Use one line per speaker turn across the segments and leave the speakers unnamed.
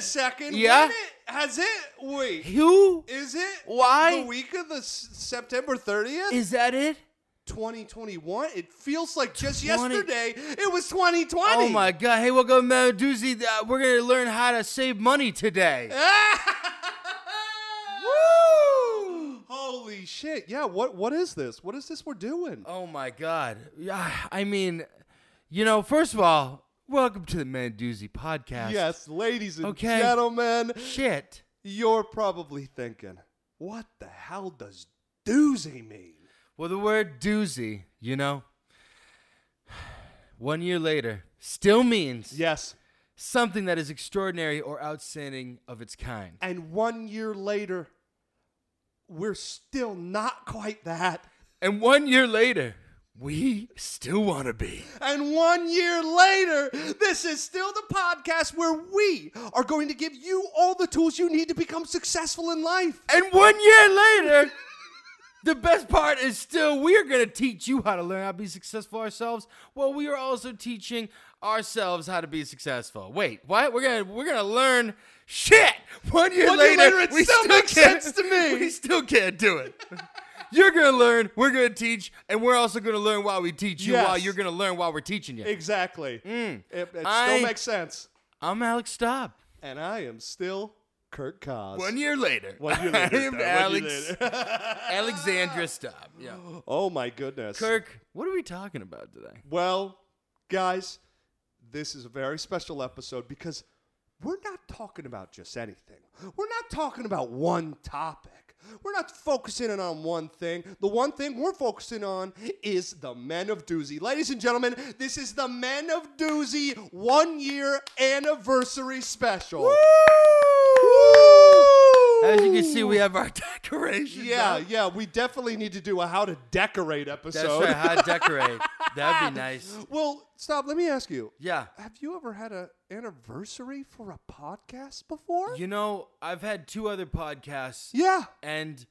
second.
Yeah.
When it- has it? Wait.
Who
Is it?
Why?
The week of the S- September 30th?
is that? It?
2021? It feels like just
20
yesterday it was 2020.
Oh my God! Hey, welcome, uh, Doozy. Uh, we're gonna learn how to save money today.
Woo! Holy shit. Yeah, what what is this? What is this we're doing?
Oh my God. Yeah, I mean, you know, first of all, welcome to the Mandoozy podcast.
yes, ladies and
Okay.
gentlemen,
Shit.
you're probably thinking, what the hell does doozy mean?
Well, the word doozy, you know, one year later still means
Yes.
something that is extraordinary or outstanding of its kind.
And one year later, we're still not quite that.
And one year later, we still want to be.
And one year later, this is still the podcast where we are going to give you all the tools you need to become successful in life.
And one year later, the best part is still we are going to teach you how to learn how to be successful ourselves. Well, we are also teaching ourselves how to be successful. Wait, what? We're gonna we're gonna learn shit. One year
One year
later,
later, it still makes
can't-
sense to me.
We still can't do it. You're gonna learn, we're gonna teach, and we're also gonna learn while we teach you while
Yes.
you're gonna learn while we're teaching you.
Exactly. It, it
I-
still makes sense.
I'm Alex Staub.
And I am still Kurt Cos.
One year later.
One year later,
I am
though. One year
Alex
later.
Alexandra Staub. Yeah.
oh my goodness.
Kirk, what are we talking about today?
Well, guys, this is a very special episode because we're not talking about just anything. We're not talking about one topic. We're not focusing in on one thing. The one thing we're focusing on is the Men of Doozy. Ladies and gentlemen, this is the Men of Doozy one year anniversary special.
As you can see, we have our decorations.
Yeah,
up.
yeah, we definitely need to do a how to decorate episode.
That's right. How to decorate. That'd be nice.
Well, stop. Let me ask you.
Yeah.
Have you ever had a anniversary for a podcast before?
You know, I've had two other podcasts
yeah.
and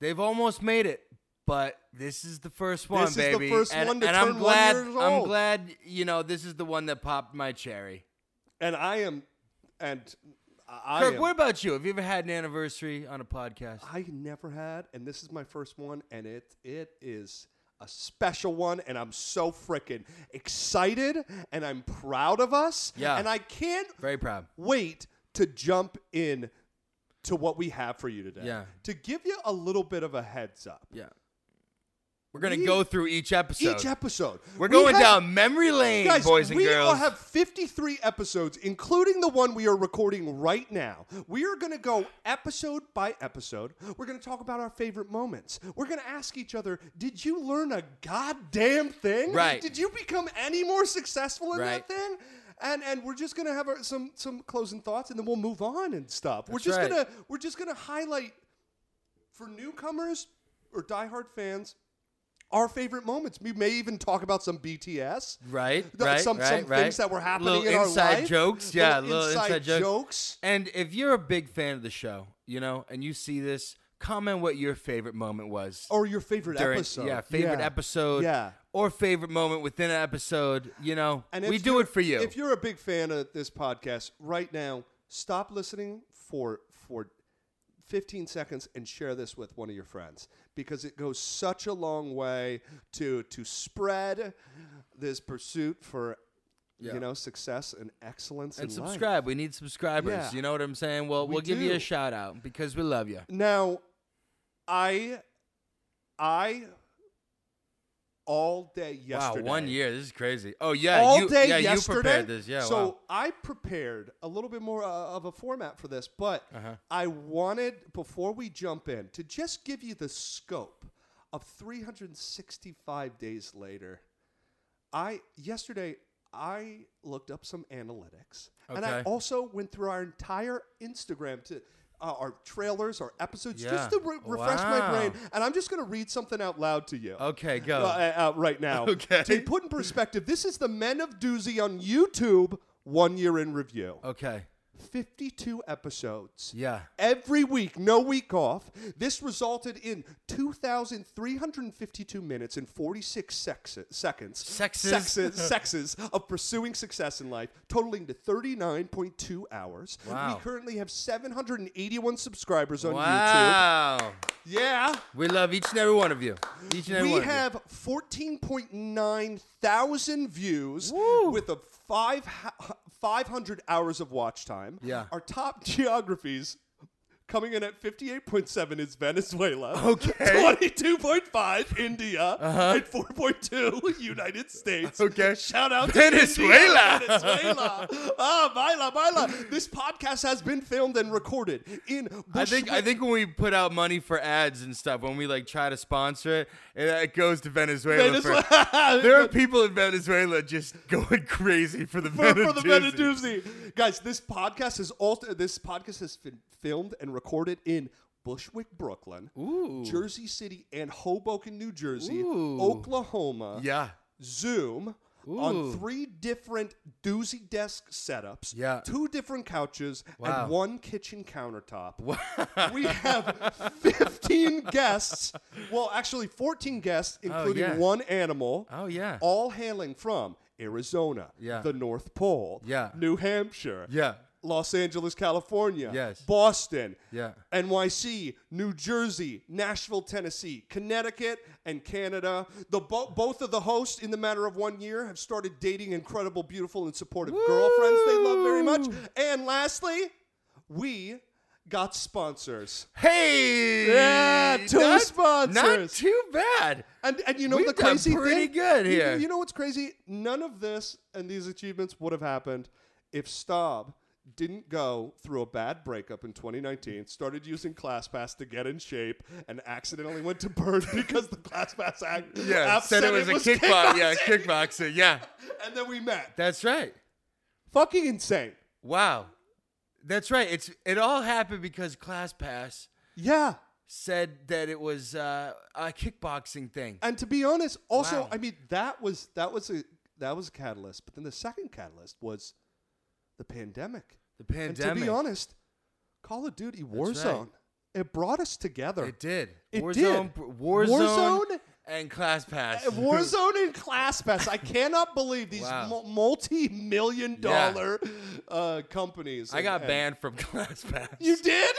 they've almost made it, but this is the first one,
is the
baby.
first
and
one to
and
turn
I'm
one
glad
years
I'm
old.
glad, you know, this is the one that popped my cherry.
And I am, and I
Kirk,
am-
what about you? Have you ever had an anniversary on a podcast?
I never had, and this is my first one, and it it is a special one, and I'm so freaking excited, and I'm proud of us.
Yeah.
And I can't
Very proud.
wait to jump in to what we have for you today.
Yeah.
To give you a little bit of a heads up.
Yeah. We're gonna
We-
go through each episode.
Each episode.
We're
we
going
have-
down memory lane,
Guys,
boys and
we all
girls.
have 53 episodes, including the one we are recording right now. We are going to go episode by episode. We're going to talk about our favorite moments. We're going to ask each other, did you learn a goddamn thing?
Right.
Did you become any more successful in
Right.
that thing? And, and we're just gonna have our, some some closing thoughts, and then we'll move on and stuff. we're
That's
just
right.
gonna we're just gonna highlight for newcomers or diehard fans our favorite moments. We may even talk about some BTS.
Right,
Th-
right,
some,
right,
some
right.
things that were happening
Little
in our
inside
life.
jokes, yeah, little inside jokes.
jokes.
And if you're a big fan of the show, you know, and you see this, comment what your favorite moment was.
Or your favorite
during-
episode.
Yeah, favorite episode.
Yeah.
Or favorite moment within an episode. You know,
And
we
if
do
you're-
it for you.
If you're a big fan of this podcast right now, stop listening for for 15 seconds and share this with one of your friends because it goes such a long way to to spread this pursuit for
Yeah.
you know success and excellence
and
in life.
subscribe. We need subscribers.
Yeah.
You know what I'm saying? Well,
We
we'll give you a
do.
shout out because we love you.
Now, I, I, all day yesterday.
Wow, one year. This is crazy. Oh yeah,
all
you,
day
yeah,
yesterday.
you prepared this. Yeah.
So
wow.
I prepared a little bit more uh, of a format for this, but
Uh-huh.
I wanted before we jump in to just give you the scope of 365 days later. I yesterday I looked up some analytics, and I
Okay.
also went through our entire Instagram to. Uh, our trailers, our episodes,
Yeah.
just to re- refresh my brain,
Wow.
and I'm just going to read something out loud to you
Okay, go.
uh, uh, right now.
Okay.
To put in perspective, this is the Men of Doozy on YouTube one year in review.
okay.
52 episodes.
Oh. Yeah.
Every week, no week off. This resulted in 2,352 minutes and 46 sexes, seconds.
Sexes.
Sexes, sexes of pursuing success in life, totaling to 39.2 hours.
Wow.
We currently have 781 subscribers on YouTube.
Wow.
Yeah.
We love each and every one of you. Each and every
We
one of you.
have 14.9 thousand views
Woo.
with a five hu- 500 hours of watch time.
Yeah.
Our top geographies coming in at 58.7 is Venezuela.
Okay. Uh-huh.
22.5 India and 4.2 United States.
Okay.
Shout out
Venezuela.
To India, Venezuela. ah, baila, baila. This podcast has been filmed and recorded in
I think I think when we put out money for ads and stuff, when we like try to sponsor it, it, it goes to Venezuela.
Venezuela.
For, there are people in Venezuela just going crazy for the
for, for the
Venedoozy.
Benedoozy. Guys, this podcast is also this podcast has been filmed and recorded in Bushwick, Brooklyn,
Ooh.
Jersey City, and Hoboken, New Jersey,
Ooh.
Oklahoma.
Yeah.
Zoom. On
Ooh.
three different doozy desk setups,
Yeah.
two different couches,
Wow.
and one kitchen countertop. we have 15 guests. Well, actually, 14 guests, including
Oh, yeah.
one animal
Oh yeah.
all hailing from Arizona,
Yeah.
the North Pole,
Yeah.
New Hampshire,
yeah.
Los Angeles, California,
Yes.
Boston,
Yeah.
NYC, New Jersey, Nashville, Tennessee, Connecticut, and Canada. The bo- both of the hosts, in the matter of one year, have started dating incredible, beautiful, and supportive girlfriends they love very much. And lastly, we got sponsors.
Hey.
Yeah, two
not, Not
sponsors.
too bad.
And and you know
We've
the
done
crazy
pretty
thing?
good
You-
here.
You, know what's crazy? None of this and these achievements would have happened if Staub didn't go through a bad breakup in 2019, started using ClassPass to get in shape, and accidentally went to burn because the ClassPass act
Yeah.
app
Said it was, a kickbox. Yeah, kickboxer. Yeah.
And then we met.
That's right.
Fucking insane.
Wow. That's right. It's it all happened because ClassPass
Yeah.
said that it was uh, a kickboxing thing.
And to be honest, also,
Wow.
I mean, that was that was a that was a catalyst. But then the second catalyst was the pandemic.
The pandemic.
And to be honest, Call of Duty Warzone, it brought us together.
it did.
It
Warzone,
did.
Warzone,
Warzone- Uh,
and Class Pass.
And Warzone and ClassPass. I cannot believe these
Wow.
mul- multi-million
Yeah.
dollar uh, companies.
I
and-
got
and-
banned from Class Pass
Uh, You did?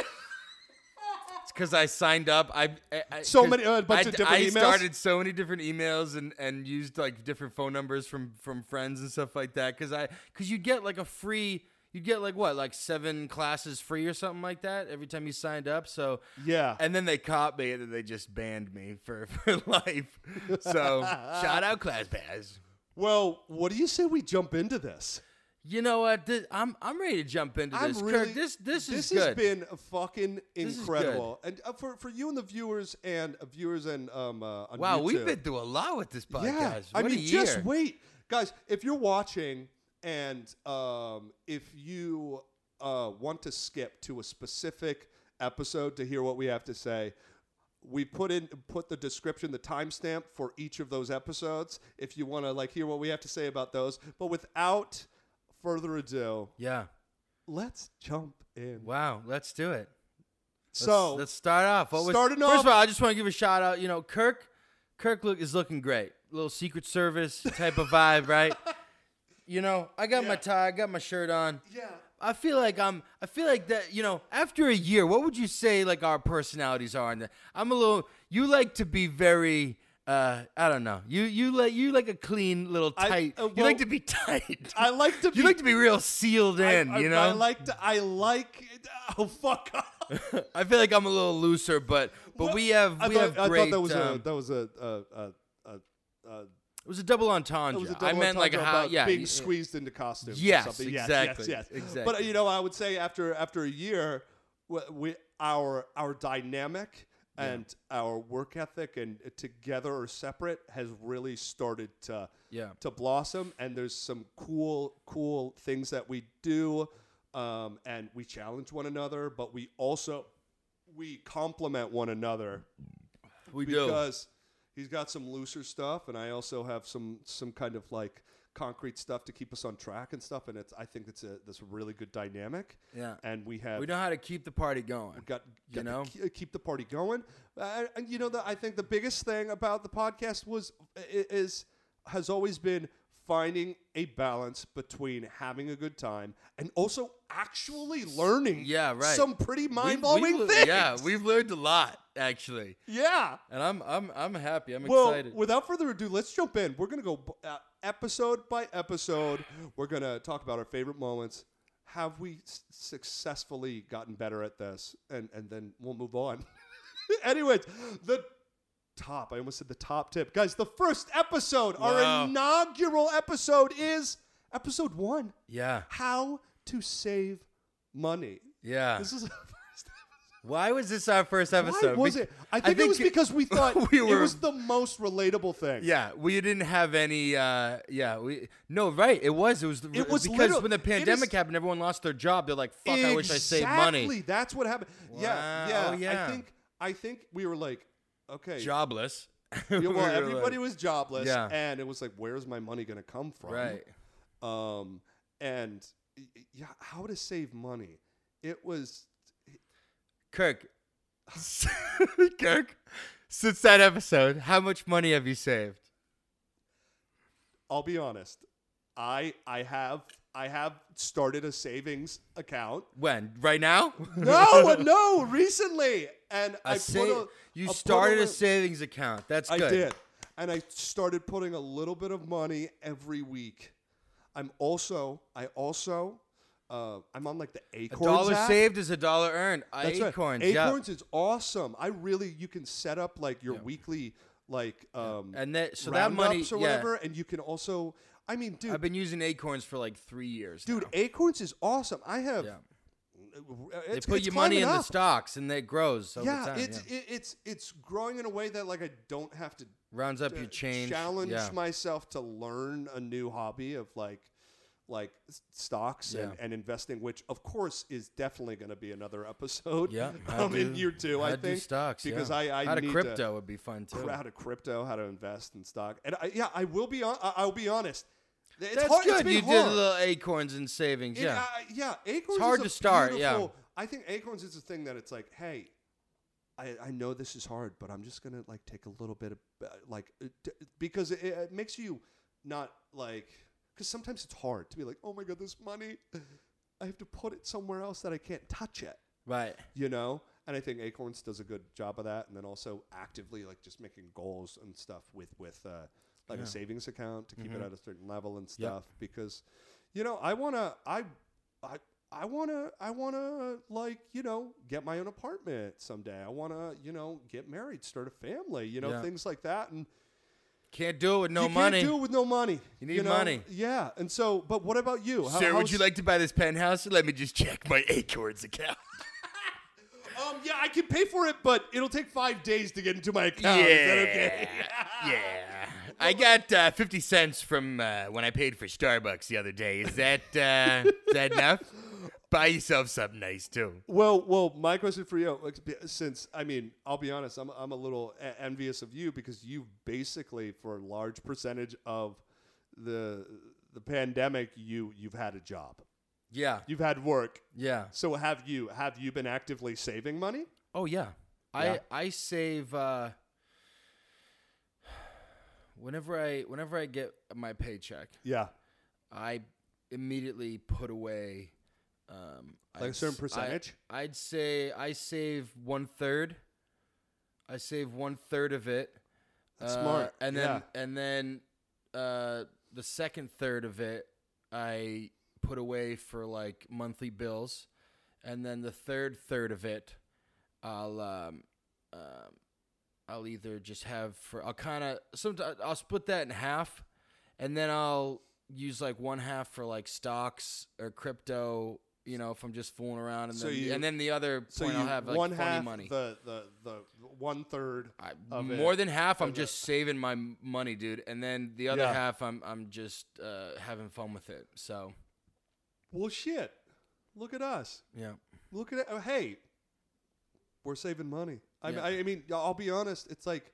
because I signed up. I, I- I-
So
'cause
many- uh, a bunch
I,
of different
I
emails?
started so many different emails and and used like different phone numbers from from friends and stuff like that because I because you get like a free. You'd get like what, like seven classes free or something like that every time you signed up. So
Yeah.
And then they caught me, and then they just banned me for, for life. So shout out Class Pass.
well, what do you say we jump into this?
You know what? This, I'm I'm ready to jump into this.
I'm
Kirk,
really
this this, is
has
good.
been fucking
is
incredible, and uh, for for you and the viewers and uh, viewers and um uh, on
wow, we've
YouTube.
been through a lot with this podcast.
Yeah,
What
I
a
mean,
year.
just wait, guys. If you're watching, and um, if you uh, want to skip to a specific episode to hear what we have to say, we put in put the description, the timestamp for each of those episodes. If you want to like hear what we have to say about those, but without further ado,
Yeah.
let's jump in.
Wow. Let's do it. Let's-
so
let's start off. What was,
starting
first
off-
of all, I just want to give a shout out. You know, Kirk, Kirk look is looking great. Little Secret Service type of vibe, right? You know, I got my
Yeah.
tie, I got my shirt on.
yeah,
I feel like I'm. I feel like that. You know, after a year, what would you say like our personalities are? And I'm a little. You like to be very. Uh, I don't know. You you like you like a clean little
I-
tight.
uh,
you
well,
like to be tight.
I like to. Be,
you like to be real sealed
I-
in.
I-
you know.
I
I,
like to. I like. Oh fuck.
feel like I'm a little looser, but but
Well,
we have
I
we
thought,
have
I
great.
thought that was
um,
a that was a a a, a, a
it was a double entendre.
it was a
I
double
meant like
entendre
how
about
yeah.
being
y-
squeezed into costumes.
Yes,
or something.
exactly,
Yes, yes, yes. But uh,
exactly.
you know, I would say after after a year, we, we our our dynamic and our work ethic and uh, together or separate has really started to
Yeah.
to blossom. And there's some cool cool things that we do, um, and we challenge one another, but we also we complement one another
we do.
because he's got some looser stuff, and I also have some some kind of like concrete stuff to keep us on track and stuff. And it's I think it's a this really good dynamic.
Yeah.
And we have
We know how to keep the party going.
got,
You
got you
know?
know keep the party going. Uh, and you know the, I think the biggest thing about the podcast was i- is has always been finding a balance between having a good time and also actually learning
Yeah, right.
some pretty
We- we
mind-blowing
le-
things.
Yeah, we've learned a lot actually,
yeah.
and I'm I'm I'm happy. I'm
Well,
excited.
without further ado, let's jump in. We're going to go b- uh, episode by episode. We're going to talk about our favorite moments. Have we s- successfully gotten better at this? And, and then we'll move on. Anyways, the top, I almost said the top tip. Guys, the first episode,
Wow.
our inaugural episode is episode one
yeah,
How to Save Money.
yeah.
This is the first episode.
Why was this our first episode?
Why was
Bec-
it? I think, it was because we thought
we
it
were-
was the most relatable thing.
Yeah, we didn't have any. Uh, yeah, we no right. It was it was the-
It was
because
literal-
when the
it is-
pandemic happened, everyone lost their job. They're like, "Fuck, I wish I saved money."
Exactly. That's what happened.
Wow.
Yeah, yeah.
Oh, yeah.
I think I think we were like, okay,
Jobless.
yeah, well, everybody was jobless,
Yeah.
and it was like, where's my money going to come from?
right.
Um, and y- y- yeah, how to save money? It was
Kirk. Kirk, since that episode, how much money have you saved?
I'll be honest. I I have I have started a savings account.
When? Right now?
No, no, recently, and I
A sa-
put a, I
you
put
started a
li-
savings account. That's
I
good.
did. And I started putting a little bit of money every week. I'm also, I also, uh, I'm on like the
A
Acorns
dollar
app.
saved is a dollar earned.
That's right.
Acorns. yeah.
Acorns is awesome. I really, you can set up like your weekly, like, um,
And that so that
roundups
money.
or
yeah.
whatever. And you can also, I mean, dude,
I've been using Acorns for like three years.
dude,
now.
Acorns is awesome. I have, uh,
Yeah. they
it's,
put
it's
your money
climbing
in the
up.
stocks and it grows over
Yeah,
time.
it's
yeah.
It, it's it's growing in a way that like I don't have to
rounds up
to
your change.
challenge
yeah.
myself to learn a new hobby of like like s- stocks and,
Yeah.
and investing which of course is definitely going to be another episode
Yeah, how
um, in
do-
year two
how
i
to do
think
stocks
because
yeah.
i i
how
need
to crypto would be fun too.
to, how to crypto how to invest in stock and I, yeah i will be on I- i'll be honest it's
That's
hard,
good.
it's been
you
hard.
did little acorns and savings.
It-
yeah,
uh, I- yeah. Acorns.
hard
is
to
a
start, yeah.
beautiful- I think acorns is a thing that it's like, hey, I, I know this is hard, but I'm just gonna like take a little bit of uh, like uh, d- because it, it makes you not like because sometimes it's hard to be like, oh my god, this money, I have to put it somewhere else that I can't touch it,
right.
you know. And I think Acorns does a good job of that, and then also actively like just making goals and stuff with with uh, like
Yeah.
a savings account to keep
Mhm.
it at a certain level and
Yep.
stuff because you know I wanna I I I wanna I wanna like you know get my own apartment someday. I wanna you know get married, start a family, you know
Yeah.
things like that, and
Can't do it with no
you
money.
can't do it with no money.
You need
know?
money.
yeah. And so, but what about you? How- how's-
like to buy this penthouse? Let me just check my acorns account.
Um, yeah, I can pay for it, but it'll take five days to get into my account. Is that okay?
yeah. I got uh, fifty cents from uh, when I paid for Starbucks the other day. Is that uh, is that enough? Buy yourself something nice too.
Well, well, my question for you, like, b- since I mean, I'll be honest, I'm I'm a little e- envious of you because you basically, for a large percentage of the the pandemic, you you've had a job,
Yeah,
you've had work.
yeah.
So have you have you been actively saving money?
Oh yeah.
Yeah.
I I save uh whenever I whenever I get my paycheck,
Yeah,
I immediately put away um
Like a certain percentage?
I, would say I save one third. I save one third of it.
That's
Uh,
smart.
And then and then uh the second third of it I put away for like monthly bills. And then the third third of it I'll um um I'll either just have for I'll kind of sometimes I'll split that in half, and then I'll use like one half for like stocks or crypto. You know, if I'm just fooling around, and
So
then
you-
and then the other
so
point
you
I'll have like
one
funny
half
money.
the the the one third.
I-
of it.
more than half, I'm
of
just saving my m- money, dude, and then the other
Yeah.
half, I'm I'm just uh, having fun with it. So
Well, shit, look at us.
yeah,
look at it. Oh, hey, we're saving money. I,
Yeah.
I, I mean, I'll be honest. It's like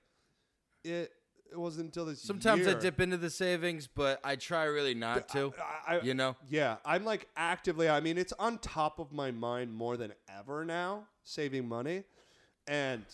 it. It wasn't until this.
Sometimes
year.
I dip into the savings, but I try really not to.
I, I-
you know?
Yeah, I'm like actively. I mean, it's on top of my mind more than ever now. Saving money, and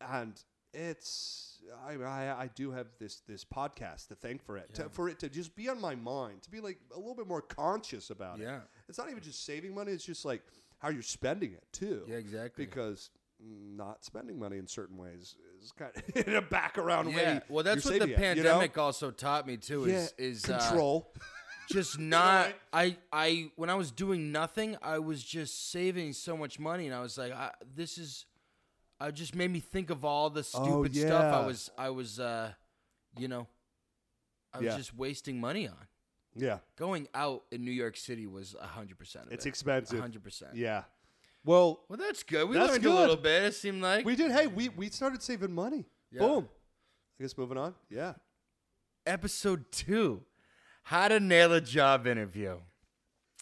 and it's I I, I do have this this podcast to thank for it to, for it to just be on my mind to be like a little bit more conscious about it.
Yeah.
it's not even just saving money. It's just like how you're spending it too.
Yeah, exactly.
Because not spending money in certain ways is kind of in a back around way.
yeah. Well, that's
you're
what the
saving it, you know?
pandemic also taught me too.
yeah,
Is is uh,
control.
just not I I when I was doing nothing, I was just saving so much money and I was like I, this is I just made me think of all the stupid
Oh,
stuff I
yeah.
was I was uh you know I was
Yeah.
just wasting money on.
yeah,
Going out in New York City was 100% of
it's
it.
expensive.
100%.
Yeah. Well,
Well, that's good. We
That's
learned a
good.
little bit. It seemed like
we did. Hey, we, we started saving money.
Yeah.
Boom. I guess moving on. Yeah.
episode 2. How to nail a job interview.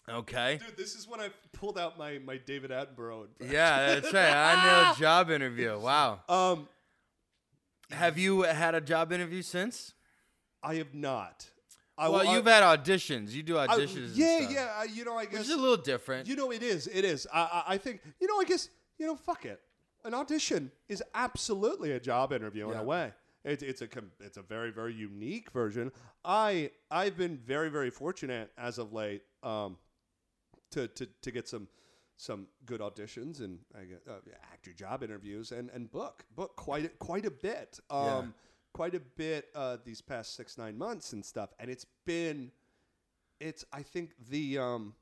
Okay.
Dude, this is when I pulled out my, my David Attenborough.
Yeah, that's right. I nailed a job interview. Wow.
Um,
Have you had a job interview since?
I have not. I,
well,
I-
you've had auditions. You do
I-
auditions. and
yeah,
stuff,
yeah. I, you know, I
Which
guess.
is a little different.
You know, it is. It is. I, I, I think, you know, I guess, you know, fuck it. An audition is absolutely a job interview in
Yeah.
a way. It, it's a com- it's a very very unique version. I I've been very very fortunate as of late um, to, to to get some some good auditions and I get, uh, actor job interviews and and book book quite a, quite a bit um,
Yeah.
quite a bit uh, these past six nine months and stuff and it's been it's I think the um,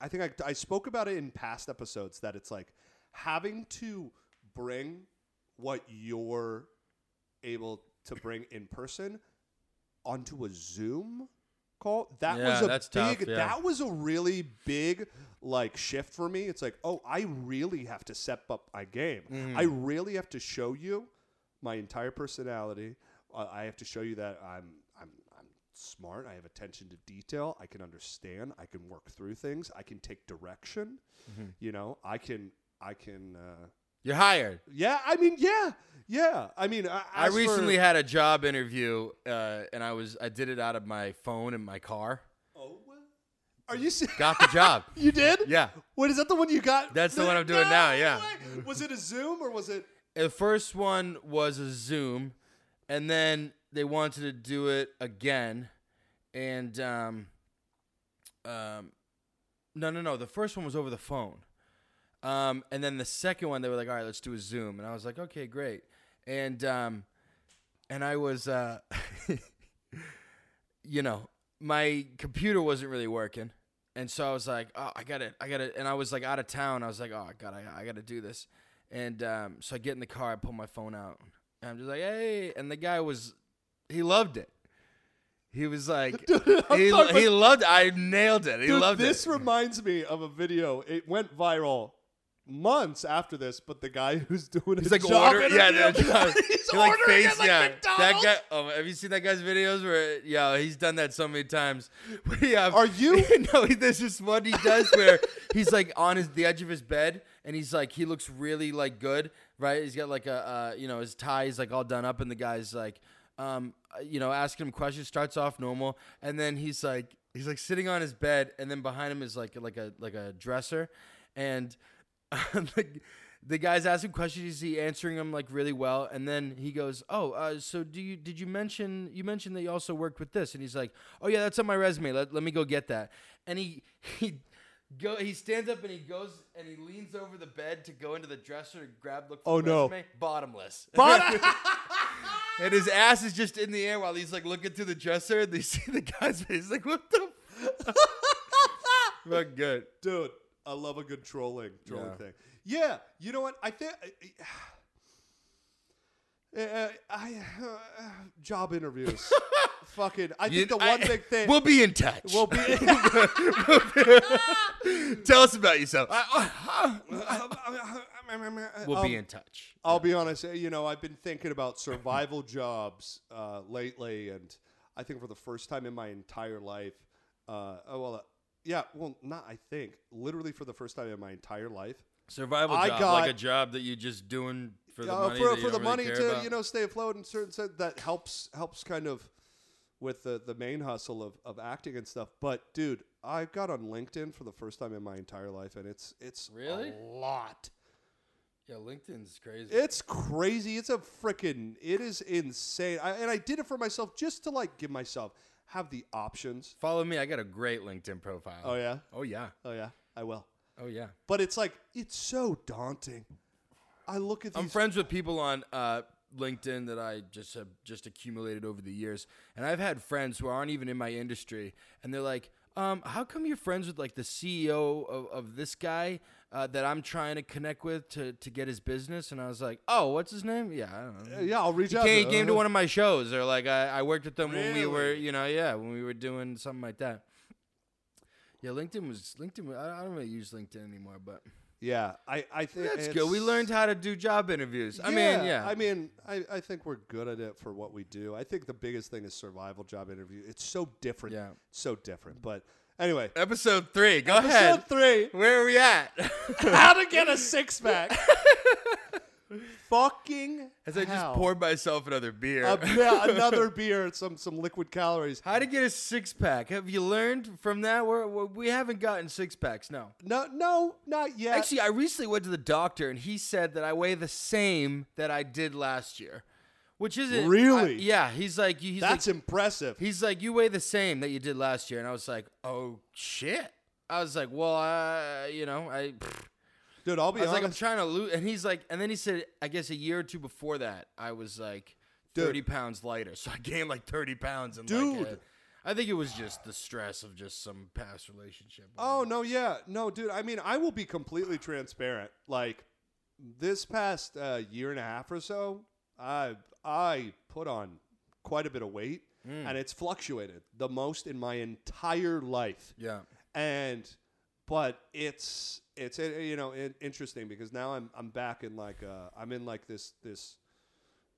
I think I, I spoke about it in past episodes that it's like having to bring what you're able to bring in person onto a Zoom call. That
Yeah,
was a
that's tough,
big.
yeah.
That was a really big like shift for me. It's like, oh, I really have to step up my game.
Mm.
I really have to show you my entire personality. Uh, I have to show you that I'm I'm I'm smart. I have attention to detail. I can understand. I can work through things. I can take direction.
Mm-hmm.
You know, I can I can. Uh,
You're hired.
yeah, I mean, yeah, yeah. I mean, I,
I
as for-
recently had a job interview, uh, and I was I did it out of my phone in my car.
Oh, are you? se-
Got the job.
You did?
Yeah.
Wait, is that the one you got?
That's the one I'm doing
No
now, yeah.
way! Was it a Zoom or was it?
The first one was a Zoom, and then they wanted to do it again, and um, um, no, no, no. The first one was over the phone, um, and then the second one they were like, "All right, let's do a Zoom," and I was like, "Okay, great," and um, and I was, uh, you know, my computer wasn't really working. And so I was like, oh, I got it, I got it. And I was like out of town. I was like, oh god, I, I got to do this. And um, so I get in the car, I pull my phone out, and I'm just like, hey. And the guy was, he loved it. He was like, he,
talking
he loved. I nailed it. He
Dude,
loved
this
it.
reminds me of a video. It went viral months after this, but the guy who's doing
He's
a
like
job
order,
interview,
yeah, no, job.
he's
He,
ordering
face,
it like
yeah.
McDonald's.
That guy. Oh, have you seen that guy's videos where, yeah, he's done that so many times. We have,
Are you-
no, he- there's this one he does where he's like on his the edge of his bed and he's like he looks really like good, right? He's got like a uh, you know his tie is like all done up and the guy's like, um, you know, asking him questions starts off normal and then he's like he's like sitting on his bed and then behind him is like like a like a dresser, and the, the guy's asking questions. He's he answering them like really well, and then he goes, "Oh, uh, so do you did you mention you mentioned that you also worked with this?" And he's like, "Oh yeah, that's on my resume. Let, let me go get that." And he he go he stands up and he goes and he leans over the bed to go into the dresser to grab look. For
Oh,
the
no.
resume. bottomless.
But
and his ass is just in the air while he's like looking through the dresser, and they see the guy's face. He's like, "What the." Fuck? Not good.
dude, I love a good trolling trolling
Yeah.
thing. Yeah, you know what? I think uh, I uh, job interviews. Fucking, I think the one
I-
big thing.
We'll be in touch.
We'll be.
Tell us about yourself. I- we'll
Um,
be in touch.
I'll be honest. uh, You know, I've been thinking about survival jobs uh, lately, and I think for the first time in my entire life, uh, oh, well, uh, yeah, well, not I think, literally for the first time in my entire life,
Survival
I
job,
got-
like a job that you're just doing for the
Uh,
money.
for,
that you
for
don't
the
really
money
care
to
about?
you know stay afloat and certain sense that helps helps kind of with the the main hustle of, of acting and stuff but dude i got on linkedin for the first time in my entire life and it's it's
Really?
a lot
Yeah, LinkedIn's crazy.
it's crazy it's a freaking it is insane I, and i did it for myself just to like give myself have the options
Follow me. I got a great LinkedIn profile.
oh yeah
Oh yeah.
oh yeah i will
Oh yeah.
but it's like it's so daunting i look at these
I'm friends with people on uh, LinkedIn that I just have just accumulated over the years, and I've had friends who aren't even in my industry, and they're like, um, "How come you're friends with like the CEO of, of this guy uh, that I'm trying to connect with to to get his business?" And I was like, "Oh, what's his name? Yeah, I don't know."
yeah i'll reach out
He
them.
came to one of my shows, or like I, I worked with them when we were,
Really?
you know, yeah, when we were doing something like that. Yeah, LinkedIn was LinkedIn. I I don't really use LinkedIn anymore, but
yeah i i think
that's good. We
it's-
learned how to do job interviews. I mean, yeah,
I mean, I, I think we're good at it for what we do. I think the biggest thing is survival job interview. It's so different.
Yeah.
So different. But anyway.
Episode three. Go ahead.
Episode three.
Where are we at?
How to get a six pack. Fucking
As I just
hell.
poured myself another beer.
A- yeah, another beer and some some liquid calories.
How to get a six pack? Have you learned from that? We're, we're, we haven't gotten six packs. No.
No, no, not yet.
Actually, I recently went to the doctor and he said that I weigh the same that I did last year, which isn't I-
Really?
yeah, he's like he's like,
that's impressive.
He's like, you weigh the same that you did last year, and I was like, oh shit. I was like, well, uh, you know, I.
Dude, I'll be
I was
honest.
like, I'm trying to lose. And he's like, and then he said, I guess a year or two before that, I was like
Dude.
30 pounds lighter. So I gained like 30 pounds. And Like
Dude.
a- I think it was just the stress of just some past relationship.
Oh no, yeah, no, dude. I mean, I will be completely transparent. Like this past uh, year and a half or so, I I put on quite a bit of weight,
Hmm.
and it's fluctuated the most in my entire life.
Yeah.
And but it's it's uh, you know in interesting because now I'm I'm back in like uh, I'm in like this this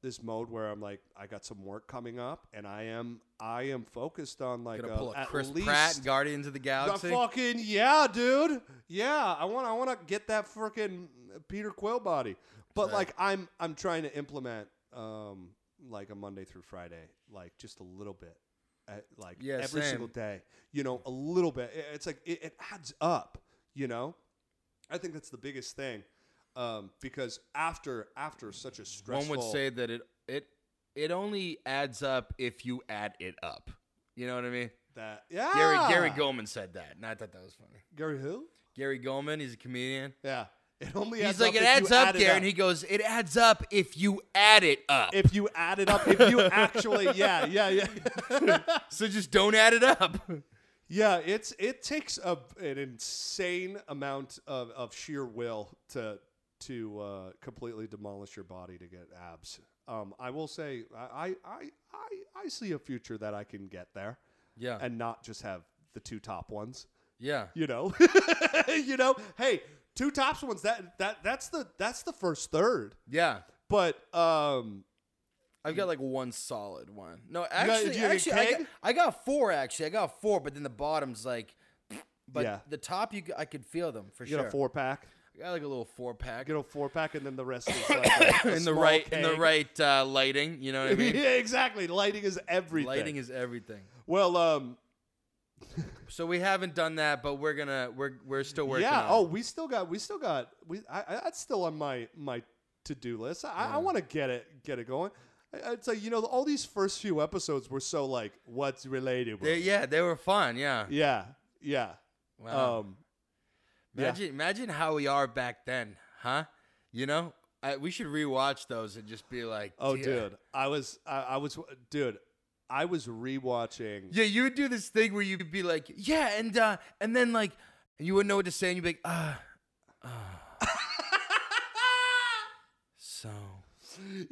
this mode where I'm like I got some work coming up and I am I am focused on like
Gonna
uh,
pull a
at
Chris
least
Pratt in Guardians of the
the
Galaxy.
fucking yeah, dude. Yeah, I want I want to get that freaking Peter Quill body. But
Right.
like I'm I'm trying to implement um like a Monday through Friday, like just a little bit. Uh, like
Yeah,
every
same.
single day, you know, a little bit. It- It's like it, it adds up, you know. I think that's the biggest thing, um, because after after such a
One
stressful,
would say that it, it, it only adds up if you add it up. You know what I mean?
that yeah,
Gary, Gary Goldman said that, and I thought that was funny.
Gary who?
Gary Goldman, he's a comedian.
Yeah, it only adds
He's like,
up
it
if you
adds up,
add it
Gary. And he goes, it adds up if you add it up.
if you add it up, if you actually, yeah, yeah, yeah,
So just don't add it up.
yeah. It's it takes a an insane amount of, of sheer will to to uh, completely demolish your body to get abs. Um, I will say, I, I I I I see a future that I can get there
Yeah.
and not just have the two top ones.
yeah.
You know, you know. Hey, two tops ones. That that that's the that's the first third.
Yeah.
But um,
I've got like one solid one. No, actually,
do you have a
actually, I got,
keg?
I got four. Actually, I got four, but then the bottom's like, but
Yeah.
the top you, c- I could feel them for
you
sure.
get a four pack.
I got like a little four pack
get a four pack, and then the rest is like a- a
in the
small
right in the
keg.
right uh, lighting. You know what I mean?
yeah, exactly. Lighting is everything.
lighting is everything.
well, um,
So we haven't done that, but we're gonna we're we're still working.
yeah.
on
Oh,
it.
we still got, we still got, we. I, I that's still on my my to do list. I, I want to get it, get it going. I, it's like you know, all these first few episodes were so like, what's relatable?
They- yeah, they were fun. Yeah.
yeah, yeah.
Wow.
Um, yeah.
Uh, imagine imagine how we are back then, huh? You know, I, we should rewatch those and just be like,
oh,
"Dear."
dude, I was, I, I was, dude, I was rewatching.
Yeah, you would do this thing where you'd be like, yeah, and uh, and then like, and you wouldn't know what to say, and you'd be like, ah, ah. so.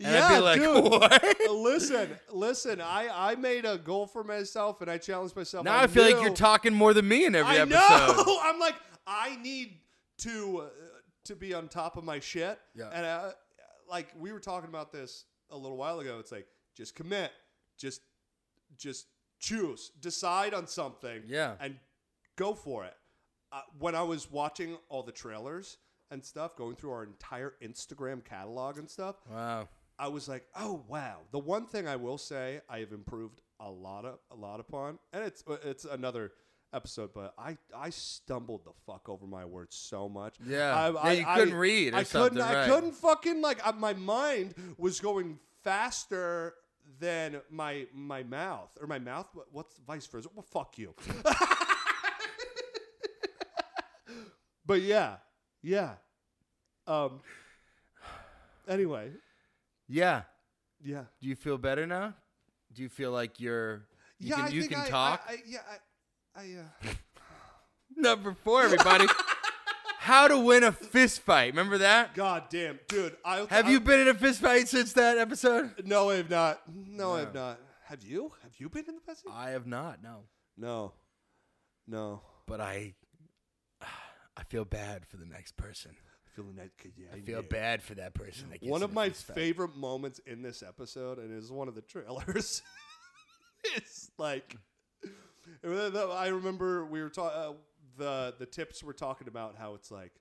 And I'd be like,
dude. Uh,
what?
listen, listen. I I made a goal for myself, and I challenged myself.
now I, feel like
knew-
you're talking more than me in every
I
episode.
know. I'm like, I need to uh, to be on top of my shit.
Yeah.
And uh, like we were talking about this a little while ago. It's like just commit, just just choose, decide on something,
Yeah.
and go for it. Uh, when I was watching all the trailers and stuff, going through our entire Instagram catalog and stuff,
Wow.
I was like, oh wow. The one thing I will say I have improved a lot of a lot upon, and it's uh, it's another episode, but I I stumbled the fuck over my words so much.
Yeah. Yeah,
I,
you couldn't read or
I couldn't.
something,
I
right.
couldn't fucking like uh, my mind was going faster than my my mouth or my mouth. what- What's vice versa? Well, fuck you. but yeah, yeah. Um. Anyway,
Yeah.
yeah.
Do you feel better now? Do you feel like you're you
yeah,
can
I
you
think
can
I,
talk?
I, I, yeah, I, I, uh,
Number 4 everybody. How to win a fist fight. Remember that?
God damn, dude. I
Have
I-
you been in a fist fight since that episode?
No, I have not. No, I have
No.
not. Have you? Have you been in the pussy?
I have not, no.
No, no.
But I I feel bad for the next person.
I feel that. Yeah,
I feel bad for that person. That gets
One
in
of
a
my
fist fight.
favorite moments in this episode, and it's one of the trailers. it's like I remember we were talking. Uh, the the tips were talking about how it's like,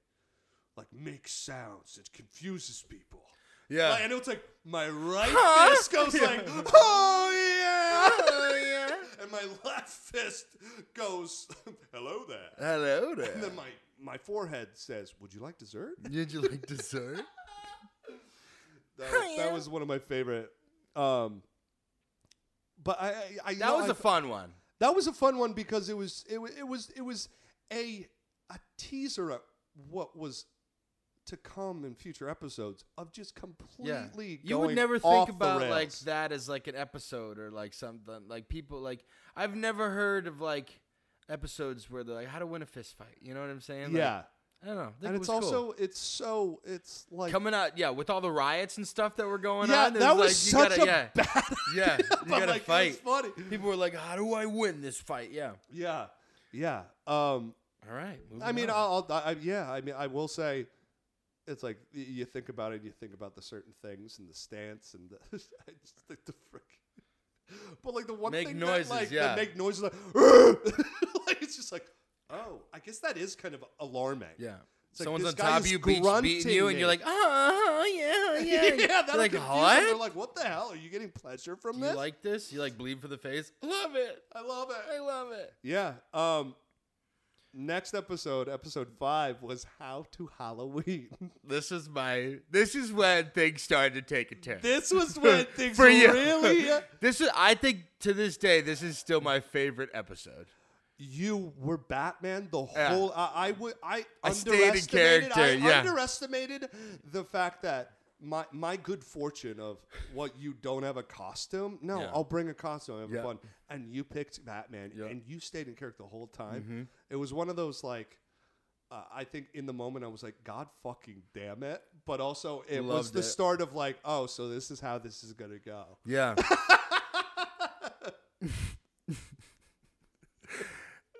like make sounds. It confuses people.
Yeah.
Like, and it's like my right
Huh?
fist goes
Yeah.
like, oh yeah,
yeah.
and my left fist goes, hello there.
Hello
And
there.
then my my forehead says, would you like dessert?
Did you like dessert?
That, was- that
Hiya.
was one of my favorite. Um, but I, I, I you
That
know,
was
I-
a fun one.
that was a fun one because it was it, wa- it was it was a a teaser of what was to come in future episodes of just
Yeah.
completely
You would
going
never
off
think
the
about like
rails.
that as like an episode or like something like people like I've never heard of like episodes where they're like how to win a fist fight. You know what I'm saying? Like,
yeah
I don't know. I think
and
it
it's
was cool.
also it's so it's like
coming out yeah with all the riots and stuff that were going
yeah
on. it
that was
like, you
such
gotta,
a
yeah,
bad
yeah you
but,
gotta
like,
fight.
it was funny
People were like, how do I win this fight? Yeah.
yeah yeah um
All right. moving
I mean,
on.
I'll, I'll, I, yeah, I mean, I will say, it's like y- you think about it, you think about the certain things and the stance and the, I just think the frick. But like the one
Make
thing
noises,
that like
yeah.
that make noises like, like it's just like, oh, I guess that is kind of alarming.
Yeah.
like
Someone's
this
on
guy
top of
is
you, beach beating
grunting
you, and
me.
you're like, oh, yeah, yeah.
yeah,
You're
that'll
like,
confuse them.
what?
They're like, what the hell? Are you getting pleasure from
you
this?
like this? You like bleed for the face? Love it.
I love it.
I love it.
Yeah. Um. Next episode, episode five, was how to Halloween.
This is my. This is when things started to take a turn.
this was when things
for you.
really. uh,
this is. I think to this day, this is still my favorite episode.
you were Batman the
Yeah.
whole. I I would. I,
I stayed in
underestimated.
character,
I
yeah.
underestimated the fact that my my good fortune of what you don't have a costume. No,
Yeah.
I'll bring a costume. I have
Yeah.
fun. And you picked Batman,
Yeah. Mm-hmm.
and you stayed in character the whole time. It was one of those like. Uh, I think in the moment I was like, God fucking damn it! But also, it was
Loved
the
it.
start of like, oh, so this is how this is gonna go.
Yeah.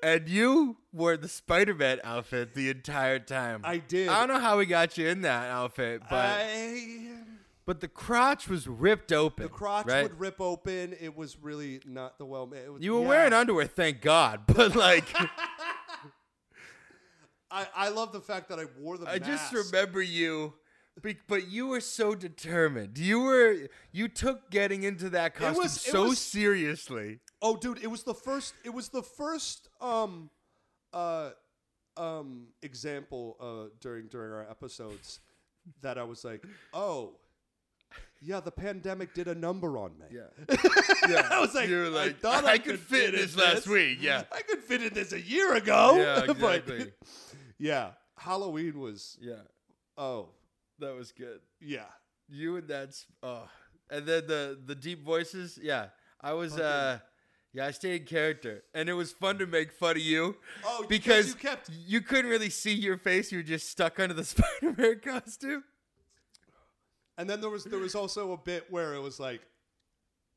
and you wore the Spider-Man outfit the entire time.
I did.
I don't know how we got you in that outfit, but
I-
but the crotch was ripped open.
The crotch
right?
would rip open. It was really not the well. It was,
You were
yeah.
wearing underwear, thank God. But like,
I, I love the fact that I wore the.
I just
mask.
remember you. be- But you were so determined. You were you took getting into that costume
was- it
so
was-
seriously.
Oh, dude! It was the first. It was the first. Um, uh, um, example. Uh, during during our episodes, that I was like, oh, yeah, the pandemic did a number on me.
yeah.
I was like,
you were
I
like,
thought I, could fit in
this last week. Yeah.
I could fit in this a year ago.
Yeah,
Oh, But-
exactly.
yeah, Halloween was.
yeah,
Oh,
that was good.
yeah.
You and that's oh, and then the the deep voices. Yeah, I was
Fucking-
uh, yeah, I stayed in character, and it was fun to make fun of you.
Oh, because
because
you kept-
you couldn't really see your face. You were just stuck under the Spider Man costume.
And then there was there was also a bit where it was like,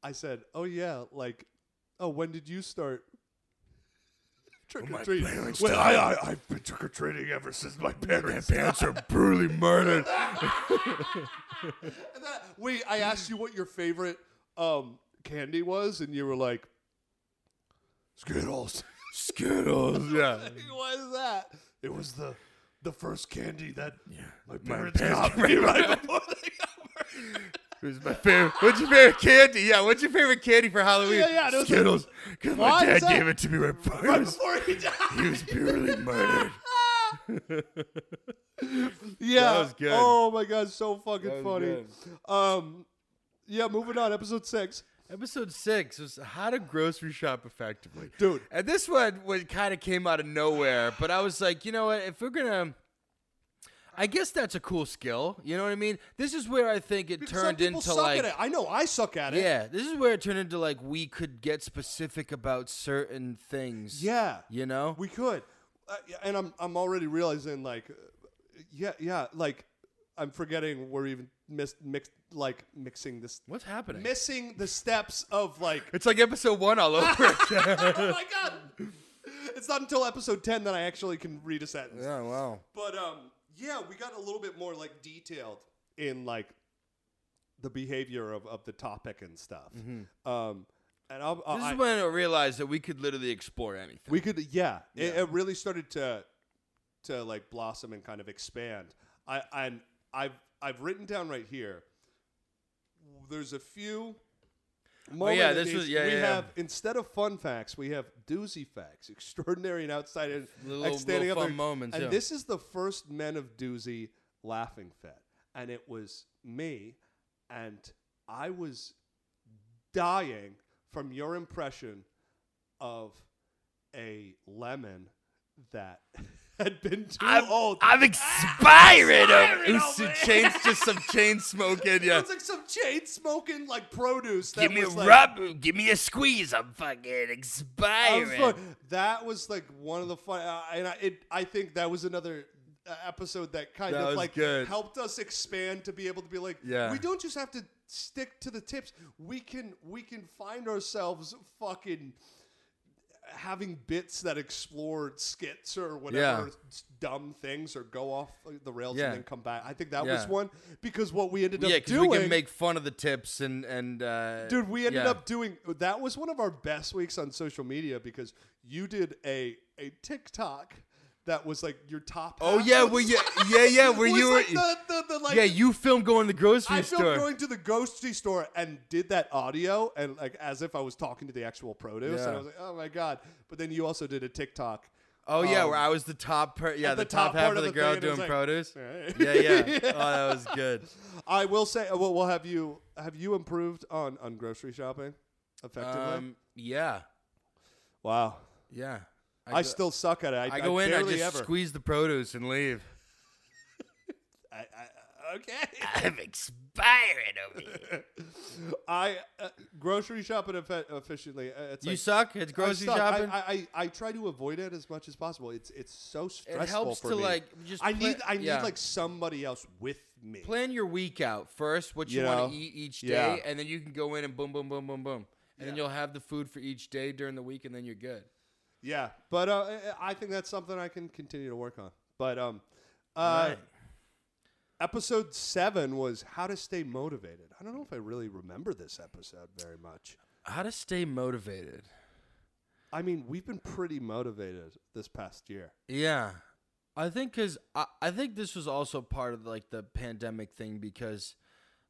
I said, "Oh yeah, like, oh when did you start?" Trick or treat. Well, I, I I've been trick or treating ever since my parents.
Parents are brutally murdered.
And then- wait, I asked you what your favorite um candy was, and you were like, "Skittles."
Skittles. Yeah.
Why is that? It was the the first candy that my
parents
parents got me right before they got married.
Who's my favorite? What's your favorite candy? Yeah, what's your favorite candy for Halloween?
Yeah, yeah, it was-
Skittles. Because my
Why
dad
is that?
gave it to me right before, he,
Right
was,
before he
he
died.
was brutally murdered.
Yeah.
That was good.
Oh my god, so
was
fucking funny. Um, yeah. Moving on, episode six.
Episode six was how to grocery shop effectively,
Dude.
And this one was kind of came out of nowhere, but I was like, you know what? If we're gonna, I guess that's a cool skill. You know what I mean? This is where I think it
Some
turned
people
into
suck
like
at it. I know I suck at it.
Yeah, this is where it turned into like we could get specific about certain things.
Yeah.
You know?
We could, uh, yeah, and I'm I'm already realizing like, uh, yeah, yeah, like I'm forgetting we're even mis- mix like mixing this,
What's happening?
missing the steps of like.
it's like episode one all over again.
oh my god! It's not until episode ten that I actually can read a sentence.
yeah, wow.
But um, yeah, we got a little bit more like detailed in like the behavior of, of the topic and stuff. Um, and I'll,
Mm-hmm.
I'll,
This
I-
is when I realized that we could literally explore anything.
we could, yeah, It, it really started to to like blossom and kind of expand. I and I've I've written down right here. There's a few. Oh
yeah, this was- yeah,
We
yeah, yeah.
have instead of fun facts, we have doozy facts, extraordinary and outside, and
Little-
outstanding
little
other-
fun moments,
And
yeah.
this is the first Men of Doozy laughing fit, and it was me, and I was dying from your impression of a lemon that had been too old.
I'm expiring
expiring
It was
over
some
it.
chain, just some chain smoking.
it
Yeah.
was like some chain smoking like produce. That
Give me a
was like,
rub. Give me a squeeze. I'm fucking
I was
expiring.
like- that was like one of the fun, uh, and I, it, I think that was another uh, episode that kind
That
of
was
like
good.
helped us expand to be able to be like,
Yeah.
we don't just have to stick to the tips. We can we can find ourselves fucking having bits that explore skits or whatever s- dumb things or go off uh, the rails
Yeah.
and then come back. I think that was
Yeah.
one because what we ended
Yeah,
up
because we
doing
can make fun of the tips and and uh,
dude we ended
yeah.
up doing that was one of our best weeks on social media because you did a a tiktok that was like your top
Oh
half
yeah,
was-
well yeah, yeah, yeah. Where
was
you were,
like the, the, the, like
yeah, you filmed going to the grocery
I
store.
filmed going to the grocery store and did that audio and like as if I was talking to the actual produce and
Yeah.
I was like oh my god but then you also did a tiktok Um,
oh yeah, where I was the top, per- yeah,
at
the,
the
top,
top
half
part
of the
of the
girl
thing, and it
doing
was like,
produce.
Alright.
Yeah, yeah. Oh, that was good.
I will say uh, well we'll have you have you improved on on grocery shopping effectively
Um, yeah,
wow
yeah. go-
I, still suck at it I,
I go in, I
barely
just
ever
squeeze the produce and leave.
I, I, uh, okay
I'm expiring over here.
I uh, grocery shopping effe- efficiently. uh, It's
You
like,
suck at
I
grocery
suck. I-
shopping.
I, I, I try to avoid it as much as possible. It's it's so stressful
it helps
for
to
me.
like just.
I
pla-
need I need
yeah.
like somebody else with me.
plan your week out first, what you,
You
want
know?
to eat each day,
Yeah.
and then you can go in and boom, boom, boom, boom, boom, and then
Yeah.
you'll have the food for each day during the week, and then you're good.
Yeah, but uh, I- I think that's something I can continue to work on. But um, uh,
Right.
episode seven was how to stay motivated. I don't know if I really remember this episode very much.
How to stay motivated?
I mean, we've been pretty motivated this past year.
Yeah, I think because I, I think this was also part of like the pandemic thing because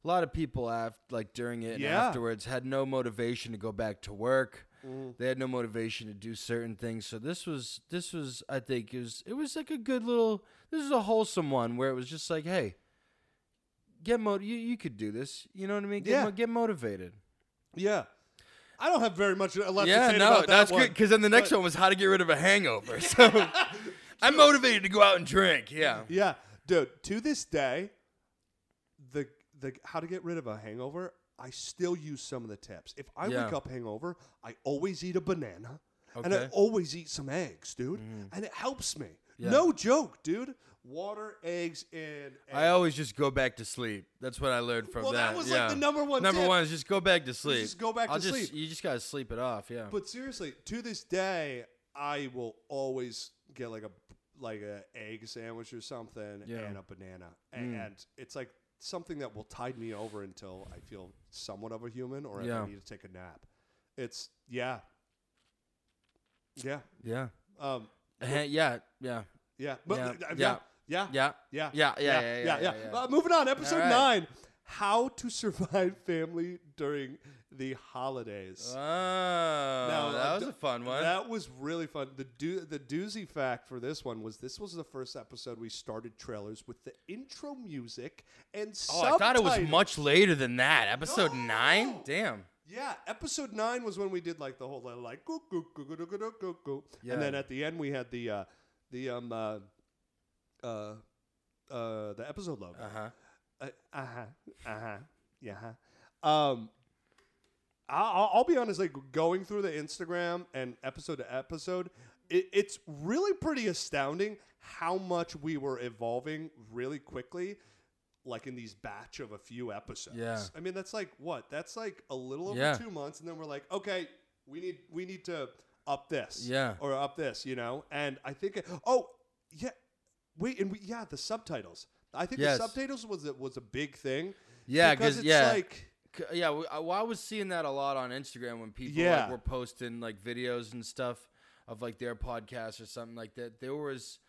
a lot of people after like during it and
Yeah.
afterwards had no motivation to go back to work.
Mm.
They had no motivation to do certain things. So this was this was I think it was it was like a good little this is a wholesome one where it was just like hey. Get mo- you, you could do this. You know what I mean? Get,
Yeah.
mo- get motivated.
Yeah. I don't have very much uh, left to
yeah,
say
no,
about that
that's
one.
good. Because then the next one was how to get rid of a hangover. So I'm motivated to go out and drink. Yeah.
Yeah, dude. To this day, the the how to get rid of a hangover, I still use some of the tips. If I
Yeah.
wake up hangover, I always eat a banana, and I
Okay. Mm.
always eat some eggs, dude, and it helps me.
Yeah.
No joke, dude. Water, eggs, and, and
I always just go back to sleep. That's what I learned from
Well,
that.
that was, like,
yeah.
the number one
Number
tip.
one is just go back to sleep.
just go back
I'll
to
just-
sleep.
You just gotta sleep it off. Yeah.
But seriously, to this day, I will always get like a like a egg sandwich or something
Yeah. Hmm.
and a banana, and, it's like something that will tide me over until I feel somewhat of a human or if
Yeah.
I need to take a nap. It's yeah, yeah,
yeah.
um,
Ha- yeah. Yeah.
yeah, but
Yeah,
Um, yeah. yeah.
yeah.
Yeah.
Yeah. Yeah,
Yeah.
yeah, yeah, yeah, yeah, yeah.
Uh, moving on, episode
All right.
nine: How to survive family during the holidays.
Oh,
Now,
that
uh,
was
d-
a fun one.
That was really fun. The do the doozy fact for this one was this was the first episode we started trailers with the intro music and
oh, I thought it was
subtitles.
much later than that. Episode
No.
nine. Damn.
Yeah, episode nine was when we did like the whole little, like goo goo goo goo goo goo goo goo,
Yeah.
and then at the end we had the uh, the um uh, uh, uh the episode logo.
Uh huh.
Uh huh. Uh huh. Yeah. huh. Um, I- I'll, I'll be honest. Like going through the Instagram and episode to episode, it, it's really pretty astounding how much we were evolving really quickly. Like in these batch of a few episodes.
Yeah.
I mean, that's like what? That's like a little over
Yeah.
two months, and then we're like, okay, we need we need to up this.
Yeah.
Or up this, you know. And I think, oh yeah, wait, and we yeah the subtitles. I think
Yes.
the subtitles was a, was a big thing.
Yeah,
because
'cause-
it's
yeah.
like
C- Yeah, we- I, well, I was seeing that a lot on Instagram when people
Yeah.
like, were posting like videos and stuff of like their podcast or something like that. There was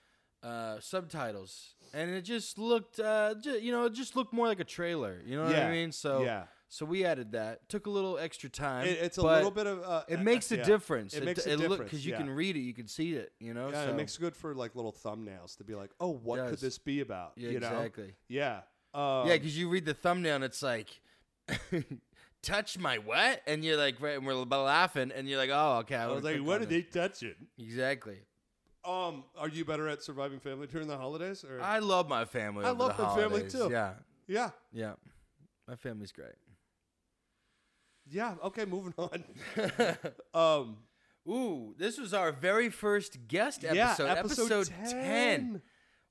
uh, subtitles, and it just looked, uh, ju- you know, it just looked more like a trailer. You know what
Yeah,
I mean? So
yeah.
so we added that. Took a little extra time.
it, it's a
but
little bit of uh,
It
uh,
makes a
yeah.
difference.
It makes a difference,
because you
yeah.
can read it, you can see it. You know,
Yeah, and
so,
it makes good for like little thumbnails to be like, oh, what could
Does.
this be about?
yeah,
you know?
exactly.
Yeah. Um,
Yeah, because you read the thumbnail and it's like, touch my what? And you're like, right, and we're laughing, and you're like, oh, okay.
I was
would've
like,
clicked
what
on
are
it."
they touching?
Exactly.
Um, are you better at surviving family during the holidays? Or
I love my family.
I
over
love
the
my family,
holidays.
too.
Yeah,
yeah,
yeah, my family's great.
yeah. Okay, moving on. um,
Ooh, this was our very first guest episode,
yeah, episode,
10.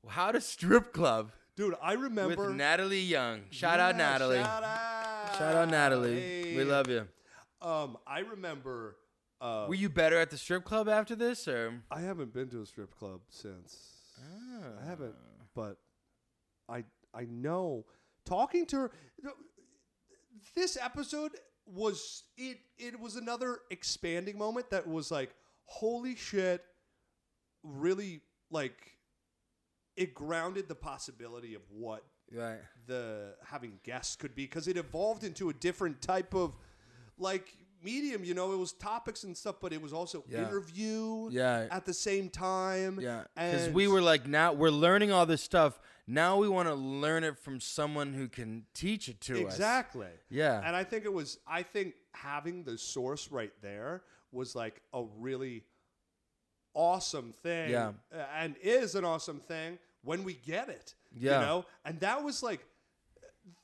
How to Strip Club
Dude, I remember.
with Natalie Young. Shout out
Yeah,
Natalie.
Shout out,
Shout out Natalie. We
Hey.
love you.
Um, I remember. Uh,
Were you better at the strip club after this, or
I haven't been to a strip club since. I haven't, but I I know talking to her. This episode was it. It was another expanding moment that was like, holy shit! Really, like, it grounded the possibility of what
right?
the having guests could be because it evolved into a different type of like medium you know it was topics and stuff but it was also
Yeah.
interview
Yeah.
at the same time
Yeah, because
and
we were like, now we're learning all this stuff. Now we want to learn it from someone who can teach it to us.
exactly
Yeah.
and i think it was i think having the source right there was like a really awesome thing
Yeah.
uh, and is an awesome thing when we get it
Yeah.
you know and that was like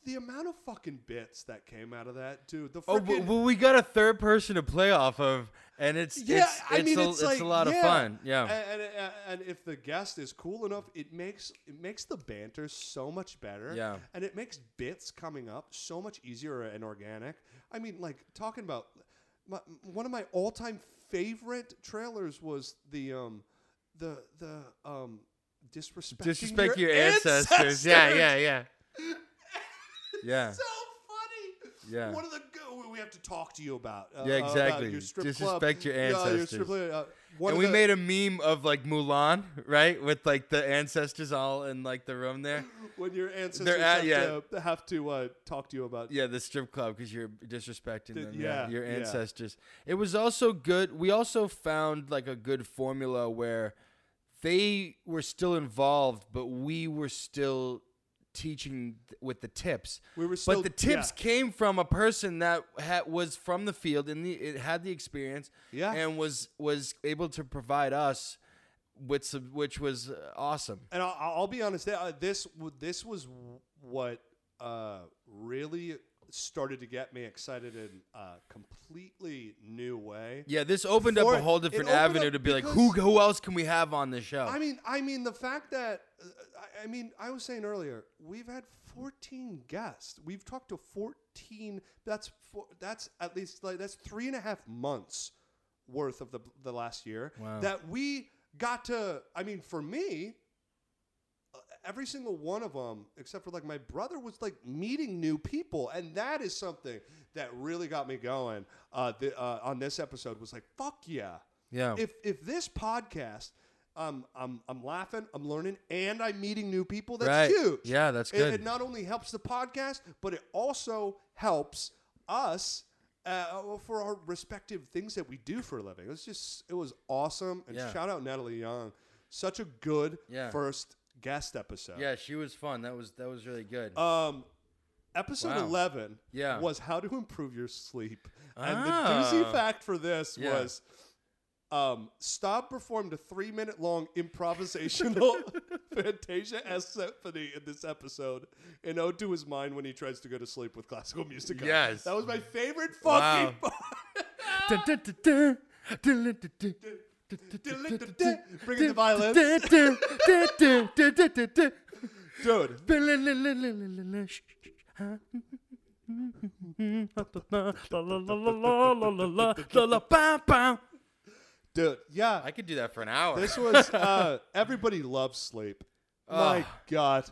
the amount of fucking bits that came out of that dude the
Oh, but,
frickin-
well, we got a third person to play off of, and it's
Yeah,
it's,
I
it's
mean,
a,
it's, like,
a lot
yeah.
of fun. Yeah,
And, and and if the guest is cool enough, it makes it makes the banter so much better.
Yeah.
and it makes bits coming up so much easier and organic. I mean, like talking about my, one of my all time favorite trailers was the um the the um disrespecting
disrespect your, ancestors. Yeah, yeah, yeah, yeah.
So funny.
Yeah.
One of the go- we have to talk to you about. Uh,
Yeah,
about
exactly.
your strip
Disrespect
club.
your
Yeah, your
ancestors.
strip club, uh, one
And
of
we
the-
made a meme of like Mulan, right, with like the ancestors all in like the room there.
when your ancestors
at-
have,
yeah.
to, have to uh, talk to you about.
Yeah, the strip club because you're disrespecting
Th-
them, yeah,
yeah,
your
yeah.
ancestors. It was also good. We also found like a good formula where they were still involved, but we were still teaching th- with the tips.
We were still-
but the tips
yeah.
came from a person that ha- was from the field and the, it had the experience,
Yeah.
and was was able to provide us with some, which was uh, awesome.
And I'll, I'll be honest, that, uh, this w- this was w- what uh, really started to get me excited in a completely new way.
Yeah, this opened
For-
up a whole
it
different
opened
avenue
up
to be like,
because-
who who else can we have on the show?
I mean, I mean the fact that uh, I- I mean, I was saying earlier, we've had 14 guests. We've talked to 14. That's four, that's at least like that's three and a half months worth of the the last year
Wow.
that we got to. I mean, for me, uh, every single one of them, except for like my brother, was like meeting new people, and that is something that really got me going. Uh, the, uh, on this episode was like, fuck yeah
yeah.
if if this podcast I'm I'm I'm laughing, I'm learning, and I'm meeting new people. That's
right.
huge.
Yeah, that's
It-
good.
It, not only helps the podcast, but it also helps us uh, for our respective things that we do for a living. It was just it was awesome. And
Yeah.
shout out Natalie Young, such a good
Yeah.
first guest episode.
yeah, she was fun. That was that was really good.
Um, episode
Wow.
eleven.
Yeah.
Was how to improve your sleep. And the
Ah.
doozy fact for this
Yeah.
was. Um, Staub performed a three-minute-long improvisational Fantasia S symphony in this episode, and ode to his mind when he tries to go to sleep with classical music. on.
Yes.
that was my favorite fucking.
Wow.
Bring in the violins. Dude,
I
dude, yeah.
could do that for an hour.
This was uh, everybody loves sleep. My
Ah.
God.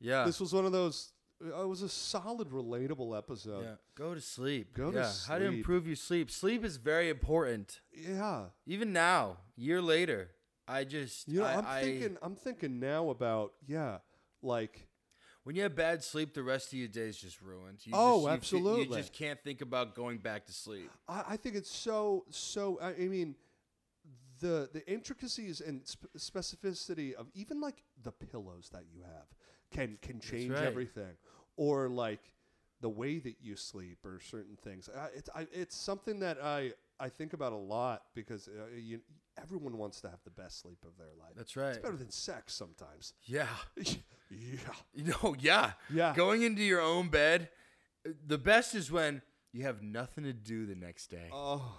yeah.
this was one of those. uh, It was a solid, relatable episode.
yeah. Go to sleep.
Go to
yeah. How to
sleep.
improve your sleep. Sleep is very important.
Yeah,
Even now, year later, I just
you know,
I,
I, am
I-
thinking. I'm thinking now about yeah, like
when you have bad sleep, the rest of your day is just ruined. You
Oh,
just, you fe- You,
absolutely.
just can't think about going back to sleep.
I, I think it's so so. I, I mean, the the intricacies and sp- specificity of even like the pillows that you have can can change
right.
everything, or like the way that you sleep or certain things. I, it's I, it's something that I I think about a lot because uh, you, everyone wants to have the best sleep of their life.
That's right.
It's better than sex sometimes.
Yeah.
yeah.
You know, yeah.
Yeah.
Going into your own bed, uh, the best is when you have nothing to do the next day.
Oh.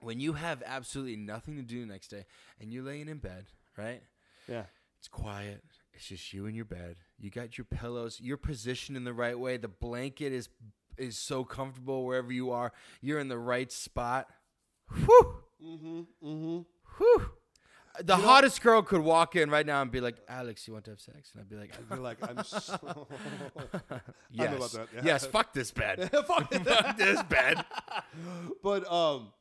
when you have absolutely nothing to do the next day and you're laying in bed, right?
Yeah.
It's quiet. It's just you in your bed. You got your pillows. You're positioned in the right way. The blanket is is so comfortable wherever you are. You're in the right spot. Whew.
Mm-hmm. Mm-hmm.
Whew. The hottest girl could walk in right now and be like, "Alex, you want to have sex?" And I'd be like,
You're like, I'm so
"Yes,
about that, yeah."
yes, fuck this bed,
Fuck it.
fuck this bed."
But um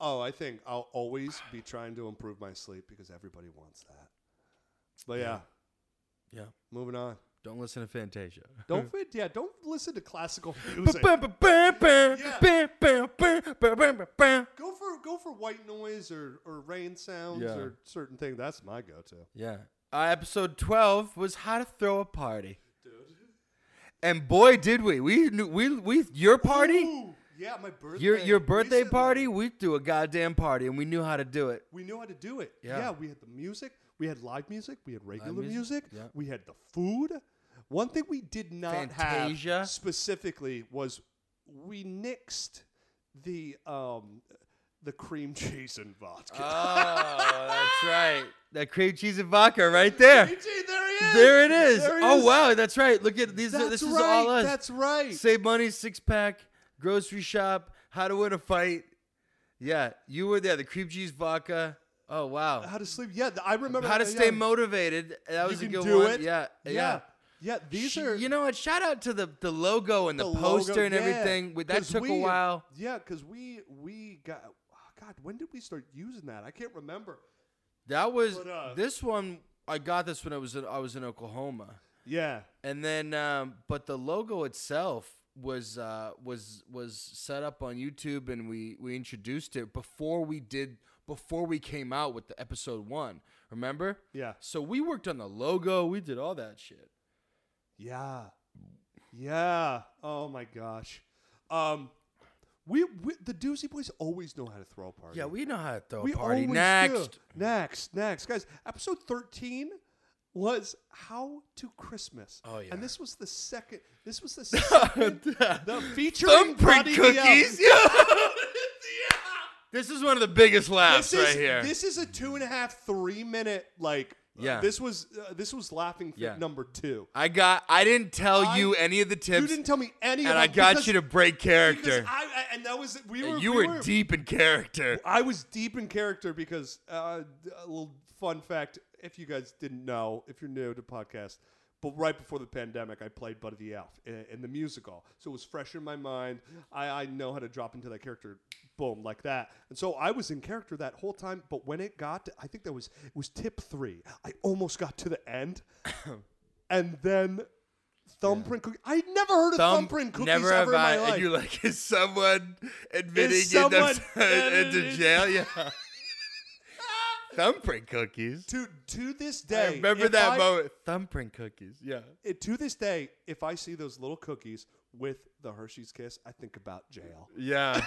oh, I think I'll always be trying to improve my sleep because everybody wants that. But yeah,
Yeah,
moving on.
don't listen to Fantasia.
Don't fit, yeah, don't listen to classical music.
Yeah.
go for go for white noise or, or rain sounds
Yeah.
or certain thing. That's my go to.
Yeah. Uh, episode 12 was how to throw a party.
Dude.
And boy, did we. We knew, we we your party,
Ooh, yeah, my birthday.
your your birthday
recently.
party, we threw a goddamn party and we knew how to do it.
We knew how to do it.
Yeah.
Yeah. we had the music, we had live music, we had regular
music,
music,
yeah.
we had the food. One thing we did not
Fantasia.
have specifically was we nixed the um the cream cheese and vodka.
Oh, that's right. That cream cheese and vodka right there.
Cream cheese, there he is.
There it is.
There he
oh
is.
wow, that's right. Look at these
That's
this
right.
is all us.
That's right.
Save money, six pack, grocery shop, how to win a fight. Yeah, you were there. The cream cheese vodka. Oh wow.
How to sleep? Yeah, th- I remember
How to
yeah,
stay
yeah.
motivated. That
You
was a
can
good
do
one.
it.
Yeah, yeah.
yeah, yeah. These
Sh-
are
you know what? Shout out to the the logo and the,
the
poster
logo,
and
yeah.
everything. With that
'Cause
took a
we-
while.
Yeah, because we we got oh, God. When did we start using that? I can't remember.
That was
But, uh,
this one. I got this when I was in, I was in Oklahoma,
Yeah,
and then um, but the logo itself was uh, was was set up on YouTube, and we we introduced it before we did before we came out with the episode one. Remember?
yeah,
So we worked on the logo. We did all that shit.
yeah, yeah. Oh my gosh. Um, we, we the Doozy Boys always know how to throw a party.
Yeah, we know how to throw
we
a party.
always
Next.
do. next, next, guys. Episode thirteen was how to Christmas.
Oh, yeah.
and this was the second. This was the second. the featuring
thumbprint
Buddy Guillaume.
cookies. This is one of the biggest laughs
this
right
is,
here.
This is a two and a half, three minute like.
Yeah.
This was uh, this was laughing fit
Yeah.
number two.
I got. I didn't tell
I-
you any of the
You
tips,
didn't tell me any of
and I
them
got
because-
you to break character.
Because I, I- and that was we were
you
we
were, deep in character.
I was deep in character because uh, a little fun fact. If you guys didn't know, if you're new to podcast, But right before the pandemic, I played Buddy the Elf in, in the musical, so it was fresh in my mind. I, I know how to drop into that character, boom, like that. And so I was in character that whole time. But when it got, to, I think that was it was tip three. I almost got to the end, and then. Thumbprint cookie. I'd never heard of thumbprint cookies
never
ever
have I.
in my life.
And you're like, is someone admitting
Is someone-
into, into jail? Yeah. thumbprint cookies.
to to this day,
I remember
if
that
I-
moment. Thumbprint cookies. Yeah.
it- to this day, if I see those little cookies with the Hershey's Kiss, I think about jail.
Yeah.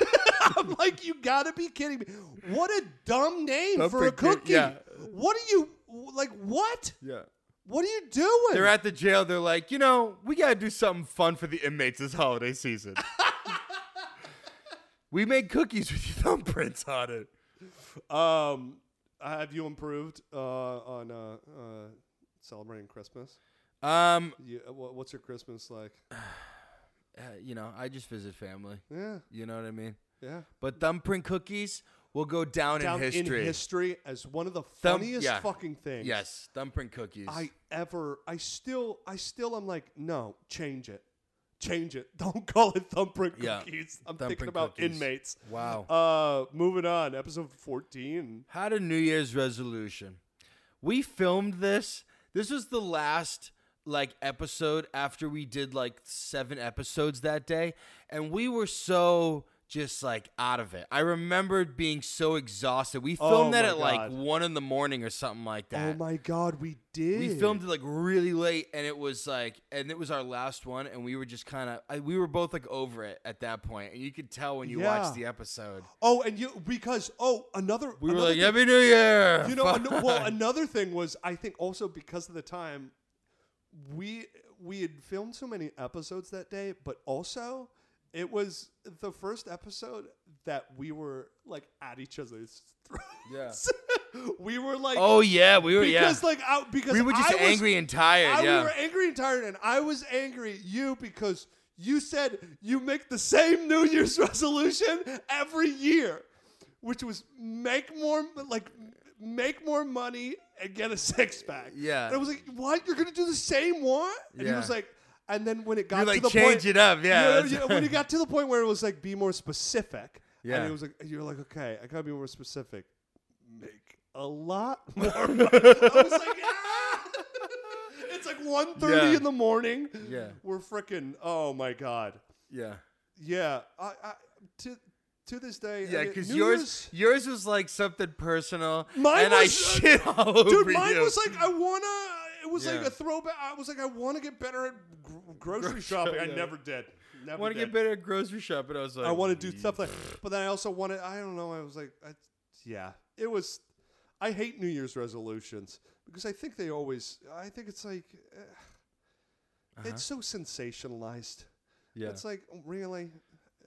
I'm like, you gotta be kidding me! What a dumb name for a
Thumbprint Coo-
cookie.
yeah.
What are you like? What?
yeah.
What are you doing?
They're at the jail. They're like, you know, we got to do something fun for the inmates this holiday season. we made cookies with your thumbprints on it.
um, have you improved uh, on uh, uh, celebrating Christmas?
Um,
You, uh, wha- what's your Christmas like?
uh, you know, I just visit family.
Yeah,
You know what I mean?
yeah.
But thumbprint cookies will go down,
Down
in history.
in history as one of the
Thumb-
funniest
yeah.
fucking things.
Yes, thumbprint cookies.
I ever I still I still am like, no, change it. Change it. Don't call it thumbprint
Yeah.
cookies. I'm thinking
Thumbprint
about
cookies.
inmates.
wow.
Uh moving on, episode fourteen.
Had a New Year's resolution. We filmed this. This was the last like episode after we did like seven episodes that day, and we were so just like out of it. I remembered being so exhausted. We filmed
Oh
that
my
at like
God.
one in the morning or something like that.
Oh my god, we did.
We filmed it like really late, and it was like, and it was our last one, and we were just kind of, we were both like over it at that point, and you could tell when you
Yeah.
watched the episode.
Oh, and you because oh another
We were
another
like,
thing-
"Happy New Year!"
you know an- well
Fuck.
another thing was I think also because of the time we we had filmed so many episodes that day, but also it was the first episode that we were like at each other's throats. we were like
oh yeah, we were yeah.
because like I, because
we were just
I was-
angry and tired.
I,
yeah,
We were angry and tired, and I was angry at you because you said you make the same New Year's resolution every year, which was make more like make more money and get a six pack.
Yeah.
and I was like, "What? You're gonna do the same one?" And he
Yeah.
was like, and then when it got
You're
to
like
the
change
point,
it up.
you know,
Yeah,
yeah, when it got to the point where it was like be more specific,
Yeah.
and it was like you're like, okay, I gotta be more specific. Make a lot more. money." I was like, "Ah!" it's like 1.30
Yeah.
in the morning.
Yeah.
we're freaking. Oh my god.
yeah,
Yeah, I, I to to this day. I
yeah.
mean,
Because
New
yours
Year's-
yours was like something personal,
Mine
and I
was, uh,
shit all over
dude, mine
you.
was like I wanna. It was like
Yeah.
a throwback. I was like I want to get better at gr- grocery
Grocery shop,
shopping. I
yeah.
never did. Never
want to
did.
get better at grocery shopping. I was like,
I want to do stuff like, but then I also wanted. I don't know. I was like, I, yeah, it was. I hate New Year's resolutions because I think they always. I think it's like, eh, it's so sensationalized.
Uh-huh. Yeah.
It's like really,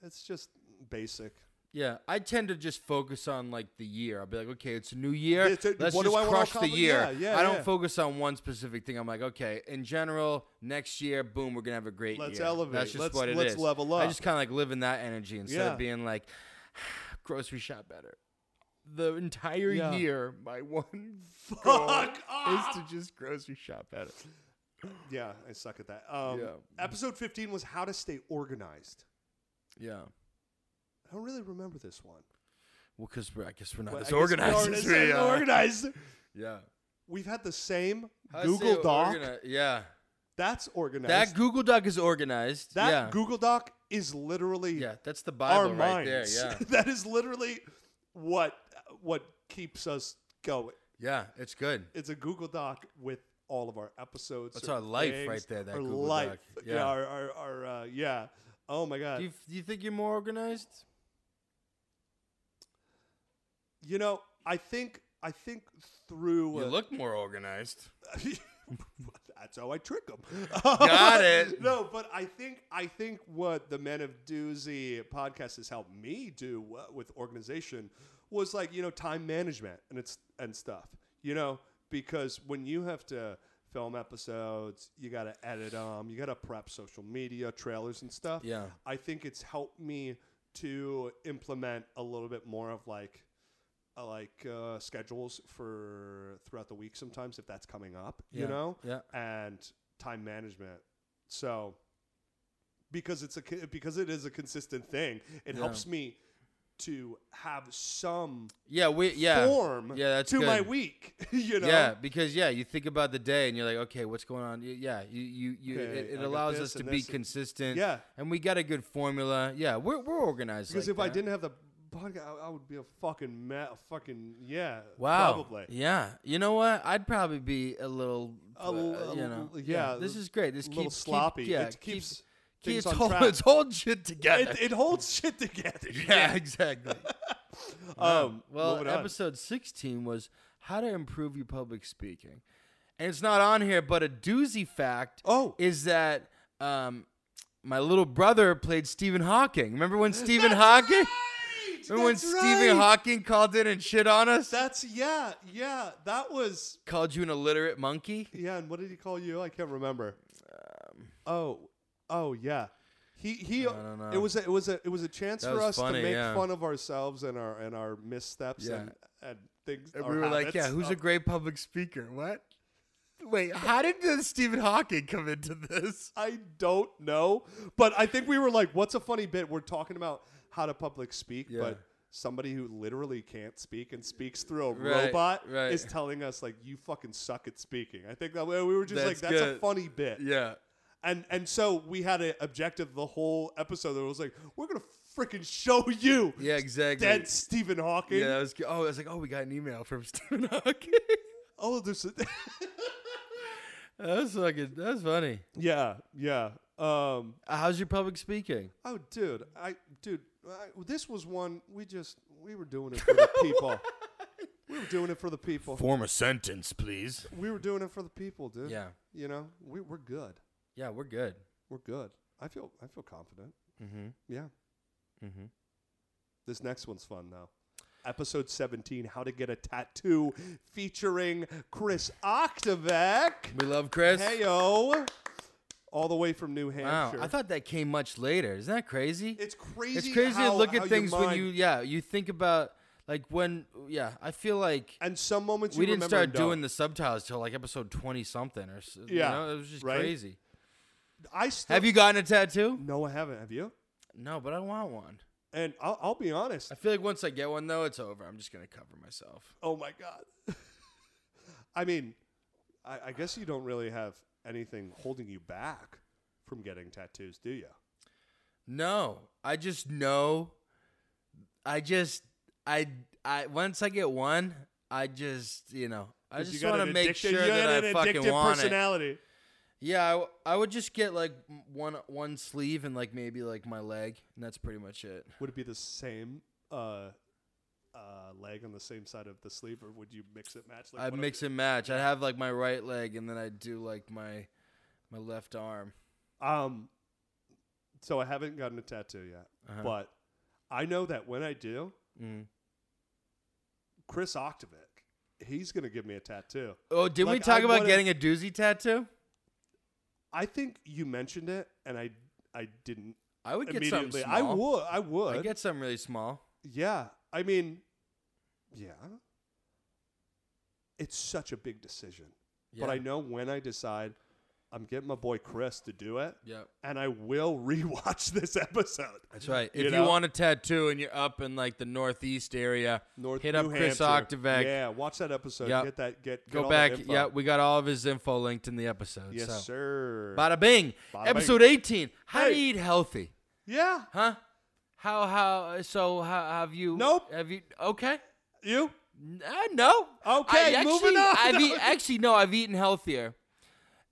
it's just basic.
Yeah, I tend to just focus on like the year. I'll be like, okay, it's a new year.
Yeah, so
Let's
what do
just
I wanna
crush the
accomplish?
year.
Yeah, yeah,
I don't
yeah.
focus on one specific thing. I'm like, okay, in general, next year, boom, we're gonna have a great
Let's
year.
elevate.
That's just
Let's-
what it is.
let's level
I
up.
just kind of like live in that energy instead
Yeah.
of being like, grocery shop better. The entire
Yeah.
year, my one fuck
Fuck off.
is to just grocery shop better.
Yeah, I suck at that. Um,
Yeah.
Episode fifteen was how to stay organized.
Yeah.
I don't really remember this one.
Well, because I guess we're not
But
as
I guess we
organized
are
as
as
we are.
Organized.
Yeah.
We've had the same
How to say
Google Doc.
organi- yeah.
That's organized.
That Google Doc is organized.
That
yeah.
Google Doc is literally
yeah, that's the
our
Bible right there.
minds.
Yeah.
that is literally what what keeps us going.
yeah, it's good.
It's a Google Doc with all of our episodes.
That's
certain
our life
things,
right there, that
our
Google
life.
Doc.
Yeah.
Yeah.
Our our, our uh, yeah. Oh my god.
Do you,
you
do you think you're more organized?
know, I think I think through.
You
uh,
look more organized.
That's how I trick them.
Got it.
No, but I think I think what the Men of Doozy podcast has helped me do uh, with organization was like you know time management and it's and stuff. You know because when you have to film episodes, you got to edit them, you got to prep social media, trailers and stuff.
Yeah.
I think it's helped me to implement a little bit more of like I like uh, schedules for throughout the week sometimes if that's coming up,
Yeah,
you know?
yeah.
And time management. So because it's a co- because it is a consistent thing, it
Yeah.
helps me to have some
Yeah, we yeah.
form
yeah, that's
to my
good.
week. you know,
Yeah, because yeah, you think about the day and you're like, okay, what's going on? Y- Yeah, you you, you
Okay,
it,
I
it
got
allows
this
us to
and
be
this.
consistent.
Yeah.
and we got a good formula. Yeah, we're we're organized.
because
like
if I
that.
didn't have the podcast, I, I would be a fucking ma- a fucking yeah,
wow,
probably.
yeah, you know what? I'd probably be a little,
A
uh,
l-
you
a
know,
l- yeah,
this
l-
is great. This
little
keeps keep-
sloppy.
yeah,
it keeps
keeps
things on
hold,
track.
it's holding shit together.
it, it holds shit together.
yeah, exactly.
Um,
Well,
moving on.
episode 16 was how to improve your public speaking. And it's not on here, but a doozy fact
Oh.
is that um, my little brother played Stephen Hawking. Remember when Stephen
That's
Hawking?
right!
Remember when
That's
Stephen
right!
Hawking called in and shit on us?
That's yeah, yeah. That was
called you an illiterate monkey?
yeah. And what did he call you? I can't remember. oh, oh yeah. He he.
Um, I don't know.
It was a, it was a it was a chance
That
for
was
us
funny,
to make
yeah.
fun of ourselves and our and our missteps
Yeah.
and and things.
And
our
we were like,
habits.
yeah, who's a
Um,
great public speaker? What? Wait, how did the Stephen Hawking come into this?
I don't know, but I think we were like, what's a funny bit? We're talking about how to public speak,
Yeah.
but somebody who literally can't speak and speaks through a
Right,
robot
right.
is telling us like, you fucking suck at speaking. I think that we we were just like,
That's
that's a
good.
funny bit.
Yeah.
and and so we had an objective the whole episode that was like we're gonna freaking show you
Yeah, exactly.
dead stephen hawking
Yeah, that was good. Oh, I was like, oh, we got an email from Stephen Hawking.
oh there's a-
that was fucking. That was funny.
yeah yeah um
Uh, How's your public speaking?
oh dude i dude I, this was one we just we were doing it for the people we were doing it for the people
Form a sentence, please.
we were doing it for the people dude
Yeah.
you know we, we're good
Yeah, we're good.
we're good i feel i feel confident
Mm-hmm.
yeah
Mm-hmm.
This next one's fun though. Episode 17 How to Get a Tattoo featuring Chris Octavek.
We love Chris.
Hey yo. All the way from New
wow,
Hampshire.
I thought that came much later. Isn't that crazy?
it's crazy.
It's crazy
how-
to look
how
at
your
things when
mind-
you. Yeah, you think about like when. Yeah, I feel like.
and some moments
we
you
didn't
remember
start
and don't.
doing the subtitles till like episode twenty something or s- you
Yeah,
know, it was just
right?
crazy.
I still
Have you gotten a tattoo?
No, I haven't. Have you?
No, but I want one.
And I'll, I'll be honest.
I feel like once I get one though, it's over. I'm just gonna cover myself.
Oh my god. I mean, I, I guess you don't really have anything holding you back from getting tattoos, do you?
No, I just know. I just I I once I get one, I just you know I
'Cause you
just
got
want to
an
make
addictive-
sure
you got
that
an
I fucking
addictive
want it.
personality.
Yeah, I, w- I would just get like m- one one sleeve and like maybe like my leg, and that's pretty much it.
Would it be the same uh, uh, leg on the same side of the sleeve, or would you mix it match?
I'd
one of-
mix and match. I'd have like my right leg, and then I'd do like my my left arm.
Um, so I haven't gotten a tattoo yet,
Uh-huh.
but I know that when I do,
Mm.
Chris Octavik, he's gonna give me a tattoo.
Oh, did we
Like,
talk
I
about
wanna-
getting a doozy tattoo?
I think you mentioned it, and I I didn't
I would get something
immediately.
small.
I would, I would.
I get something really small.
yeah, I mean, yeah. It's such a big decision, but
Yeah.
I know when I decide, I'm getting my boy Chris to do it.
Yep.
and I will rewatch this episode.
That's right. If
You
you,
know?
want a tattoo and you're up in like the northeast area,
North
hit
New
up Chris
Hampshire.
Octavek.
Yeah, watch that episode.
Yep.
Get that. Get, get
Go
all
back.
That info.
Yeah, we got all of his info linked in the episode.
Yes,
so.
sir.
Bada bing.
Bada
Episode 18. How to
Hey.
eat healthy.
yeah,
Huh? How how so how have you
Nope.
Have you okay?
you.
Uh, no.
Okay,
I actually-
moving on.
I've eat, actually no, I've eaten healthier.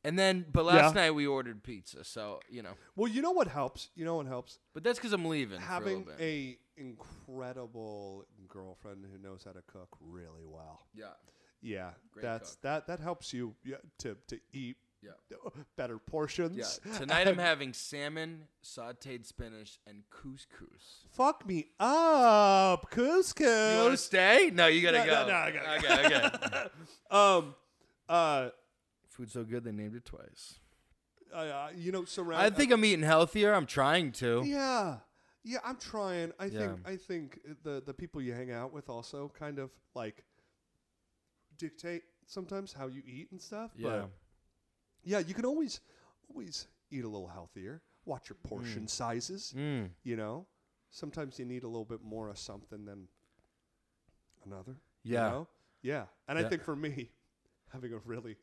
And then but last
Yeah.
night we ordered pizza, so you know.
Well, you know what helps. You know what helps.
But that's because I'm leaving.
Having
for a, little bit.
a incredible girlfriend who knows how to cook really well.
yeah,
Yeah,
Great
that's
cook.
that. That helps you yeah, to to eat
yeah,
better portions.
yeah. Tonight I'm having salmon, sautéed spinach, and couscous.
Fuck me up, couscous.
You want to stay? No, you gotta
No,
go.
no, no, I gotta
okay, okay.
um, uh,
Food's so good they named it twice.
uh, you know, surround.
I think I'm eating healthier. I'm trying to.
Yeah. Yeah, I'm trying. I
Yeah.
think I think the the people you hang out with also kind of like dictate sometimes how you eat and stuff.
Yeah.
But yeah, you can always always eat a little healthier. Watch your portion
Mm.
sizes. You know, sometimes you need a little bit more of something than another. you
Yeah.
know? yeah. And
Yeah.
I think for me, having a really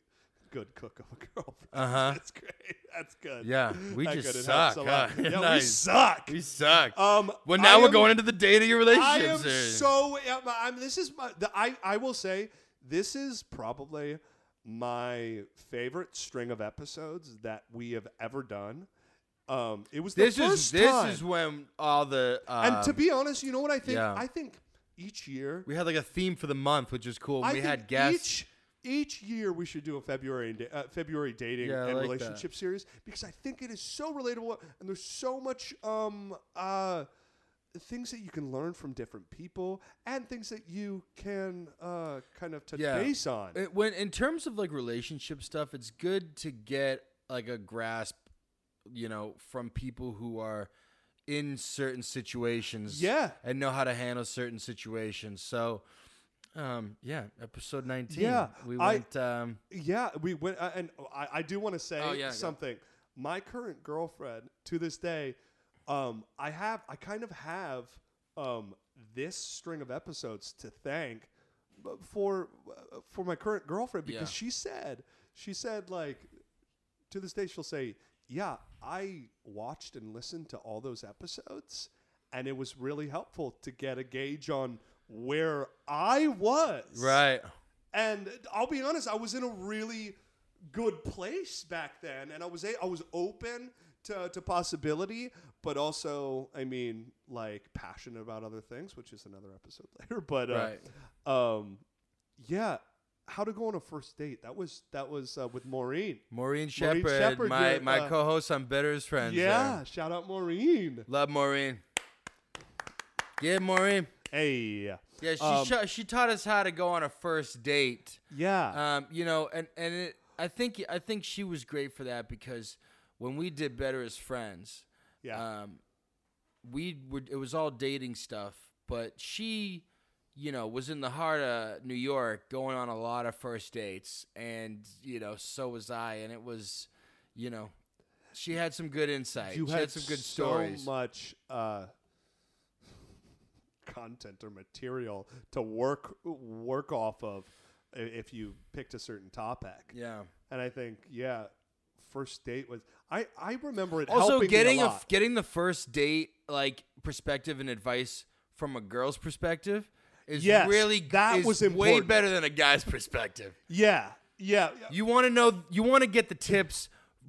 good cook of a girlfriend,
Uh-huh.
that's great. That's good.
Yeah, we
That
just
good. It helps
suck,
a lot.
huh?
Yeah, we
Nice.
suck.
We suck.
Um,
well,
I
now we're
am-
going into the date of your
I
relationship.
am so. I'm, I'm- this is my. The, I I will say this is probably my favorite string of episodes that we have ever done. Um, it was the
this
first
is this
time.
is when all the um,
and to be honest, you know what I think?
yeah.
I think each year
we had like a theme for the month, which is cool.
I
we
think
had guests.
Each, each year we should do a February and da- uh, February dating
Yeah, I
and
like
relationship series because I think it is so relatable and there's so much um uh things that you can learn from different people and things that you can uh kind of touch
Yeah. Eh,
base on.
It- when in terms of like relationship stuff, it's good to get like a grasp, you know, from people who are in certain situations.
Yeah.
and know how to handle certain situations. So, um, yeah, episode nineteen.
Yeah,
we
I-
went. um,
Yeah, we went, uh, and I, I do want to say
Oh, yeah, go.
something. My current girlfriend, to this day, um, I have, I kind of have um, this string of episodes to thank b- for uh, for my current girlfriend because
Yeah.
she said, she said like, to this day, she'll say, "Yeah, I watched and listened to all those episodes, and it was really helpful to get a gauge on where I was."
right.
And I'll be honest, I was in a really good place back then, and I was a- I was open to, to possibility, but also, I mean, like passionate about other things, which is another episode later. But uh,
Right.
um, yeah, how to go on a first date? That was that was uh, with Maureen.
Maureen Shepherd,
Shepherd,
my
your,
my
uh,
co-host on Better's Friends. there.
Yeah, shout out Maureen.
love Maureen. Yeah, Maureen.
Hey,
Yeah, she
Um,
sho- she taught us how to go on a first date.
yeah,
Um, you know, and and it, I think I think she was great for that because when we did better as friends,
yeah,
um, we were it was all dating stuff, but she, you know, was in the heart of New York, going on a lot of first dates, and you know, so was I, and it was, you know, she had some good insight.
you
she
had,
had, some good
so
stories.
much uh, content or material to work work off of i- if you picked a certain topic.
yeah.
And I think, yeah, first date was I I remember it
also
helping
getting
me a
a
lot.
f- getting the first date like perspective and advice from a girl's perspective is
Yes,
really g-
that
is
was
way
important.
better than a guy's perspective.
yeah, yeah, yeah.
You want to know you want to get the tips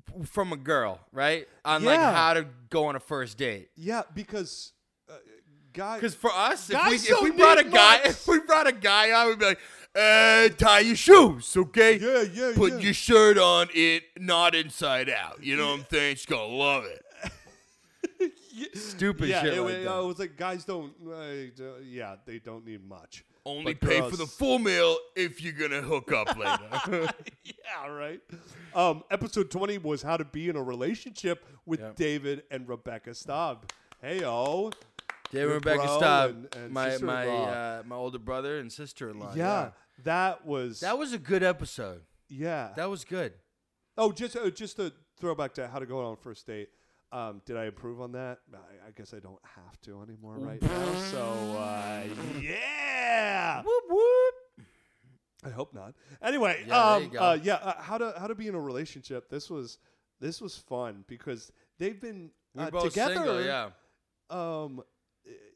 f- from a girl, right? On like
Yeah.
how to go on a first date.
yeah, because uh, guy
Because for us, if we,
Guys
if
don't
we brought a
need
guy,
much.
if we brought a guy on, we'd be like, uh, "Tie your shoes, okay?
yeah, yeah,
Put
yeah.
your shirt on it, not inside out. You know what I'm saying? She's gonna love it. Stupid
yeah,
shit
it,
like
wa-
that.
I was like, guys don't, uh, d- yeah, they don't need much.
Only
But
pay
girls-
for the full meal if you're gonna hook up later.
yeah, right. Um, episode 20 was how to be in a relationship with
Yep.
David and Rebecca Staub. Hey, yo.
David
Your
Rebecca
bro
Staub,
and- and
my my
sister-in-law.
uh, my older brother and sister-in-law.
Yeah, that was.
that was a good episode.
yeah.
That was good.
oh, just uh, just a throwback to how to go on a first date. Um, did I improve on that? I, I guess I don't have to anymore
Mm.
right now. So, uh, yeah.
Whoop whoop.
I hope not. Anyway,
Yeah, there
um,
you go.
uh, yeah, uh, how to how to be in a relationship. This was this was fun because they've been
We're
uh,
both
together.
single. Yeah.
um uh,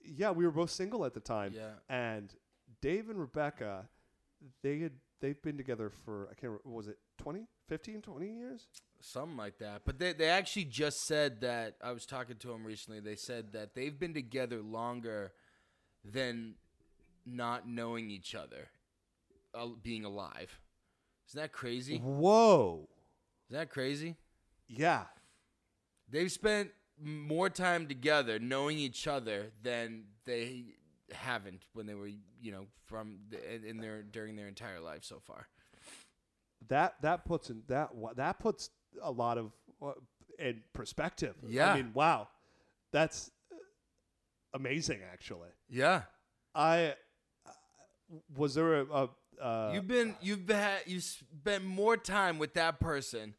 yeah we were both single at the time
Yeah.
and dave and rebecca they had they've been together for i can't remember was it 20 15 20 years
Something like that. But they, they actually just said that I was talking to them recently. They said that they've been together longer than not knowing each other, uh, being alive. Isn't that crazy? Isn't
whoa
that crazy?
yeah
They've spent more time together knowing each other than they haven't when they were, you know, from the, in- in their during their entire life so far.
that that puts in that wa- that puts a lot of uh, in perspective
Yeah.
i mean wow that's uh, amazing actually
Yeah.
i uh, was there a, a uh,
You've been you've been you've spent more time with that person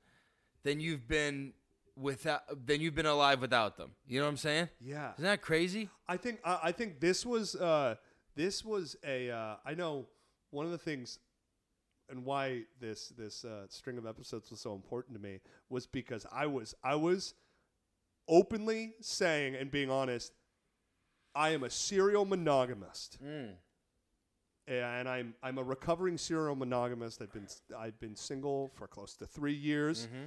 than you've been without than you've been alive without them. You know what I'm saying?
Yeah.
Isn't that crazy?
I think I, I think this was uh, this was a uh, I know one of the things and why this this uh, string of episodes was so important to me was because I was I was openly saying and being honest I am a serial monogamist and I'm I'm a recovering serial monogamist I've been I've been single for close to three years.
Mm-hmm.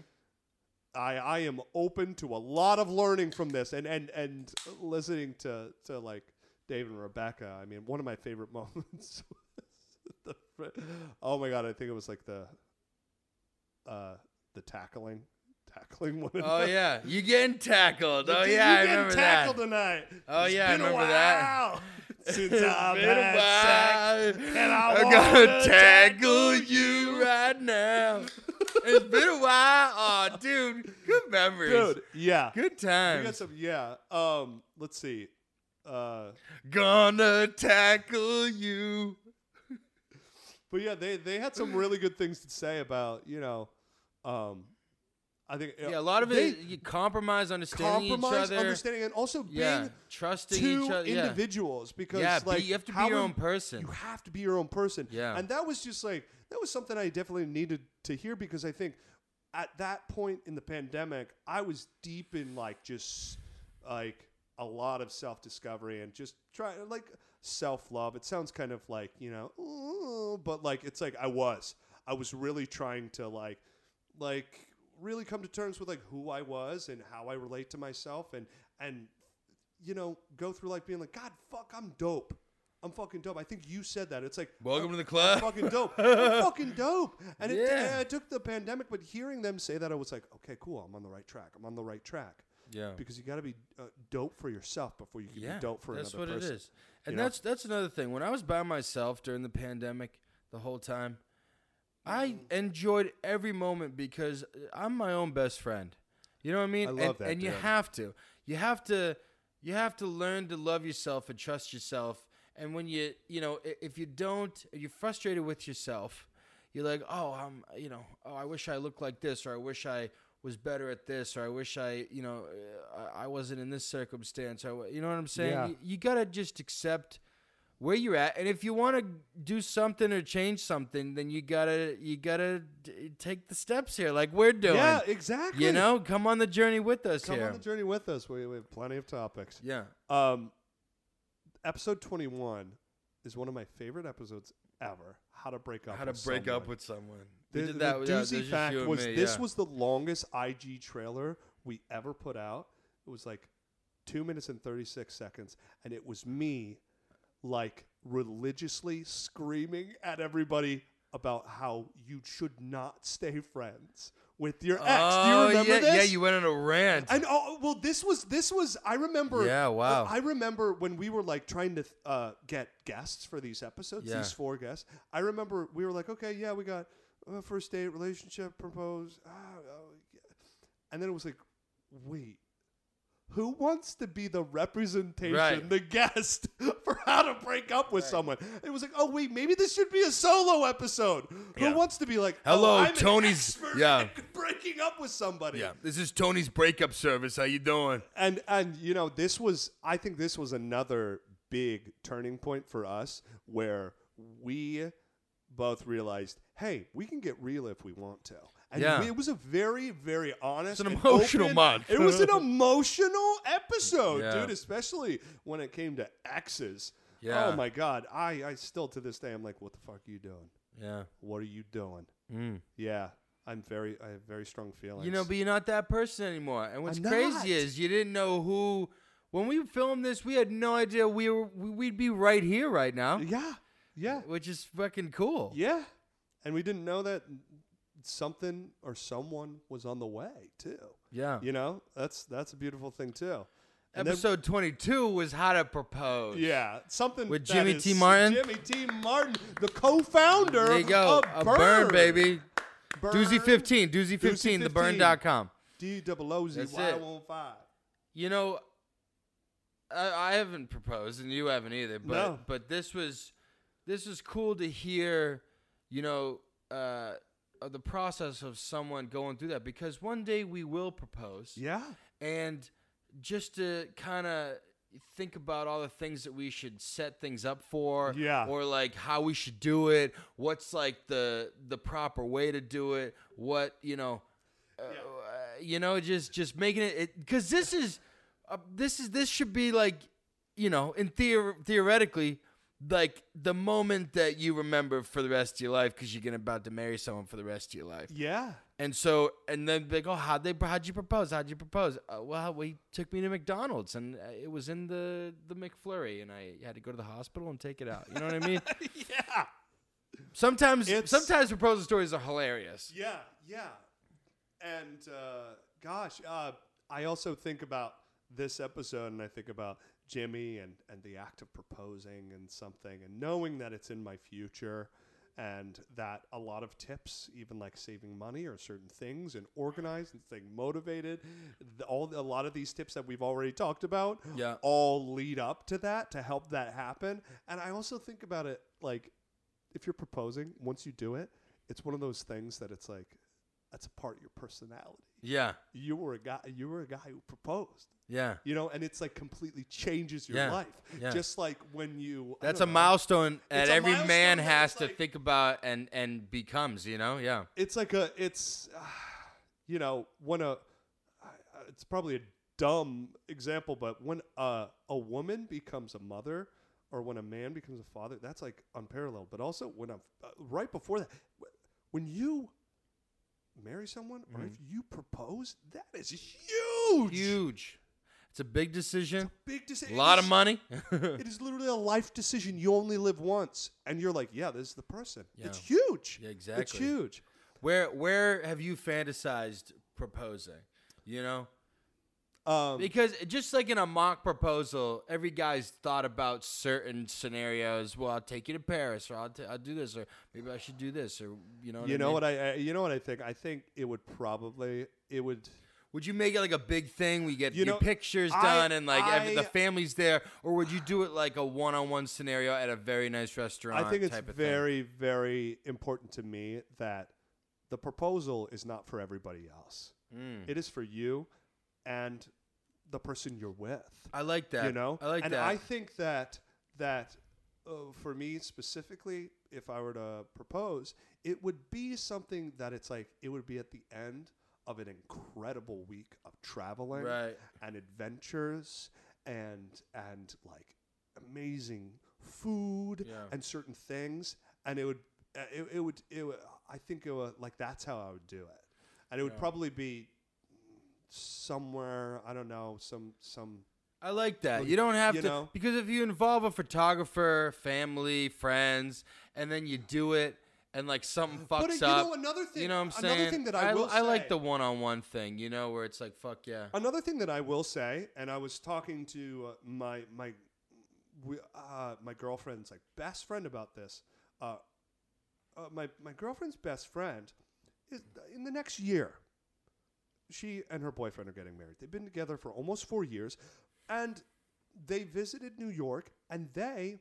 I, I am open to a lot of learning from this and and and listening to to like Dave and Rebecca. I mean, one of my favorite moments. was the, fr- oh my god, I think it was like the uh the tackling tackling one.
Oh yeah, you getting tackled. Oh
Dude,
yeah, I
you getting
remember
tackled
that.
tonight.
Oh,
It's
yeah, I
been a
remember that.
while Since I've
Been a
had sex.
while.
and I
I
wanna
gotta
tackle
tackle you right now. it's been a while. Oh, dude, good memories.
Dude, yeah.
Good
We got
times.
some yeah. Um let's see. Uh
Gonna tackle you.
But yeah, they they had some really good things to say about you know, um, I think uh,
Yeah, a lot of it
they
is you compromise, understanding
compromise,
each other.
understanding, and also
yeah,
being
trusting
two
each other. Yeah,
individuals because
yeah be-
like
you have to be
how
your
are-
own person.
You have to be your own person.
Yeah.
and that was just like that was something I definitely needed to hear because I think at that point in the pandemic, I was deep in like just like a lot of self discovery and just try like self love. It sounds kind of like you know, "Ooh," but like it's like I was I was really trying to like like really come to terms with like who I was and how I relate to myself and and you know go through like being like God fuck I'm dope. I'm fucking dope. I think you said that. It's like
Welcome
I'm-
to the club.
I'm fucking dope. I'm fucking dope. And it,
Yeah.
and I took the pandemic, but hearing them say that, I was like, okay, cool. I'm on the right track. I'm on the right track.
yeah.
Because you got to be uh, dope for yourself before you can
yeah,
be dope for
that's
another
what
person.
it is. And
know?
that's that's another thing. When I was by myself during the pandemic, the whole time, I
Mm-hmm.
enjoyed every moment because I'm my own best friend. You know what I mean?
I
And-
love
and,
that,
you
dude.
have to. You have to. You have to learn to love yourself and trust yourself. And when you you know i- if you don't, you're frustrated with yourself. You're like, oh, I'm you know, oh, I wish I looked like this, or I wish I was better at this, or I wish I you know, uh, I, I wasn't in this circumstance. Or wha- you know what I'm saying?
Yeah.
You, you gotta just accept where you're at and if you want to do something or change something then you gotta you gotta d- take the steps here like we're doing
Yeah, exactly.
you know come on the journey with us
come
here
on the journey with us. We, we have plenty of topics.
yeah
Um, episode 21 is one of my favorite episodes ever. How to break up.
how to
with
break
someone.
up with someone
The,
We
the
did that yeah,
doozy
there's just
fact
you and
was
me,
this
yeah.
was the longest IG trailer we ever put out. It was like two minutes and thirty six seconds, and it was me like religiously screaming at everybody about how you should not stay friends with your ex. Do you
Oh,
remember
yeah,
this?
yeah you went on a rant
And oh well, this was this was I remember.
Yeah, wow.
I remember when we were like trying to uh, get guests for these episodes,
Yeah.
these four guests. I remember we were like, okay, yeah, we got uh, first date, relationship, propose, ah, oh, yeah. and then it was like, wait. Who wants to be the representation,
Right.
the guest for how to break up with someone? It was like, oh wait, maybe this should be a solo episode.
Yeah.
Who wants to be like,
Hello,
oh, I'm an
Tony's-
expert
yeah.
at breaking up with somebody?
yeah this is tony's breakup service how you doing
and and you know this was i think this was another big turning point for us where we both realized hey we can get real if we want to and
Yeah.
it was a very very honest
an
and
emotional
open-
month.
it was an emotional episode
Yeah.
dude especially when it came to exes
Yeah.
oh my god i i still to this day i'm like what the fuck are you doing
yeah
what are you doing
Mm.
yeah i'm very i have very strong feelings
You know, but you're not that person anymore. And what's
I'm not.
crazy is you didn't know who. When we filmed this, we had no idea we were we- we'd be right here right now,
yeah yeah
which is fucking cool.
Yeah. And we didn't know that something or someone was on the way too.
Yeah.
You know, that's that's a beautiful thing too. And then-
Episode 22 was how to propose.
yeah, something
With
that
Jimmy
is
T. Martin?
Jimmy T. Martin, the co-founder.
There you go.
Of
A burn, baby.
Burn.
Doozy 15. Doozy 15.
15.
The burn.com.
D double O Z
That's it.
Y one five.
You know, I, I haven't proposed, and you haven't either. But
No.
but this was this was cool to hear. You know, uh, uh, the process of someone going through that because one day we will propose.
Yeah.
And just to kind of think about all the things that we should set things up for
Yeah.
or like how we should do it, what's like the the proper way to do it, what, you know, uh, you know, just just making it- it cuz this is uh, this is this should be like, you know, in theor- theoretically like the moment that you remember for the rest of your life because you're gonna about to marry someone for the rest of your life.
Yeah.
And so, and then they go, how'd they, how'd you propose? How'd you propose? Uh, well, we took me to McDonald's and uh, it was in the, the McFlurry and I had to go to the hospital and take it out. You know what I mean?
yeah.
Sometimes,
It's-
sometimes proposal stories are hilarious.
Yeah, yeah. And uh, gosh, uh, I also think about this episode and I think about Jimmy and, and the act of proposing and something and knowing that it's in my future and that a lot of tips, even like saving money or certain things and organized and staying motivated, th- all a lot of these tips that we've already talked about
Yeah.
all lead up to that to help that happen. And I also think about it like if you're proposing, once you do it, it's one of those things that it's like that's a part of your personality.
Yeah.
You were a guy. You were a guy who proposed.
Yeah.
You know, and it's like completely changes your
Yeah,
life.
yeah.
Just like when you. I
That's a
don't know.
milestone that
a
every man
milestone that
has
it's
to
like-
think about and, and becomes, you know? Yeah.
It's like a. It's, uh, you know, when a. I- I- It's probably a dumb example, but when a a woman becomes a mother, or when a man becomes a father, that's like unparalleled. But also when I'm uh, right before that, wh- when you marry someone or if you propose, that is huge.
Mm-hmm. Huge. It's a big decision,
Big decision.
a lot of money.
It is literally a life decision. You only live once, and you're like, yeah, this is the person. It's huge.
Yeah, exactly.
It's huge.
where, where have you fantasized proposing? You know?
Um,
Because just like in a mock proposal, every guy's thought about certain scenarios. Well, I'll take you to Paris, or I'll, t- I'll do this, or maybe I should do this, or you know. What
you
I
know
mean?
what I, I? You know what I think? I think it would probably. It would.
Would you make it like a big thing? We get
You
your
know,
pictures
I-
done, and like ev- the
I-
family's there, or would you do it like a one-on-one scenario at a very nice restaurant?
I think it's
type of Thing?
very, very important to me that the proposal is not for everybody else.
Mm.
It is for you and the person you're with.
I like that.
You know,
I like
and
that.
I think that that uh, for me specifically, if I were to propose, it would be something that it's like it would be at the end of an incredible week of traveling
Right.
and adventures and and like amazing food
Yeah.
and certain things, and it would uh, it, it would it would, I think it would, like that's how I would do it, and it would probably be somewhere I don't know some some
I like that. You don't have
you
to
know?
because if you involve a photographer, family, friends, and then you do it, and like something fucks
But uh, you
up.
know another thing.
you know what I'm saying?
Another thing that I, will.
I like
say-
the one-on-one thing. You know where it's like, fuck yeah.
Another thing that I will say, and I was talking to uh, my my we- uh, my girlfriend's like best friend about this. Uh, uh, my my girlfriend's best friend is in the next year. She and her boyfriend are getting married. They've been together for almost four years, and they visited New York, and they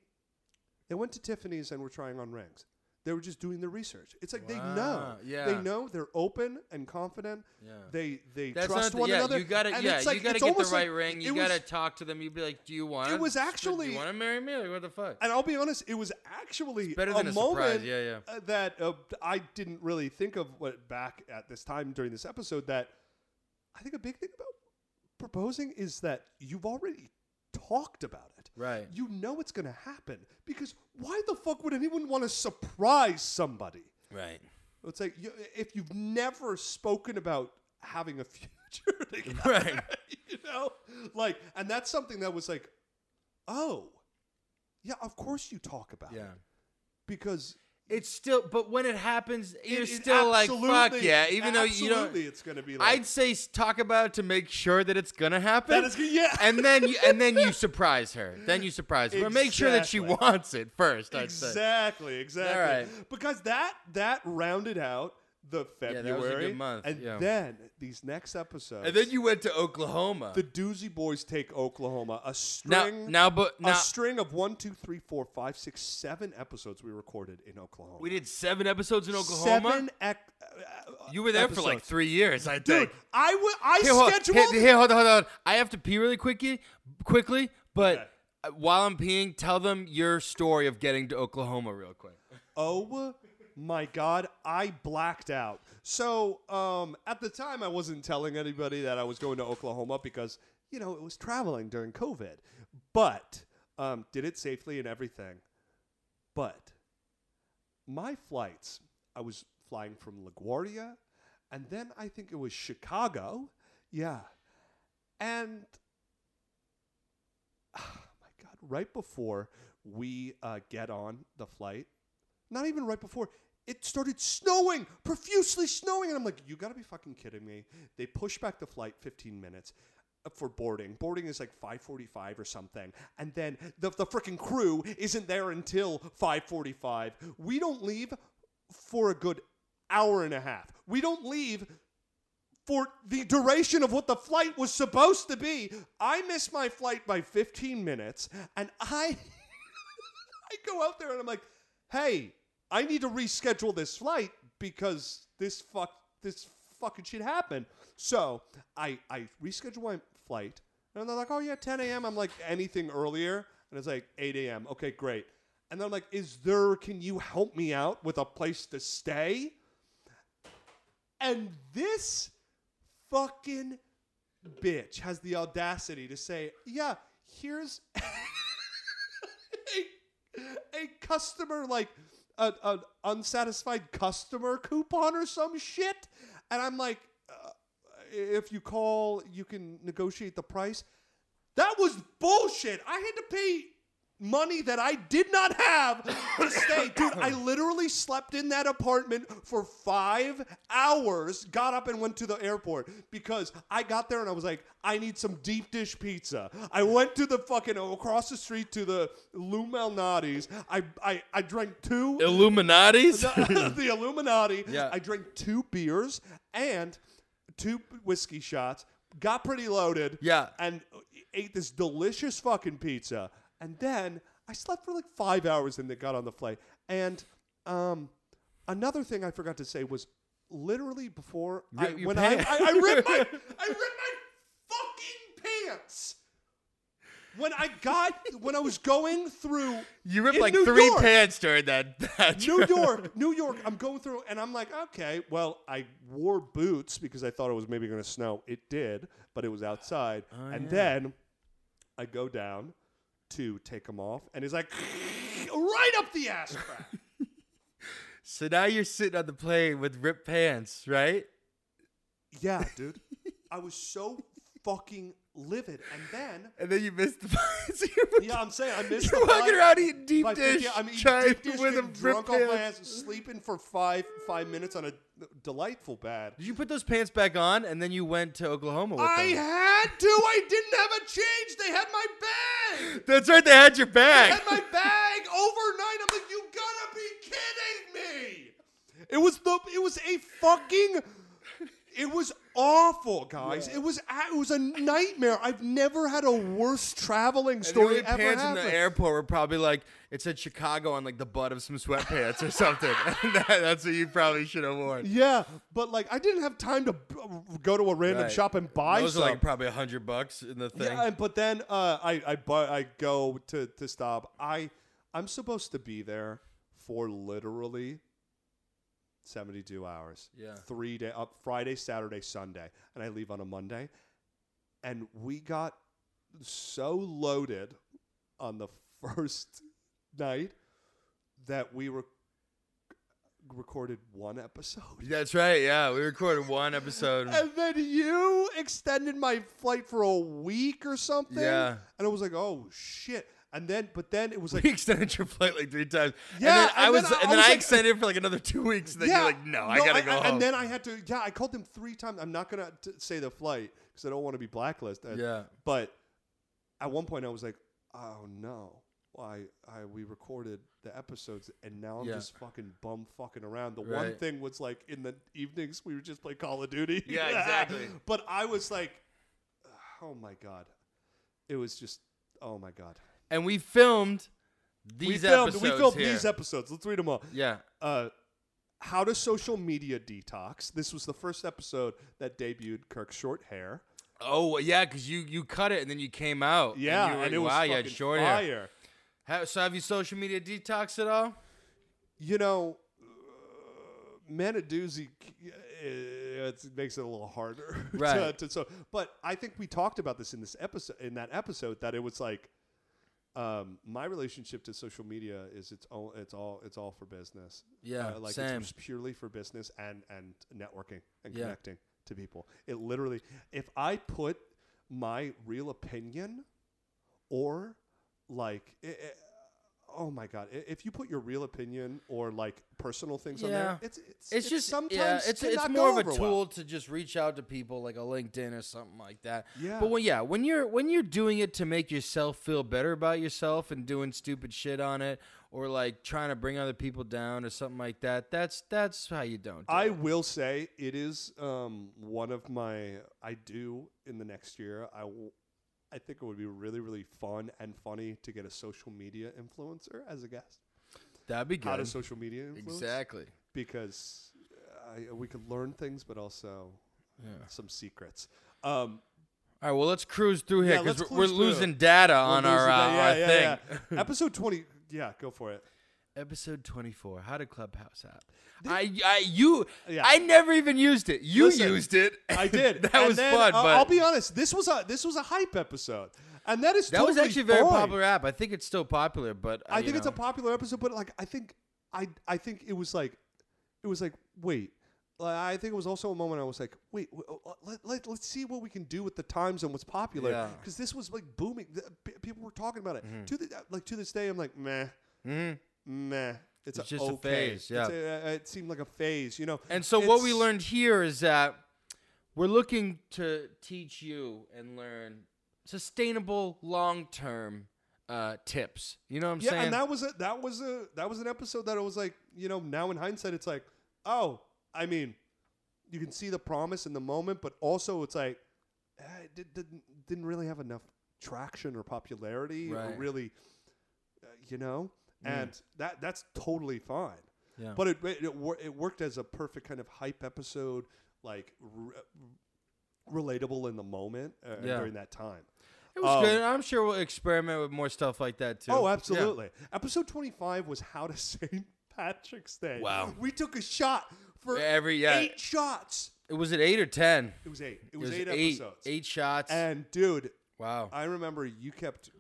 they went to Tiffany's and were trying on rings. They were just doing the research. It's like they know,
Wow, yeah.
they know they're open and confident.
Yeah.
They they
That's
trust
not.
one
yeah,
another.
you gotta.
and
yeah,
it's like,
you gotta
it's
get the
almost like
right ring.
it
You
was-
gotta talk to them. You'd be like, "Do you want?"
was
Do
actually-
you want to marry me? Like, what the fuck?
And I'll be honest, it was actually
better
a
than a surprise,
moment
yeah, yeah.
uh, that uh, I didn't really think of what, back at this time during this episode. That I think a big thing about proposing is that you've already talked about it.
Right.
You know it's going to happen because why the fuck would anyone want to surprise somebody?
Right.
It's like you, if you've never spoken about having a future together,
Right.
you know, like, and that's something that was like, oh, yeah, of course you talk about
Yeah.
it because
It's still, but when it happens, you're
it- it
still like, "Fuck
absolutely-
yeah!" Even though you don't.
absolutely it's going to be like
I'd say s- talk about it to make sure that it's gonna happen.
That is good- yeah.
And then you and then you surprise her. Then you surprise her. But make sure that she
Exactly.
wants it first. I'd say.
exactly, exactly,
All
because that that rounded out the
that was
February
a good month,
and
yeah.
then these next episodes.
And then you went to Oklahoma.
the Doozy Boys take Oklahoma. A
now,
string,
now, but
a
now
string of one, two, three, four, five, six, seven episodes we recorded in Oklahoma.
we did seven episodes in Oklahoma.
seven. Ec- uh,
you were there for like
episodes.
three years, I
Dude,
think.
I wa- I
Here, hold,
scheduled.
here- here, hold on, hold on. I have to pee really quickly, quickly. But
Okay.
uh, while I'm peeing, tell them your story of getting to Oklahoma real quick.
Oh my god, I blacked out. So, um, at the time, I wasn't telling anybody that I was going to Oklahoma because, you know, it was traveling during COVID. But, um, did it safely and everything. But my flights, I was flying from LaGuardia, and then I think it was Chicago. Yeah. And oh my God, right before we uh, get on the flight, not even right before, it started snowing, profusely snowing. And I'm like, you gotta be fucking kidding me. They push back the flight 15 minutes uh, for boarding. Boarding is like 5:45 or something. And then the the freaking crew isn't there until 5:45. We don't leave for a good hour and a half. We don't leave for the duration of what the flight was supposed to be. I missed my flight by 15 minutes and I I go out there and I'm like, "Hey, I need to reschedule this flight because this fuck this fucking shit happened." So, I I reschedule my flight and they're like, "Oh yeah, 10 a.m." I'm like, "Anything earlier?" And it's like 8 a.m. Okay, great. And then I'm like, "Is there? Can you help me out with a place to stay?" And this fucking bitch has the audacity to say, "Yeah, here's a, a customer like a, an unsatisfied customer coupon or some shit." And I'm like, uh, "If you call, you can negotiate the price." That was bullshit. I had to pay money that I did not have to stay. Dude, I literally slept in that apartment for five hours, got up and went to the airport because I got there and I was like, I need some deep dish pizza. I went to the fucking across the street to the Lou Malnati's. I, I, I drank two
Illuminati's.
the, the Illuminati.
Yeah.
I drank two beers and two whiskey shots. Got pretty loaded.
Yeah.
And ate this delicious fucking pizza. And then I slept for like five hours and then got on the flight. And um, another thing I forgot to say was literally before I,
Rip your
when I, I,
pants.
I ripped my I ripped my fucking pants. When I got when I was going through
You ripped
in
like
New
three
York.
pants during that. that
New
trip.
York, New York. I'm going through, and I'm like, okay, well, I wore boots because I thought it was maybe going to snow. It did, but it was outside. and
Oh, yeah.
then I go down to take them off, and it's like right up the ass crack.
So now you're sitting on the plane with ripped pants, right?
yeah, dude. I was so fucking livid, and then.
And then you missed the so you're,
Yeah, I'm saying I missed.
you're
the
walking
flight.
around eating deep
By
dish,
thinking- I'm eating
trying
deep dish,
with a
getting drunk
ripped
off my
pants.
ass, sleeping for five five minutes on a delightful bed.
Did you put those pants back on and then you went to Oklahoma with
I
them?
had to. I didn't have a change. They had my bag.
That's right, they had your
They
bag.
had my bag overnight. I'm like, you gotta be kidding me. It was the. It was a fucking. It was awful, guys. It was a- it was a nightmare. I've never had a worse traveling
And the only
story ever
pants in
happened.
the airport were probably like it said Chicago on like the butt of some sweatpants or something. And that, that's what you probably should have worn.
Yeah, but like I didn't have time to b- go to a random
Right.
shop and buy
Those are
something.
like probably a hundred bucks in the thing.
Yeah, and, but then uh, I I bu- I go to to stop. I I'm supposed to be there for literally 72 hours.
Yeah.
Three day up Friday, Saturday, Sunday, and I leave on a Monday. And we got so loaded on the first night that we were recorded one episode.
That's right. Yeah, we recorded one episode.
And then you extended my flight for a week or something.
Yeah.
And I was like, oh shit. And then, but then it was like,
We extended your flight like three times.
Yeah,
and then I
and
was,
then I-
and
I
then
was
I
like-
extended it for like another two weeks. And then
yeah.
you're like, no, I gotta go home.
And then I had to, yeah, I called them three times. I'm not gonna t- say the flight because I don't want to be blacklisted.
Yeah.
But at one point, I was like, oh no, why I we recorded the episodes and now I'm
Yeah.
just fucking bum fucking around. The one
Right.
thing was like in the evenings we would just play Call of Duty.
Yeah, exactly.
but I was like, oh my god, it was just oh my god.
And we filmed these
we filmed
episodes.
we filmed
here.
these episodes. Let's read them all.
Yeah.
Uh, how to social media detox. This was the first episode that debuted Kirk's short hair.
Oh yeah, because you you cut it and then you came out.
Yeah,
And, you
and,
were,
it was
wow, you
fucking
had short
fire.
hair. Ha- so have you social media detox at all?
you know, uh, Manadoozy, uh, it makes it a little harder. to-
Right.
to, so, but I think we talked about this in this episode, in that episode, that it was like, um, my relationship to social media is it's all it's all it's all for business.
Yeah,
Uh, like
same.
it's just purely for business and and networking and
Yeah.
connecting to people. It literally, if I put my real opinion or like. i i Oh my god! I- If you put your real opinion or like personal things on
Yeah.
there, it's it's,
It's
it
just
sometimes
yeah, it's it's
cannot
more
go
of a
over
tool
well.
to just reach out to people like a LinkedIn or something like that.
Yeah.
But when yeah, when you're when you're doing it to make yourself feel better about yourself and doing stupid shit on it or like trying to bring other people down or something like that, that's that's how you don't. Do
I
it.
will say it is um, one of my I do in the next year. I w- I think it would be really really fun and funny to get a social media influencer as a guest.
That'd be good.
How to social media influence?
exactly.
Because uh, I, we could learn things, but also
Yeah.
some secrets. Um,
All right, well, let's cruise through here
Yeah,
because
let's
we're, we're
cruise through.
losing data on
we'll
our,
lose
uh,
the- yeah,
our
yeah,
thing.
yeah. Episode twenty. Yeah, go for it.
Episode 24, how to Clubhouse app. I, I, you,
Yeah.
I never even used it. You
Listen,
used it.
I did.
that
And
was
then,
fun,
uh,
but
I'll be honest. This was a this was a hype episode, and that is
that was
totally
actually a very
fine.
popular app. I think it's still popular, but uh,
I
you
think it's a
know.
popular episode, but like I think I I think it was like it was like wait. Like, I think it was also a moment I was like, wait, w- uh, let, let, let's see what we can do with the times and what's popular.
Yeah. Mm-hmm.
Because this was like booming. The, p- people were talking about it. To the, uh, like to this day, I'm like, meh,
Mhm.
meh.
It's
It's, a
just a
okay.
phase,
It's a- uh, it seemed like a phase, you know.
And so what we
It's-
learned here is that we're looking to teach you and learn sustainable long term uh, tips. You know what I'm
Yeah,
saying?
and that was a that was a that was an episode that it was like you know now in hindsight it's like oh I mean you can see the promise in the moment but also it's like eh, it did, didn't didn't really have enough traction or popularity or
Right. Mm.
really uh, you know and that that's totally fine
Yeah.
but it it, it, wor- it worked as a perfect kind of hype episode like r- relatable in the moment uh,
Yeah.
during that time
it was
um,
good. I'm sure we'll experiment with more stuff like that too.
Oh,
Yeah.
absolutely. Episode 25 was How to St. Patrick's Day.
Wow.
We took a shot for
Every- yeah.
eight shots.
It was at eight or ten.
It was eight. It was, eight, episodes.
Eight shots.
And, dude,
wow.
I remember you kept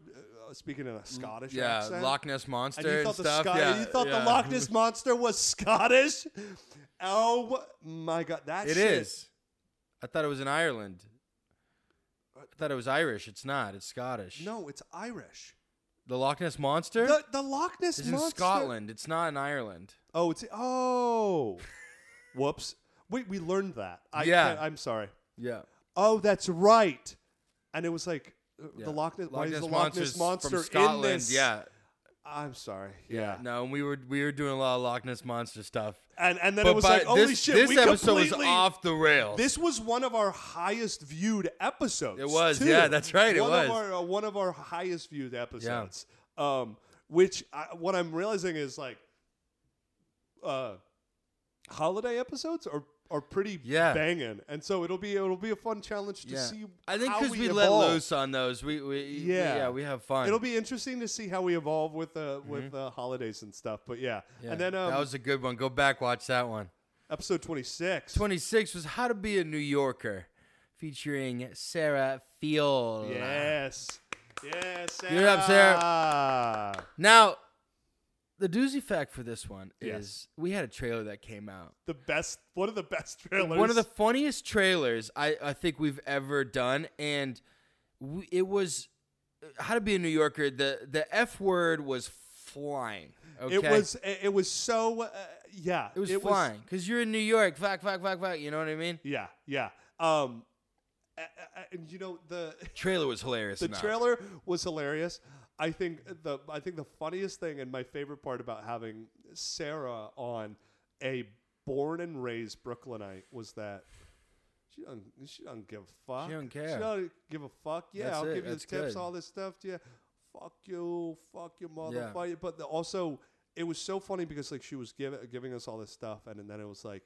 uh, speaking in a Scottish
Mm, yeah,
accent.
Loch Ness
and
monster
you
and,
thought, the,
stuff.
Scot-
yeah,
you thought
yeah.
the Loch Ness Monster was Scottish? Oh, my God. That
It
shit-
is. I thought it was in Ireland. I thought it was Irish. It's not. It's Scottish.
No, it's Irish.
The Loch Ness monster
The, the Loch Ness
is in
Monster.
Scotland. It's not in Ireland.
Oh, it's. Oh. Whoops. Wait, we learned that. I
Yeah.
can't- I'm sorry.
Yeah.
oh, that's right. And it was like uh, the Loch Ness, why is the Loch
Monster's
Ness monster
from Scotland.
in this?
Yeah.
I'm sorry. Yeah.
No, and we were we were doing a lot of Loch Ness monster stuff.
And and then
but
it was
by-
like, holy
this,
shit,
this
we
episode was
completely,
off the rails.
This was one of our highest viewed episodes.
It was,
too.
yeah, that's right, it
one Of
was.
our, uh, one of our highest viewed episodes. Um, which I, what I'm realizing is like, uh, holiday episodes are are pretty
Yeah.
banging, and so it'll be it'll be a fun challenge to
yeah.
see.
I think
because
because we, let loose on those, we, we
Yeah.
yeah. we have fun. Mm-hmm.
It'll be interesting to see how we evolve with uh, with uh, holidays and stuff. But yeah,
Yeah.
and then um,
that was a good one. Go back, watch that one.
episode twenty six.
26 was How to Be a New Yorker, featuring Sarah Field.
Yes, yes. Sarah.
Give it up, Now, the doozy fact for this one
Yes.
is we had a trailer that came out.
The best, one of the best trailers.
One of the funniest trailers I, I think we've ever done, and we, it was uh, How to Be a New Yorker. The the F word was flying. Okay?
It was. It was so. Uh, yeah.
it was flying because you're in New York. Fuck, fuck, fuck, fuck. You know what I mean?
yeah. Yeah. Um, a- a- a- and you know the
Trailer was hilarious.
the
enough.
trailer was hilarious. I think the I think the funniest thing and my favorite part about having Sarah on a born and raised Brooklynite was that she don't she don't give a fuck.
She don't
She
care.
don't give a fuck. Yeah,
That's
I'll
it.
give you the
That's
tips,
good.
all this stuff. Yeah, fuck you, fuck your
Yeah.
motherfucker. But the, also, it was so funny because like she was giving giving us all this stuff, and, then it was like.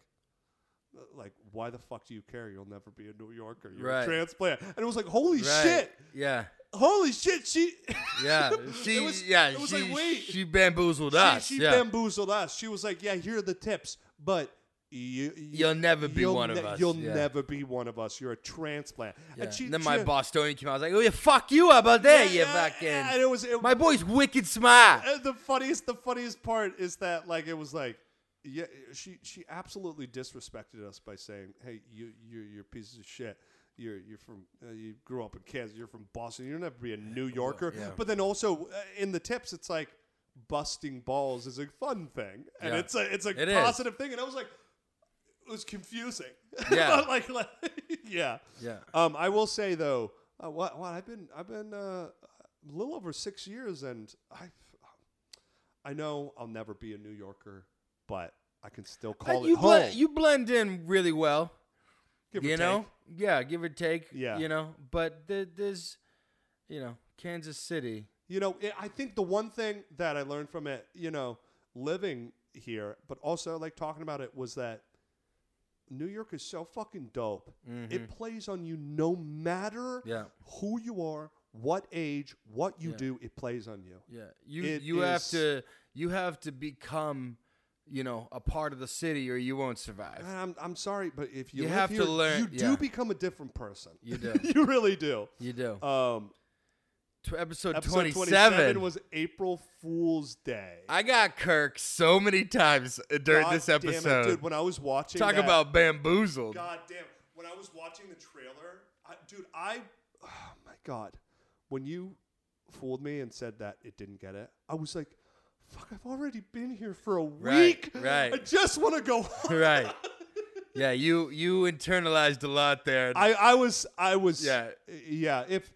Like, why the fuck do you care? You'll never be a New Yorker. You're a
Right.
transplant. And it was like, holy
Right.
shit,
Yeah.
holy shit. She,
Yeah. She.
It was-
yeah.
it was
she,
like, wait.
she bamboozled us.
She, she
yeah.
bamboozled us. She was like, "Yeah, here are the tips, but you,
You'll never be
you'll
one of us,
You'll
yeah.
never be one of us. You're a transplant."
Yeah.
And she,
then my
she-
Bostonian came out. I was like, "Oh yeah, fuck you how about that, you
yeah, Uh,
fucking."
And it was it,
my boy's wicked smart.
and the funniest. The funniest part is that like it was like. Yeah, she she absolutely disrespected us by saying, "Hey, you you you're pieces of shit. You're you're from uh, you grew up in Kansas. You're from Boston. You'll never be a New Yorker."
yeah.
But then also uh, in the tips, it's like busting balls is a fun thing, and
Yeah.
it's a it's a
It is.
positive thing. And I was like, it was confusing.
Yeah.
But, like, like yeah.
Yeah.
Um, I will say though, uh, what what I've been I've been uh, a little over six years, and I I know I'll never be a New Yorker, but I can still call
you
it home.
blend- you blend in really well.
Give or
you
take.
know, yeah, give or take.
Yeah.
you know, but the, there's, you know, Kansas City.
You know, it, I think the one thing that I learned from it, you know, living here, but also like talking about it, was that New York is so fucking dope. It plays on you no matter
Mm-hmm. Yeah.
who you are, what age, what you
Yeah.
do, it plays on you.
Yeah, you
It
you have
is-
to you have to become, you know, a part of the city or you won't survive.
And I'm, I'm sorry, but if you,
You
live
have to
here,
learn-
you do
yeah.
become a different person.
You do.
you really do.
You do.
Um,
Tw episode, 27.
episode 27 was April Fool's Day.
I got Kirk so many times uh, during
God
this
damn it,
episode.
dude. When I was watching,
Talk
that-
about bamboozled.
God damn. When I was watching the trailer, I, dude, I, oh my God, when you fooled me and said that it didn't get it, I was like, fuck, I've already been here for a
Right,
week.
right.
I just want to go home.
Right. Yeah, you you internalized a lot there.
I, I was, I was,
Yeah.
yeah. If,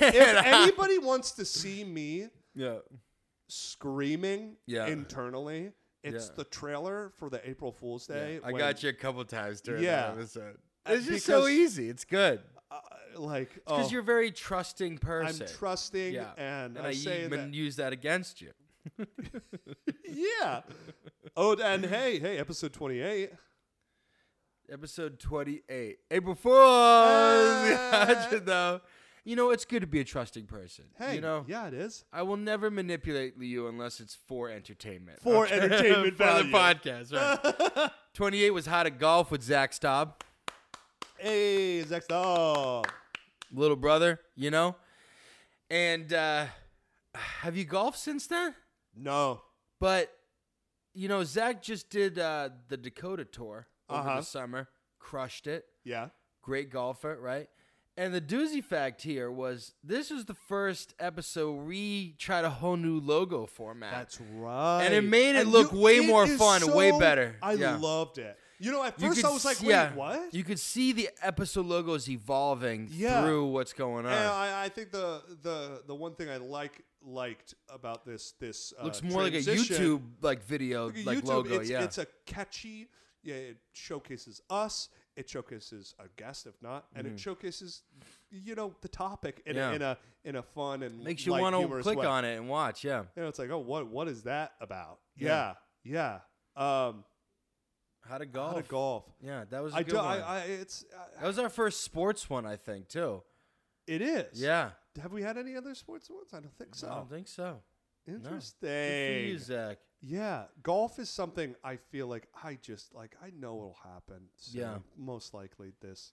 And
if
I-
anybody wants to see me
yeah.
screaming
Yeah.
internally, it's
Yeah.
the trailer for the April Fool's Day.
I
when,
got you a couple times during
Yeah.
that episode.
Uh,
It's just so
because-
easy. It's good.
uh, like,
Because
oh,
you're a very trusting
I'm
person.
trusting,
Yeah.
and,
and
I,
I
say that.
even use that against you.
yeah. Oh, and hey, hey, episode 28.
Episode 28. April Fool's!
Hey!
though. You know, it's good to be a trusting person.
Hey,
you know,
yeah, it is.
I will never manipulate you unless it's for entertainment.
For entertainment
for
value.
the podcast, right. 28 was How to Golf with Zach Staub,
Hey, Oh, Zach Staub.
little brother, you know? And uh, have you golfed since then?
No.
But, you know, Zach just did uh, the Dakota tour over
Uh-huh.
the summer, crushed it.
Yeah.
great golfer, right? And the doozy fact here was this was the first episode we tried a whole new logo format.
That's right.
And it made it look way more
is
fun and way better.
I
Yeah.
loved it. You know, at
You
first
could
I was like,
s-
wait,
yeah,
what?
You could see the episode logos evolving
Yeah.
through what's going on.
and I, I think the, the the one thing I like liked about this this uh,
Looks more like a
transition-
YouTube like video
Look at
like
YouTube,
logo,
it's,
yeah.
it's uh, a catchy. Yeah, it showcases us. It showcases a guest, if not, and it showcases, you know, the topic
Mm.
in,
Yeah.
a, in a in a fun and
Makes you
want to
click on it and watch, yeah.
You know, it's like, oh, what what is that about? Yeah,
Yeah.
yeah. Um,
How to
how
golf.
to golf.
Yeah, that was a
I
good
do.
one.
I, I it's
that
uh,
was our first sports one, I think, too.
it is.
Yeah.
Have we had any other sports ones? I don't think so.
I don't think so.
Interesting.
Good for you, Zach.
Yeah, golf is something I feel like I just like I know it'll happen. So
Yeah.
most likely this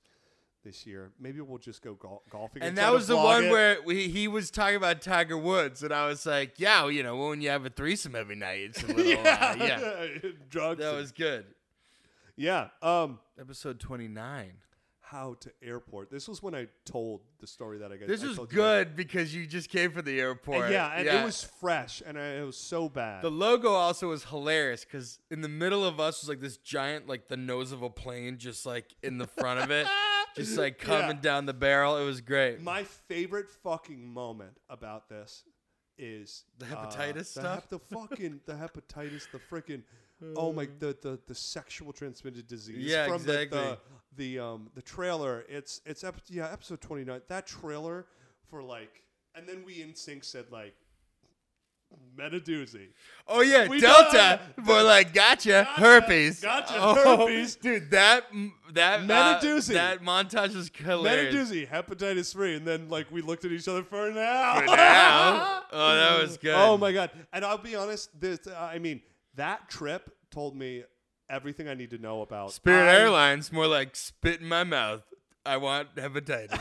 this year. Maybe we'll just go gol- golfing.
And
and
that
try to
was the
vlog
one
it.
where we, he was talking about Tiger Woods, and I was like, "Yeah, well, you know, when you have a threesome every night, it's a little, yeah,
yeah,
uh, yeah."
drugs.
That
and-
was good.
yeah. Um,
Episode twenty nine.
how to airport. This was when I told the story that I got.
This
I
was
told you about.
good because you just came from the airport.
And yeah, and it was fresh, and I, it was so bad.
The logo also was hilarious because in the middle of us was like this giant, like the nose of a plane, just like in the front of it, just like
Yeah.
coming down the barrel. It was great.
My favorite fucking moment about this is
The
uh,
hepatitis
the
stuff?
hep- the fucking the hepatitis, the freaking oh my the, the the sexual transmitted disease.
Yeah,
from the- The,
exactly.
the um the trailer. It's it's ep- yeah episode twenty nine. That trailer for like, and then we in sync said like, meta doozy.
Oh yeah,
We
Delta
done.
for like gotcha,
Gotcha,
herpes.
gotcha,
Oh,
herpes.
dude. That that
Meta
uh,
doozy.
that montage is
Meta
hilarious.
doozy, hepatitis three, and then like we looked at each other for an hour.
Now, oh, that was good.
Oh my god! And I'll be honest. This, I mean, that trip told me everything I need to know about
Spirit
I-
Airlines, more like spit in my mouth. I want hepatitis.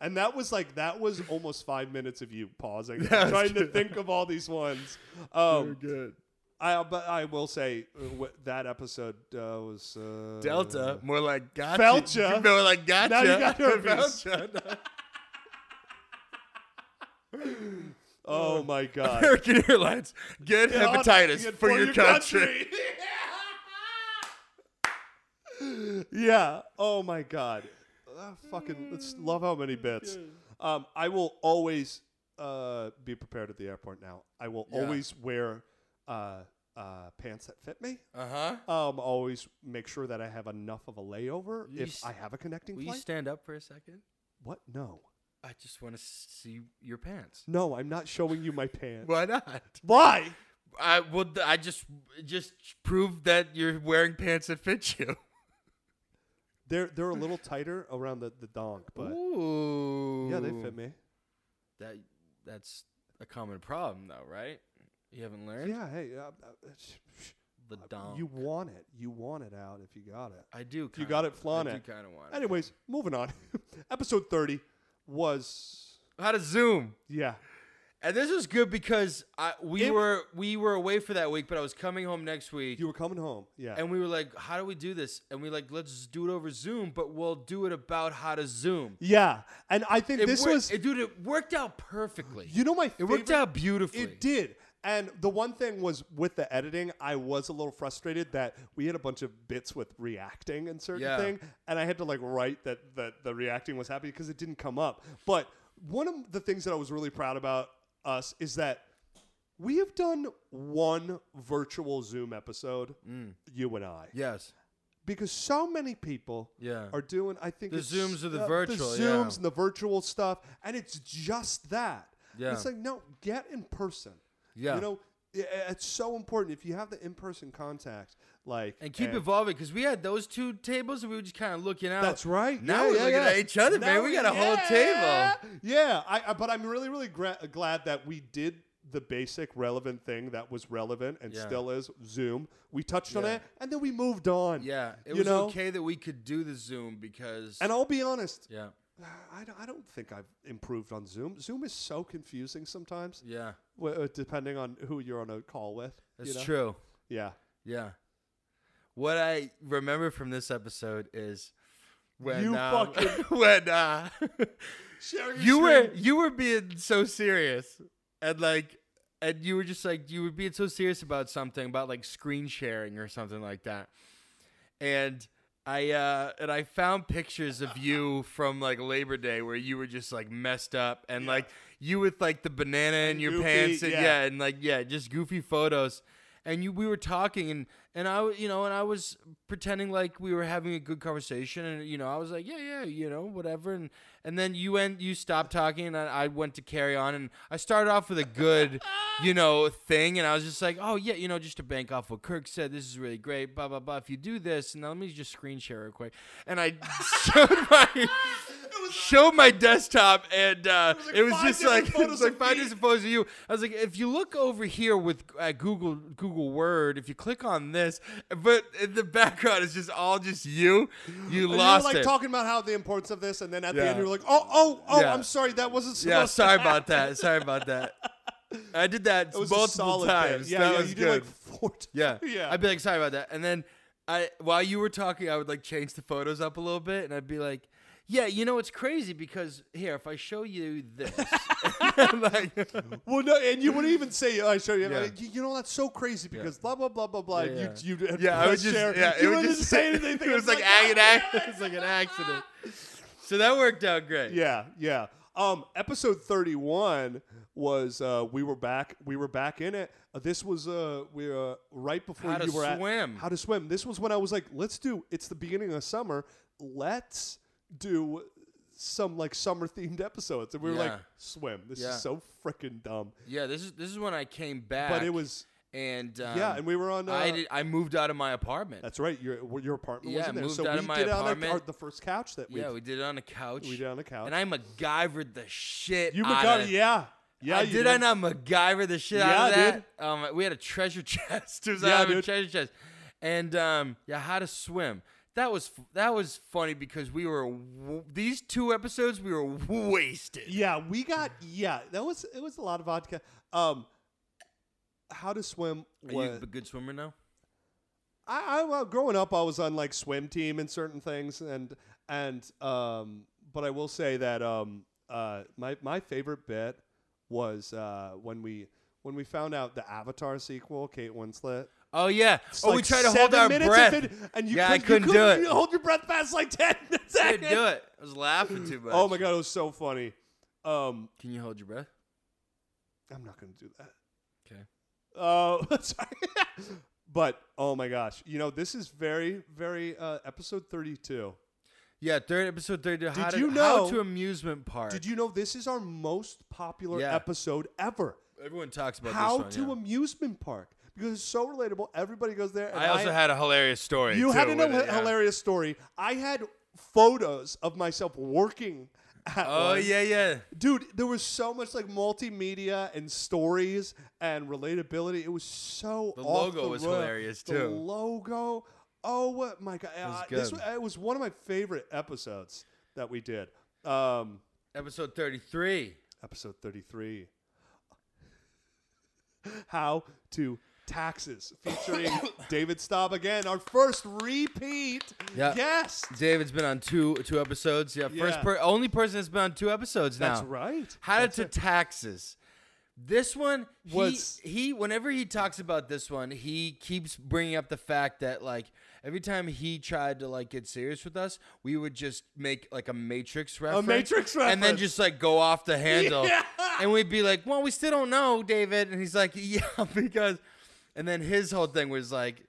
And that was like that was almost five minutes of you pausing,
That was
trying to
good.
think of all these ones. Um,
good.
I but I will say uh, wh- that episode uh, was uh,
Delta, more like gotcha.
Felcha.
More like gotcha.
Now you got herpes.
Felcha.
Oh my god!
American Airlines, get
Get on-
hepatitis
get-
for, your, country.
country. yeah. Oh my god. Ah, fucking. Let's love how many bits. Um, I will always uh, be prepared at the airport. Now I will
Yeah.
always wear uh, uh, pants that fit me.
Uh huh.
Um, always make sure that I have enough of a layover
You
if
s-
I have a connecting
Will you
flight.
stand up for a second?
what? No.
I just want to see your pants.
No, I'm not showing you my pants.
Why not?
Why?
I would. I just just prove that you're wearing pants that fit you.
They're they're a little tighter around the the donk, but
Ooh.
yeah, they fit me.
That that's a common problem, though, right? You haven't learned
Yeah, hey, uh, uh, sh- sh- uh,
the dom.
you want it. You want it out if you got it.
I do.
you
kinda-
got it, flaunt
I
it.
do kind of want. it.
Anyways, moving on. Episode 30 was
How to Zoom?
yeah.
And this was good because I we
It-
were we were away for that week, but I was coming home next week.
You were coming home. Yeah.
and we were like, how do we do this? And we like, let's do it over Zoom, but we'll do it about how to Zoom.
yeah. And I think
It
this
wor-
was
it, dude. It worked out perfectly.
you know my
it worked out beautifully.
It did. And the one thing was with the editing, I was a little frustrated that we had a bunch of bits with reacting and certain
Yeah.
thing, and I had to like write that that the reacting was happening because it didn't come up. But one of the things that I was really proud about us is that we have done one virtual Zoom episode,
Mm.
you and I,
Yes.
because so many people
Yeah.
are doing. I think
The
it's- uh,
Zooms are the virtual,
the
yeah.
Zooms and the virtual stuff, and it's just that.
Yeah.
it's like no, get in person.
Yeah.
you know, i- i- it's so important if you have the in person contact, like
and keep evolving because we had those two tables and we were just kind of looking out.
That's right.
Now
Yeah,
we're
yeah,
looking
yeah.
at each other,
Now
man. We got a whole
yeah.
table.
Yeah, I, I, but I'm really, really gra- glad that we did the basic relevant thing that was relevant and
Yeah.
still is Zoom. We touched on
Yeah.
it, and then we moved on.
Yeah, it
You
was
know?
okay that we could do the Zoom because.
And I'll be honest,
yeah,
I don't, I don't think I've improved on Zoom. Zoom is so confusing sometimes,
yeah,
w- uh, depending on who you're on a call with. you
that's
know?
true.
Yeah.
Yeah. What I remember from this episode is when
You
uh,
fucking-
when uh, you were you were being so serious and like and you were just like you were being so serious about something about like screen sharing or something like that and i uh and i found pictures of you from like labor day where you were just like messed up and
Yeah.
like you with like the banana in your
Goofy,
pants and
yeah.
yeah. and like yeah just goofy photos and you we were talking and and i w- you know and i was pretending like we were having a good conversation and you know i was like yeah yeah you know whatever and and then you went you stopped talking and i, I went to carry on and i started off with a good you know thing and i was just like oh yeah you know just to bank off what kirk said this is really great blah blah blah if you do this and now let me just screen share real quick and i showed my showed my desktop and uh,
was like
it was
five
just
different
like, it
photos
was like
of
five
me.
different photos of you. I was like, if you look over here with uh, Google Google Word, if you click on this, but in the background is just all just you. You
And
lost
you were like
it.
talking about how the importance of this, and then at the
Yeah.
end you were like, "Oh, oh, oh!
Yeah.
I'm sorry, that wasn't supposed."
yeah, sorry
to
about that. Sorry about that. I did that
That was a
multiple
solid bit.
times.
Yeah,
that
yeah,
was
you
good.
did like four. times.
Yeah.
yeah.
I'd be like, sorry about that. And then I while you were talking, I would like change the photos up a little bit and I'd be like, Yeah, you know it's crazy because here, if I show you this like,
well, no, and you wouldn't even say, "I show you."
Yeah.
like, you, you know, that's so crazy because blah blah blah blah blah.
Yeah,
and
yeah.
You, you, had
Yeah, I was
pressed
just
share.
yeah, it
you
was
didn't
just
say anything.
It was like,
"Ah,
ag-
damn
it was like an accident. So that worked out great.
Yeah, yeah. Um, episode thirty-one was uh, we were back. We were back in it. Uh, this was uh, we uh, right before
How to
you were
swim.
at how to swim. This was when I was like, let's do. It's the beginning of summer. Let's do some like summer themed episodes, and we were like,
Yeah.
swim. This
Yeah.
is so freaking dumb.
Yeah, this is this is when I came back.
But it was
and um,
yeah, and we were on. Uh,
I did, I moved out of my apartment.
that's right. Your your apartment
Yeah,
wasn't there,
moved
so
out
we
of my
did it on
apartment.
our, the first couch that we
yeah, we did it on a couch.
we did on the couch.
And I MacGyvered the shit.
you
out
got
of,
yeah yeah.
I,
you
did, I not MacGyver the shit
Yeah,
out of that?
dude.
Um, we had a treasure chest. It was
Yeah,
out of a
dude.
treasure chest, and um, yeah, how to swim. That was f- that was funny because we were w- these two episodes we were wasted.
Yeah, we got yeah. That was it was a lot of vodka. Um, how to swim
Are
was
you a good swimmer now?
I, I well growing up I was on like swim team and certain things and and um but I will say that um uh my my favorite bit was uh when we when we found out the Avatar sequel Kate Winslet.
Oh yeah.
It's
oh, we
like
tried to hold
seven
our
minutes
breath.
of it, and you
Yeah, I
couldn't, you
couldn't do it.
you hold your breath past like ten seconds.
Couldn't do it. I was laughing too much.
Oh my god, it was so funny. Um,
Can you hold your breath?
I'm not gonna do that.
Okay.
Oh, sorry. but oh my gosh, you know this is very, very uh, episode thirty-two.
Yeah, third episode thirty. Did how to,
you
how
know-
to amusement park?
Did you know this is our most popular
Yeah.
episode ever?
Everyone talks about
How
this
to
one, yeah.
amusement park because it's so relatable. Everybody goes there. And
I also had a hilarious story.
you
too,
had an
with
hila-
it, yeah.
hilarious story. I had photos of myself working. At
Oh
one.
yeah, yeah.
dude, there was so much like multimedia and stories and relatability. It was so
The
off
logo
the
was
rail.
hilarious,
The
too.
logo. Oh what- my god! Uh, this
good.
was, it was one of my favorite episodes that we did. Um,
Episode thirty-three.
episode thirty-three. How to taxes featuring David Staub again. Our first repeat
Yeah.
guest.
David's been on two two episodes. Yeah, first
Yeah.
per- only person that's been on two episodes now.
That's right.
How to taxes. This one he-
Was-
he, whenever he talks about this one, he keeps bringing up the fact that like every time he tried to like get serious with us, we would just make like a Matrix reference,
Matrix
and then
reference.
just like go off the handle,
Yeah.
and we'd be like, "Well, we still don't know, David," and he's like, "Yeah, because," and then his whole thing was like,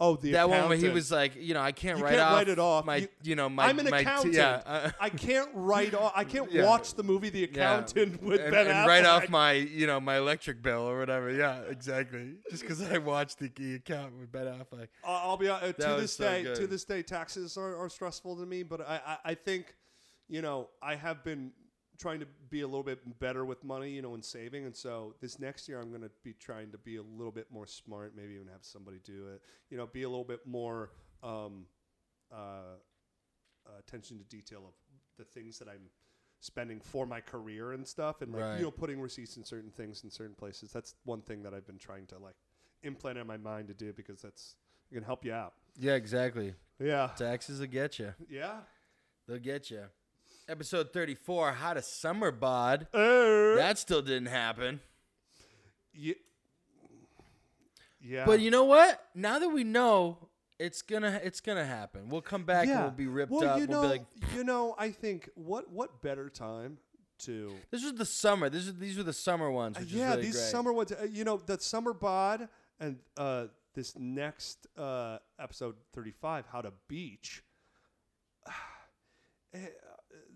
Oh, the
that one where he
accountant.
was like, you know, I can't
You
write
can't
off
write it off.
my, you,
You-
know, my,
I'm an
my t-
accountant.
yeah, uh,
I can't write off. I can't
Yeah.
watch the movie The
yeah,
Accountant with
and,
Ben
and write off
Affleck.
my, you know, my electric bill or whatever. Yeah, exactly. Just because I watched the key account with Ben Affleck.
I'll I'll be honest,
That
to
was
this
so
day. To
good.
this day, taxes are, are stressful to me. But I, I, I think, you know, I have been trying to be a little bit better with money, you know, and saving. And so this next year, I'm going to be trying to be a little bit more smart. Maybe even have somebody do it. You know, be a little bit more um, uh, uh, attention to detail of the things that I'm spending for my career and stuff and like
Right.
you know putting receipts in certain things in certain places that's one thing that i've been trying to like implant in my mind to do because that's it can help you out
Yeah, exactly.
yeah
Taxes will get you.
yeah
They'll get you. Episode 34, How to Summer Bod.
yeah,
That still didn't happen.
yeah.
But you know what? Now that we know, it's gonna it's gonna happen. We'll come back and we'll be ripped
well,
up.
you know
we'll be like,
you know i think what what better time to
This was the summer. This is these were the summer ones. Which
Uh, yeah
is really
these
great.
summer ones uh, you know that summer bod and uh this next uh episode 35 how to beach Eh,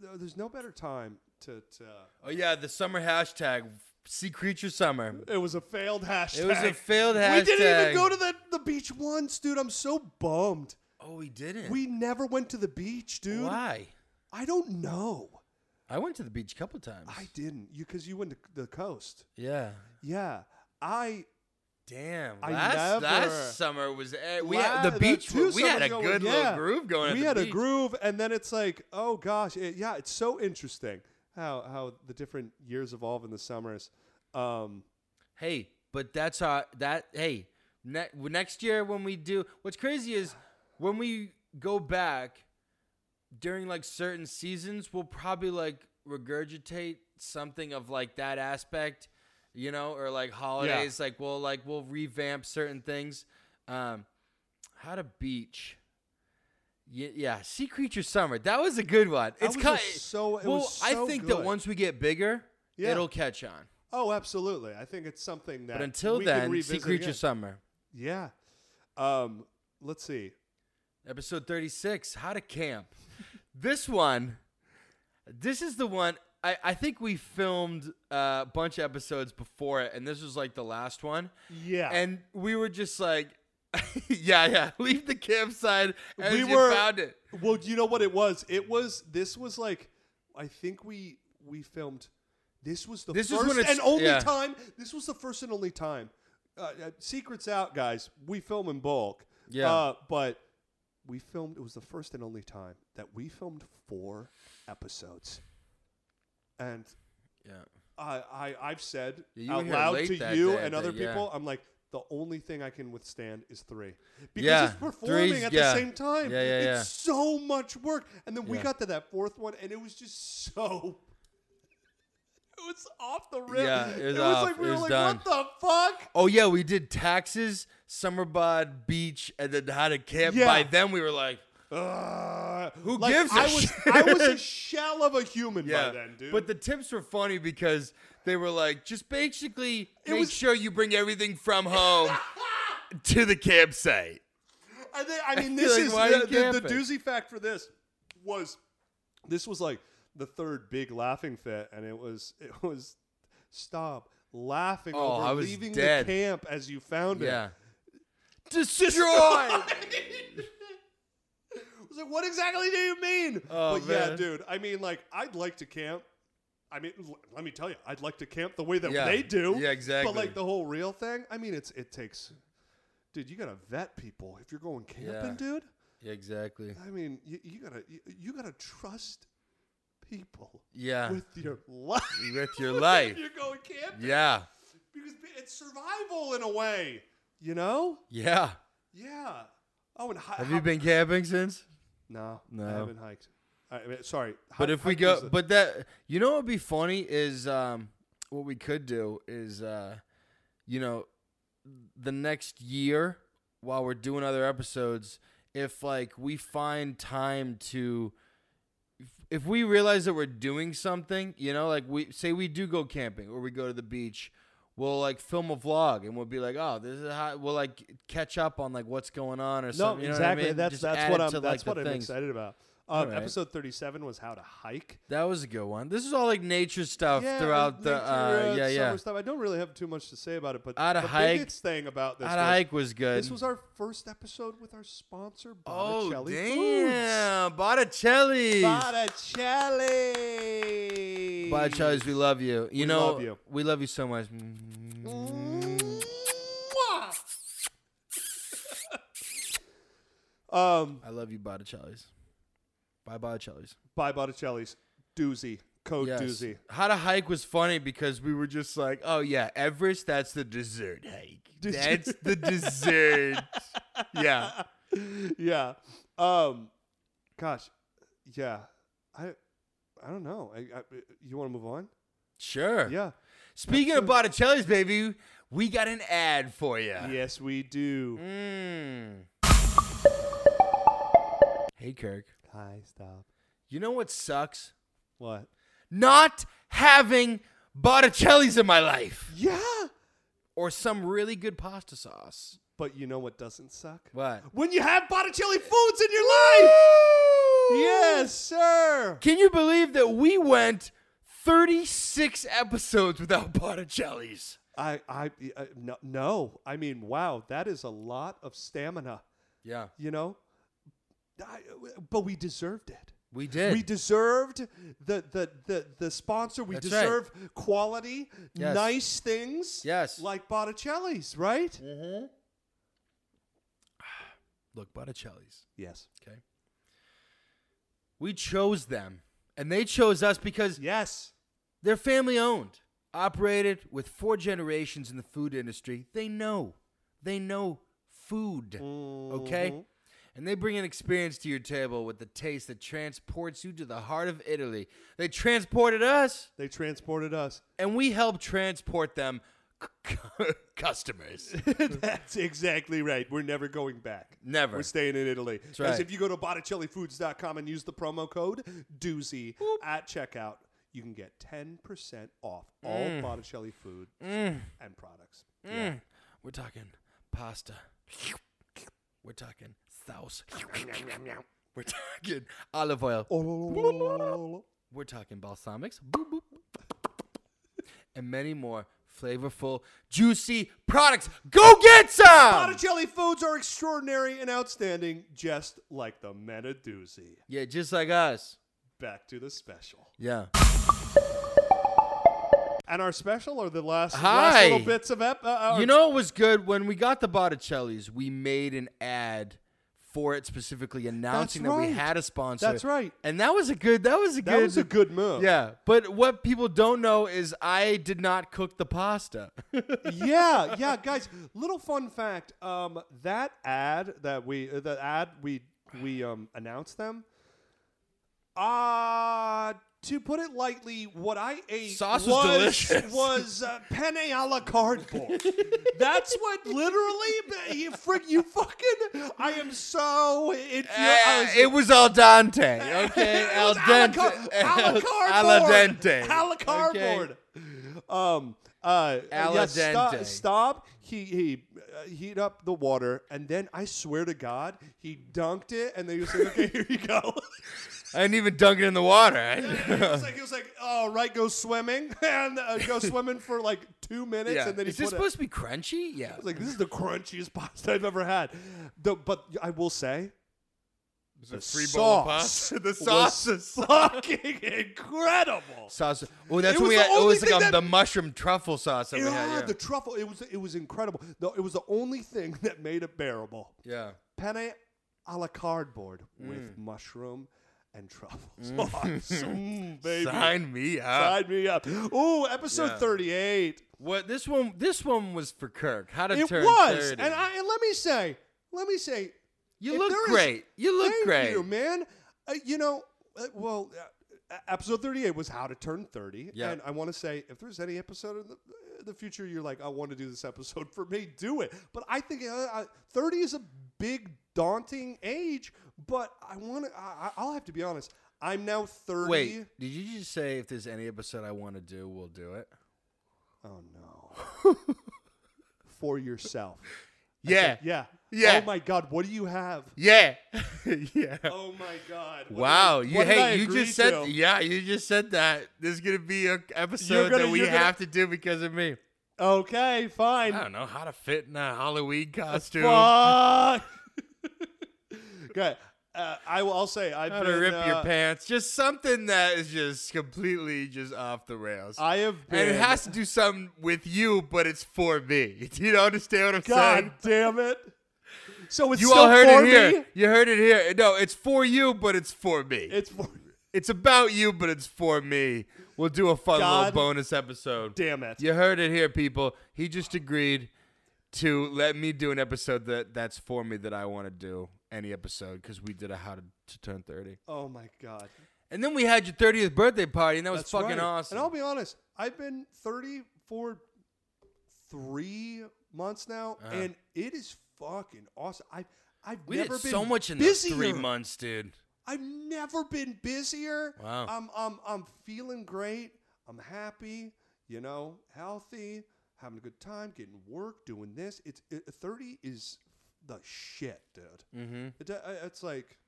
uh, there's no better time to, to uh,
Oh yeah, the summer hashtag sea creature summer.
it was a failed hashtag
It was a failed hashtag.
we didn't even go to the, the beach once dude i'm so bummed
Oh, we didn't.
We never went to the beach, dude.
Why?
I don't know.
I went to the beach a couple times.
I didn't. You because you went to the coast.
yeah.
Yeah, I.
Damn.
I
last,
never-
last summer was eh, we
Wow,
had the
that
beach.
two
was- We had a
summers ago was-
good
yeah.
little groove going.
We
at
had
the
a
beach.
groove, and then it's like, oh gosh, it, yeah, it's so interesting how how the different years evolve in the summers. Um,
Hey, but that's our that hey ne- next year when we do what's crazy is when we go back during like certain seasons we'll probably like regurgitate something of like that aspect you know or like holidays like we'll like we'll revamp certain things um how to beach Ye- yeah, Sea Creature Summer. That was a good one. It's
was
kind
a so- it
well.
was
I
so
think that
good.
once we get bigger,
Yeah.
it'll catch on.
Oh, absolutely. I think it's something that.
But until
we can
then, Sea
revisit
Creature
again.
Summer,
Yeah. Um, let's see.
episode thirty-six, How to Camp. this one, this is the one. I, I think we filmed uh, a bunch of episodes before it, and this was like the last one.
Yeah.
And we were just like, yeah, yeah, leave the campsite as
We
you
were-
found it.
well, do you know what it was? It was this was like I think we we filmed. This was the
This is
first
when it's-
and only
yeah.
time. This was the first and only time. Uh, uh, secrets out, guys. We film in bulk.
Yeah.
Uh, but we filmed. It was the first and only time that we filmed four episodes. And
Yeah.
I, I I've said
Yeah, you were
out
here
loud
late
to
that
you
day,
and
but
other
yeah.
people, I'm like, the only thing I can withstand is three. Because
Yeah,
it's performing
three's-
at
yeah.
the same time.
Yeah, yeah,
it's
yeah.
so much work. And then we
Yeah.
got to that fourth one and it was just so it was off the rip.
Yeah, it was off.
like we
It
were
was
like,
done.
what the fuck?
Oh yeah, we did taxes, summer bod, beach, and then how to camp.
Yeah.
By then we were like,
Ugh.
Who
Like,
gives a
I was
shit?
I was a shell of a human
yeah.
by then, dude.
But the tips were funny because they were like, just basically
It
make
was-
sure you bring everything from home to the campsite.
I, think, I mean,
feel
this
like,
is
why
the,
you
the, the
camping?
doozy fact for this was this was like the third big laughing fit, and it was it was stop laughing
Oh,
over
I was
leaving
dead.
the camp as you found
Yeah.
it.
Destroy.
I was like, what exactly do you mean?
Oh,
but yeah,
man.
dude. I mean, like, I'd like to camp. I mean, l- let me tell you, I'd like to camp the way that
Yeah.
they do.
Yeah, exactly.
But like the whole real thing, I mean, it's it takes. Dude, you gotta vet people if you're going camping,
Yeah.
dude.
yeah, exactly.
I mean, you, you gotta you, you gotta trust people
Yeah.
with your life.
With your life.
If you're going camping
Yeah.
because it's survival in a way. You know?
Yeah.
Yeah. Oh, and hi-
Have you been camping since?
No,
No.
I haven't hiked. I mean, sorry.
But
Hi-
if we
hike
go,
is a-
but that you know what would be funny is um, what we could do is uh, you know, the next year while we're doing other episodes, if like we find time to, if we realize that we're doing something, you know, like we say we do go camping or we go to the beach. We'll like film a vlog and we'll be like, oh, this is how we'll like catch up on like what's going on or
no,
something. you know what I
exactly.
mean?
That's
Just
that's
add
what
it
I'm
to, like,
that's what
the
I'm
things.
excited about.
All
Um,
right.
Episode 37 was how to hike.
That was a good one. This is all like nature stuff
Yeah,
throughout the
nature,
uh,
uh,
yeah yeah.
summer stuff. I don't really have too much to say about it, but
How to
the
hike-
biggest thing about this
Out of
was-
hike was good.
This was our first episode with our sponsor,
oh
Botticelli
damn, Botticelli's.
Foods. Botticelli.
Botticelli's, we love you. You
We
know,
love you.
we love you so much. Mm,
um,
I love you, Botticelli's. Bye, Botticelli's.
by Botticelli's, doozy, code
Yes.
doozy.
How to hike was funny because we were just like, oh yeah, Everest, that's the dessert hike.
Dessert.
That's the dessert. yeah.
yeah. Um, gosh, yeah. I, I don't know. I, I, you want to move on?
Sure.
Yeah.
Speaking of Botticelli's, baby, we got an ad for you.
Yes, we do.
Mm. Hey, Kirk.
Hi, stop.
You know what sucks?
What?
Not having Botticelli's in my life
Yeah.
or some really good pasta sauce.
But you know what doesn't suck?
What?
When you have Botticelli foods in your life. Yes, sir.
Can you believe that we went 36 episodes without Botticelli's?
I, I, I no, no. I mean, wow, that is a lot of stamina.
Yeah,
You know, I, but we deserved it.
we did.
We deserved the the the, the sponsor. We
That's right.
deserve quality,
Yes.
nice things.
Yes.
Like Botticelli's, right?
Mm-hmm. Look, Botticelli's.
Yes.
Okay. We chose them, and they chose us because
Yes.
They're family owned, operated with four generations in the food industry. They know. They know food. Okay? And they bring an experience to your table with the taste that transports you to the heart of Italy. They transported us,
They transported us.
and we helped transport them customers.
That's exactly right. We're never going back.
Never.
We're staying in Italy. That's
right.
if you go to BotticelliFoods.com and use the promo code doozy at checkout, you can get 10% off all
Mm.
Botticelli food and products. Yeah.
We're talking pasta. We're talking sauce. We're talking olive oil. We're talking balsamics. Boop, boop. And many more flavorful, juicy products. Go get some!
Botticelli foods are extraordinary and outstanding, just like the men of doozy.
Yeah, just like us.
Back to the special.
Yeah.
And our special are the last, last little
Hi.
bits of ep- uh, uh,
You know what was good? When we got the Botticellis, we made an ad for it specifically announcing that we
right.
had a sponsor.
That's right.
And that was a good that was a
That
good
was a good move.
Yeah. But what people don't know is I did not cook the pasta.
yeah, yeah, guys. Little fun fact: um, that ad that we, uh, the ad we we um, announced them. Uh to put it lightly, what I ate
Sauce was
was
delicious.
was, uh, penne a la cardboard. That's what literally you, frick, you fucking. I am so Eh, it.
Uh, it was al dente. Okay,
It
al
was a la
dente.
car- a la
Al la
cardboard.
dente.
A la cardboard. Um. Uh.
A la
yeah, sto-
dente.
Stop. He he uh, heat up the water, and then I swear to God, he dunked it, and then he was like, "Okay, here you go."
I didn't even dunk it in the water.
he was like, "He was like, all right, go swimming and uh, go swimming for like two minutes,
yeah.
and then he
Is this
put it-
supposed to be crunchy? Yeah.
I was like, this is the crunchiest pasta I've ever had. The, but I will say, the
free
sauce
bowl of pasta? The sauce
was fucking incredible.
Sauce. Oh, that's
It
when
was
we
the
had. It
only
was like
thing
um,
that-
the mushroom truffle sauce that we had.
Yeah,
Yeah.
the truffle. It was it was incredible. The, it was the only thing that made it bearable.
yeah.
Penne a la cardboard with
Mm.
mushroom and truffle sauce. Mm, baby.
Sign me up.
Sign me up. Ooh, episode
Yeah.
38.
What this one? This one was for Kirk. How to
It
turn
was.
30.
And I and let me say, let me say,
you
if
look
there is-
great. you look
Thank
great.
you, man. Uh, you know, uh, well, uh, e- episode 38 was how to turn 30.
Yeah.
And I want to say, if there's any episode in the, in the future you're like, I want to do this episode for me, do it. But I think uh, uh, 30 is a big, daunting age. But I want to, I, I- I'll have to be honest. I'm now 30.
Wait, did you just say if there's any episode I want to do, we'll do it?
Oh, no. for yourself.
Yeah,
Yeah.
Yeah.
Oh, my God. What do you have?
yeah, yeah.
Oh, my God. What did I-
Wow, you
what did I
hey, you
agree
just said
to?
yeah, you just said that there's gonna be an episode
gonna-
that we
you're gonna-
have to do because of me.
Okay, fine.
I don't know how to fit in a Halloween costume.
Fuck. Good. Uh, I will. I'll say I've
How to
been.
rip
uh,
your pants? Just something that is just completely just off the rails.
I have been.
and it has to do something with you, but it's for me. Do you understand what I'm
God
saying?
damn it! So it's
You
still
all heard
for
it here.
me.
You heard it here. No, it's for you, but it's for me.
It's for.
It's about you, but it's for me. We'll do a fun
God
little bonus episode.
Damn it.
You heard it here, people. He just agreed to let me do an episode that that's for me that I want to do any episode because we did a how to, to turn thirty,
Oh my god.
and then we had your thirtieth birthday party, and that was
That's
fucking
right.
awesome.
And I'll be honest. I've been thirty for three months now, and it is fucking awesome. I. I've
Uh-huh. we
never
did
been
so much in those
busier.
three months, dude.
I've never been busier.
Wow.
I'm, I'm, I'm feeling great. I'm happy, you know, healthy, having a good time, getting work, doing this. It's it, 30 is the shit, dude.
Mm-hmm.
It, uh, it's like,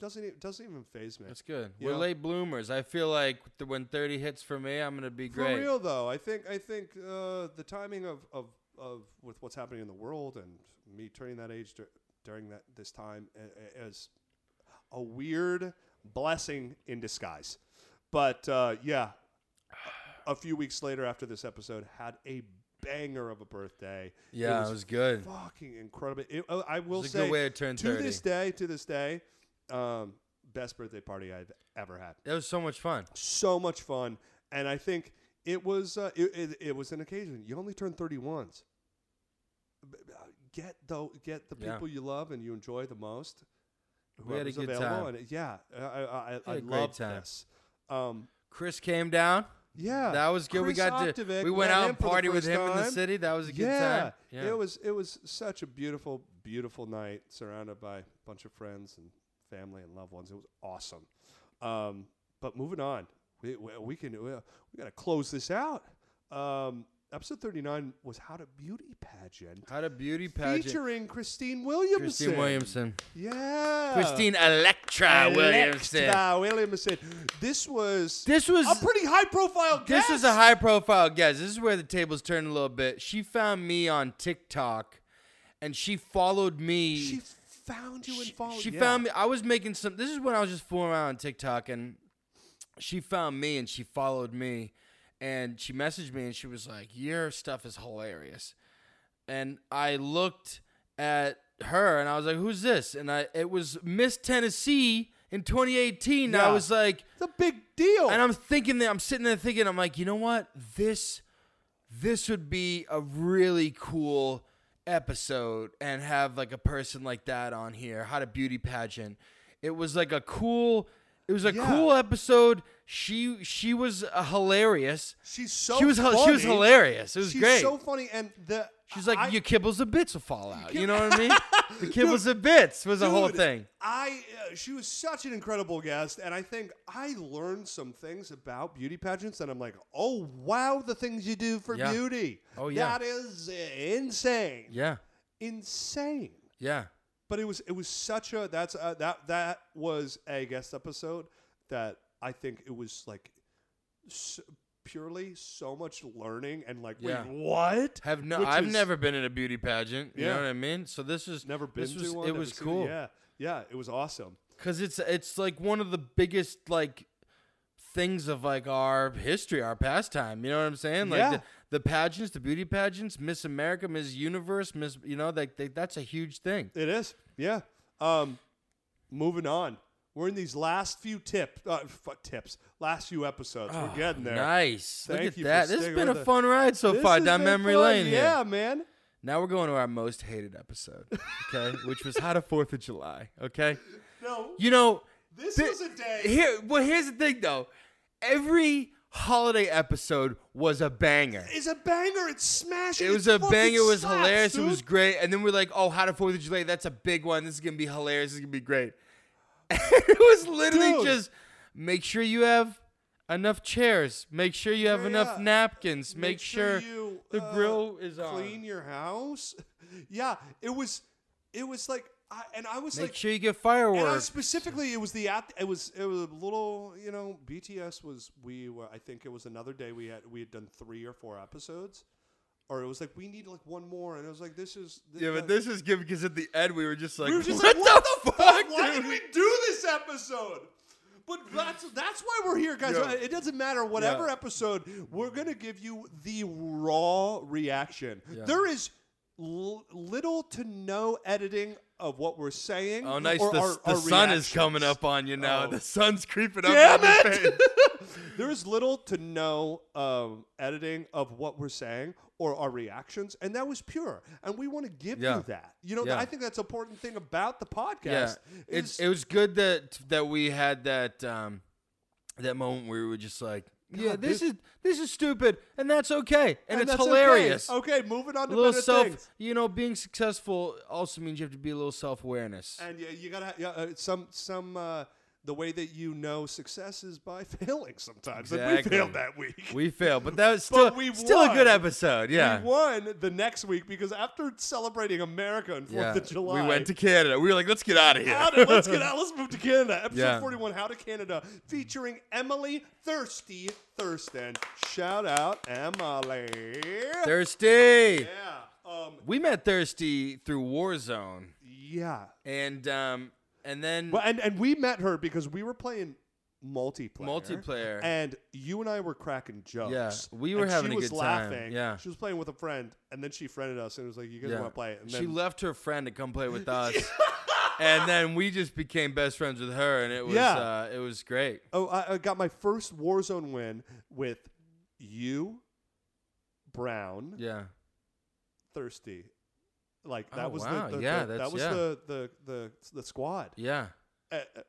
doesn't even, doesn't even phase me.
That's good.
You
We're
know?
late bloomers. I feel like th- when thirty hits for me, I'm gonna be
For
great.
real though, I think I think uh, the timing of, of, of with what's happening in the world and me turning that age dur- during that this time i- i- is a weird blessing in disguise. But uh, yeah, a few weeks later after this episode, had a banger of a birthday.
Yeah, it was, good.
fucking incredible. It, uh, I will
It's a
say
good way to turn
to
thirty.
this day, to this day, um, best birthday party I've ever had
That was so much fun.
so much fun and i think it was uh, it, it, it was an occasion you only turn 31s B- b- uh, get though get the
Yeah.
people you love and you enjoy the most
We had a
whoever's
good
available
time.
and yeah i i i, I
a great
love
time.
this um
Chris came down.
Yeah,
That was good.
Chris
we got
Optivic,
to, we went
met
out
him
and
for the
party with
first
him in the
time.
city. That was a good
yeah.
time. Yeah.
it was it was such a beautiful, beautiful night, surrounded by a bunch of friends and family and loved ones. It was awesome. Um, but moving on, we, we, we can we, we got to close this out. Um, episode thirty nine was how to beauty pageant,
How to beauty pageant.
featuring Christine Williamson.
Christine Williamson.
yeah,
Christine Electra Williamson.
Electra Williamson. This was
This was
a pretty high profile.
this was a high profile guest. This is where the tables turned a little bit. She found me on TikTok, and she followed me.
She found you and
She-
followed.
She
yeah.
found me. I was making some. This is when I was just fooling around on TikTok, and she found me and she followed me, and she messaged me and she was like, "Your stuff is hilarious," and I looked at her and I was like, "Who's this?" And I it was Miss Tennessee in 2018.
Yeah.
I was like,
It's a big deal.
and I'm thinking that I'm sitting there thinking, I'm like, you know what? This this would be a really cool episode and have like a person like that on here. How to beauty pageant. It was like a cool it was a
Yeah.
cool episode. She she was uh, hilarious.
she's so
she was hel-
funny.
she was hilarious. It was
She's
great.
so funny, and the
She's like,
I-
your kibbles and bits will fall out. You know what I mean? The kibbles and bits was the whole
Dude,
thing.
I uh, she was such an incredible guest, and I think I learned some things about beauty pageants, and I'm like, oh wow, the things you do for
Yeah.
beauty.
Oh, yeah.
that is uh, insane,
Yeah,
insane.
yeah.
But it was it was such a that's a, that that was a guest episode that I think it was like s purely so much learning and like
Yeah.
wait what
Have no,
Which
I've
is-
never been in a beauty pageant. You
Yeah.
know what I mean? So this was
never been
this was,
to one.
It
never
was
seen
cool
Yeah, yeah, it was awesome.
because it's it's like one of the biggest like things of like our history, our pastime. You know what I'm saying? Like
Yeah.
the, the pageants, the beauty pageants, Miss America, Miss Universe, Miss you know, like they, that's a huge thing.
It is. Yeah. Um, moving on. We're in these last few tip uh, f- tips, last few episodes. We're getting there.
Ah, Nice.
Thank
Look
you
at that.
for
This has
sticking
been a
with it.
fun ride so
This
far
has
down
been
memory
fun.
lane. here.
Yeah, man.
Now we're going to our most hated episode, okay? Which was how to Fourth of July, okay?
No,
You know,
this
thi-
was a day.
Here, well, here's the thing though. Every holiday episode was a banger.
it's a banger. It's smashing.
It was
It
a
fucking
banger. It was
slaps,
hilarious. It was
dude.
great. And then we're like, oh, how to Fourth of July? That's a big one. This is gonna be hilarious. This is gonna be great. it was literally
Dude.
just make sure you have enough chairs. Make sure you have
Yeah,
enough
yeah.
napkins. Make, sure,
you,
the
uh,
grill is on.
Clean your house. Yeah, it was. It was like, I, and I was
Make
like,
sure you get
And I
fireworks.
specifically, it was the at it was it was a little you know BTS was we were I think it was another day we had we had done three or four episodes, or it was like we need like one more, and it was like this is th-
yeah,
th-
but this is good because at the end we were just like,
we were just
what,
like what
the, fuck?
why
dude?
did we do this episode? But that's that's why we're here, guys.
Yeah.
It doesn't matter whatever
Yeah.
episode we're gonna give you the raw reaction. There is l- little to no editing of what we're saying.
Oh, nice.
or
the
our-
the
our
sun is coming
reactions.
up on you now.
Oh.
The sun's creeping up.
Damn
on your
it!
face.
there is little to no um, editing of what we're saying or our reactions, and that was pure. And we want to give
Yeah.
you that. You know,
Yeah.
I think that's an important thing about the
yeah,
podcast.
it's
is-
it was good that that we had that um that moment where we were just like, yeah,
God,
this,
this-
is this is stupid, and that's okay, and, it's
that's okay.
hilarious.
Okay, moving on
A
to
little
better
self,
things.
you know, being successful also means you have to be a little self awareness.
And you, you gotta ha- yeah, uh, some some. Uh, the way that you know success is by failing sometimes, and we
Exactly.
failed that week.
We failed, but that was still
we
still a
won.
good episode. Yeah,
We won the next week because after celebrating America on Fourth
yeah.
of July,
we went to Canada. We were like, let's get out of here.
Out of- let's get out. Let's move to Canada. Episode
Yeah.
41, How to Canada, featuring Emily Thirsty Thurston. Shout out, Emily.
Thirsty.
yeah. Um,
We met Thirsty through Warzone,
yeah.
and um, and then
Well, and, and we met her because we were playing multiplayer.
Multiplayer.
And you and I were cracking jokes.
Yeah, we were
and
having
she
a
was
good time.
laughing.
Yeah.
She was playing with a friend, and then she friended us and was like, You guys
Yeah.
want to play it? And
she
then,
left her friend to come play with us, and then we just became best friends with her, and it was
Yeah.
uh, it was great.
Oh, I, I got my first Warzone win with you, Brown.
Yeah,
thirsty. Like
Oh,
that was
wow.
the, the,
Yeah,
the-
that's-
that was
yeah.
the, the the the squad.
yeah,
Uh, uh,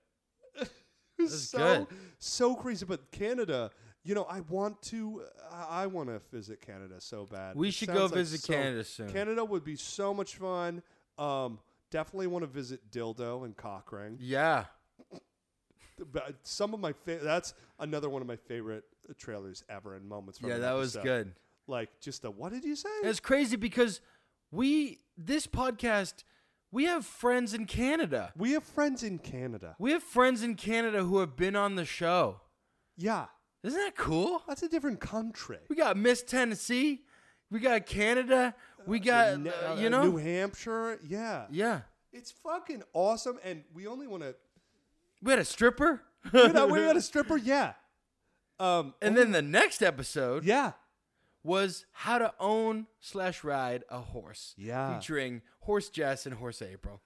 it was
That's
so
good.
so crazy, but Canada, You know, I want to. I I want to visit Canada so bad.
We
It
should
sounds
go
like
visit
so-
Canada soon.
Canada would be so much fun. Um, definitely want to visit Dildo and Cochrane.
yeah.
But uh, Some of my fa- that's another one of my favorite uh, trailers ever and moments. From
Yeah,
an
that was
episode.
good.
Like just a what did you say?
And it's crazy because we this podcast we have friends in Canada.
we have friends in Canada.
We have friends in Canada who have been on the show.
Yeah,
Isn't that cool?
that's a different country.
We got Miss Tennessee, we got Canada, we got
Ne-
uh,
uh,
you know
New Hampshire. Yeah,
yeah.
it's fucking awesome. And we only want to.
We had a stripper.
We had- we had a stripper. Yeah. Um.
and then the next episode
Yeah.
was how to own slash ride a horse.
Yeah.
Featuring Horse Jess and Horse April.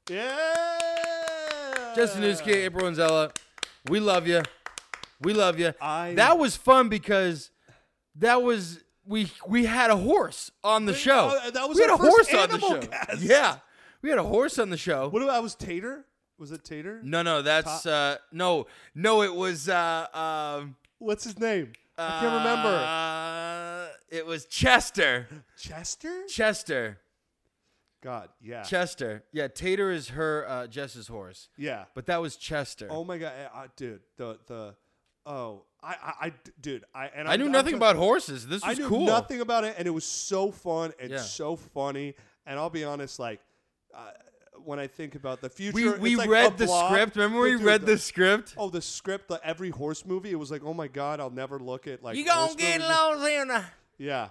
Yeah.
Justin Newski, April and Zella, we love you. We love you.
I-
that was fun because that was we we had a horse on the show.
uh, that was
we had
our
a
first
horse on the
animal
show.
cast.
Yeah, we had a horse on the show.
What about I was Tater? Was it Tater?
No, no, that's uh, no, no. It was uh, um,
What's his name? I can't remember.
Uh, it was Chester.
Chester?
Chester.
God, yeah.
Chester. Yeah, Tater is her uh, Jess's horse,
yeah.
but that was Chester.
Oh my god, I, I- dude, the the oh, I I, I dude, I and
I
I'm-
knew
I'm
nothing
try-
about horses. This
I
was
knew
cool.
nothing about it, and it was so fun and
Yeah.
so funny. And I'll be honest, like uh, when I think about the future,
We
it's
we
like
read
a
the
blog,
script. Remember
but
we
dude,
read
the-
the script.
Oh, the script, the every horse movie. It was like, oh my god, I'll never look at like.
You gonna
horse
get
movies.
lost in a
Yeah,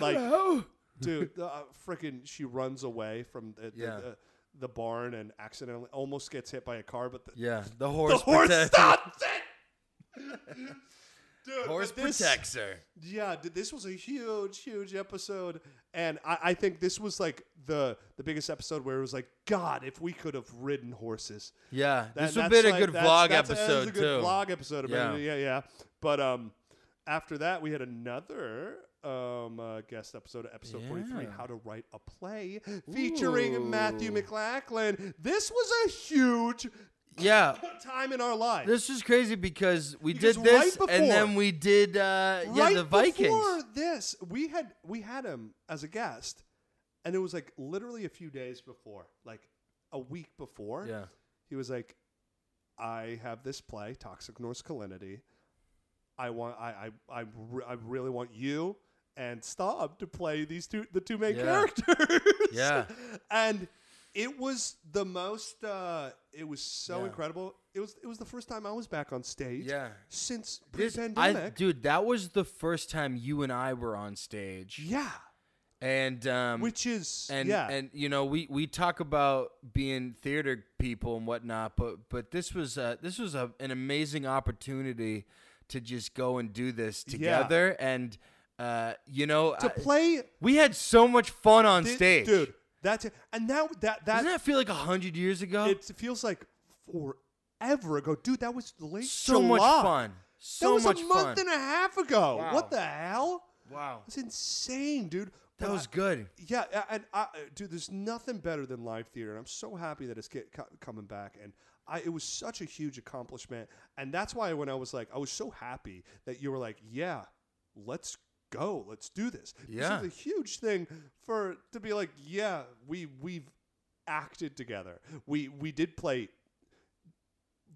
like
Oh.
dude, uh, freaking, she runs away from the, the,
Yeah.
the, the barn and accidentally almost gets hit by a car, but the,
Yeah, the
the
horse.
horse
protect-
stops it. Dude, but
Horse
this-
protects her.
Yeah, dude, this was a huge, huge episode, and I, I think this was like the the biggest episode where it was like, God, if we could have ridden horses.
Yeah,
That-
this would have
that's
been a
like-
good
that's-
vlog
that's a- that was
episode
a good
too.
Vlog episode.
Yeah.
About yeah, yeah, yeah. But um, after that, we had another um uh, guest episode, episode forty-three,
Yeah.
how to write a play, featuring Matthew
Ooh.
McLachlan. This was a huge
Yeah,
time in our lives.
This is crazy because we
Because
did
right
this
before-
and then we did uh, yeah
right
the Vikings.
before this, we had we had him as a guest, and it was like literally a few days before, like a week before.
Yeah,
he was like, "I have this play, Toxic Norse Calinity. I want, I, I, I, re- I really want you and Staub to play these two, the two main
Yeah.
characters."
Yeah.
and it was the most. Uh, it was so
Yeah.
incredible. It was, it was the first time I was back on stage.
yeah.
since
This,
pre-pandemic.
I, dude, that was the first time you and I were on stage,
yeah,
and um,
which is
and
yeah,
and you know we we talk about being theater people and whatnot, but but this was uh, this was a, an amazing opportunity to just go and do this
Yeah.
together, and uh, you know
to
I-
play
we had so much fun on
thi-
stage,
dude. That's it. And now that that
Doesn't that feel like a hundred years ago?
it feels like forever ago, dude. That was late
so much
July.
fun. So
that was
much
a
fun.
month and a half ago.
Wow.
What the hell?
wow.
That's insane, dude.
That
But
was
I-
good.
yeah, a- and I, uh, dude, there's nothing better than live theater, and I'm so happy that it's get, co- coming back. And I, it was such a huge accomplishment, and that's why when I was like, I was so happy that you were like, yeah, let's go, let's do this.
Yeah.
this is a huge thing for to be like, yeah, we we've acted together, we we did play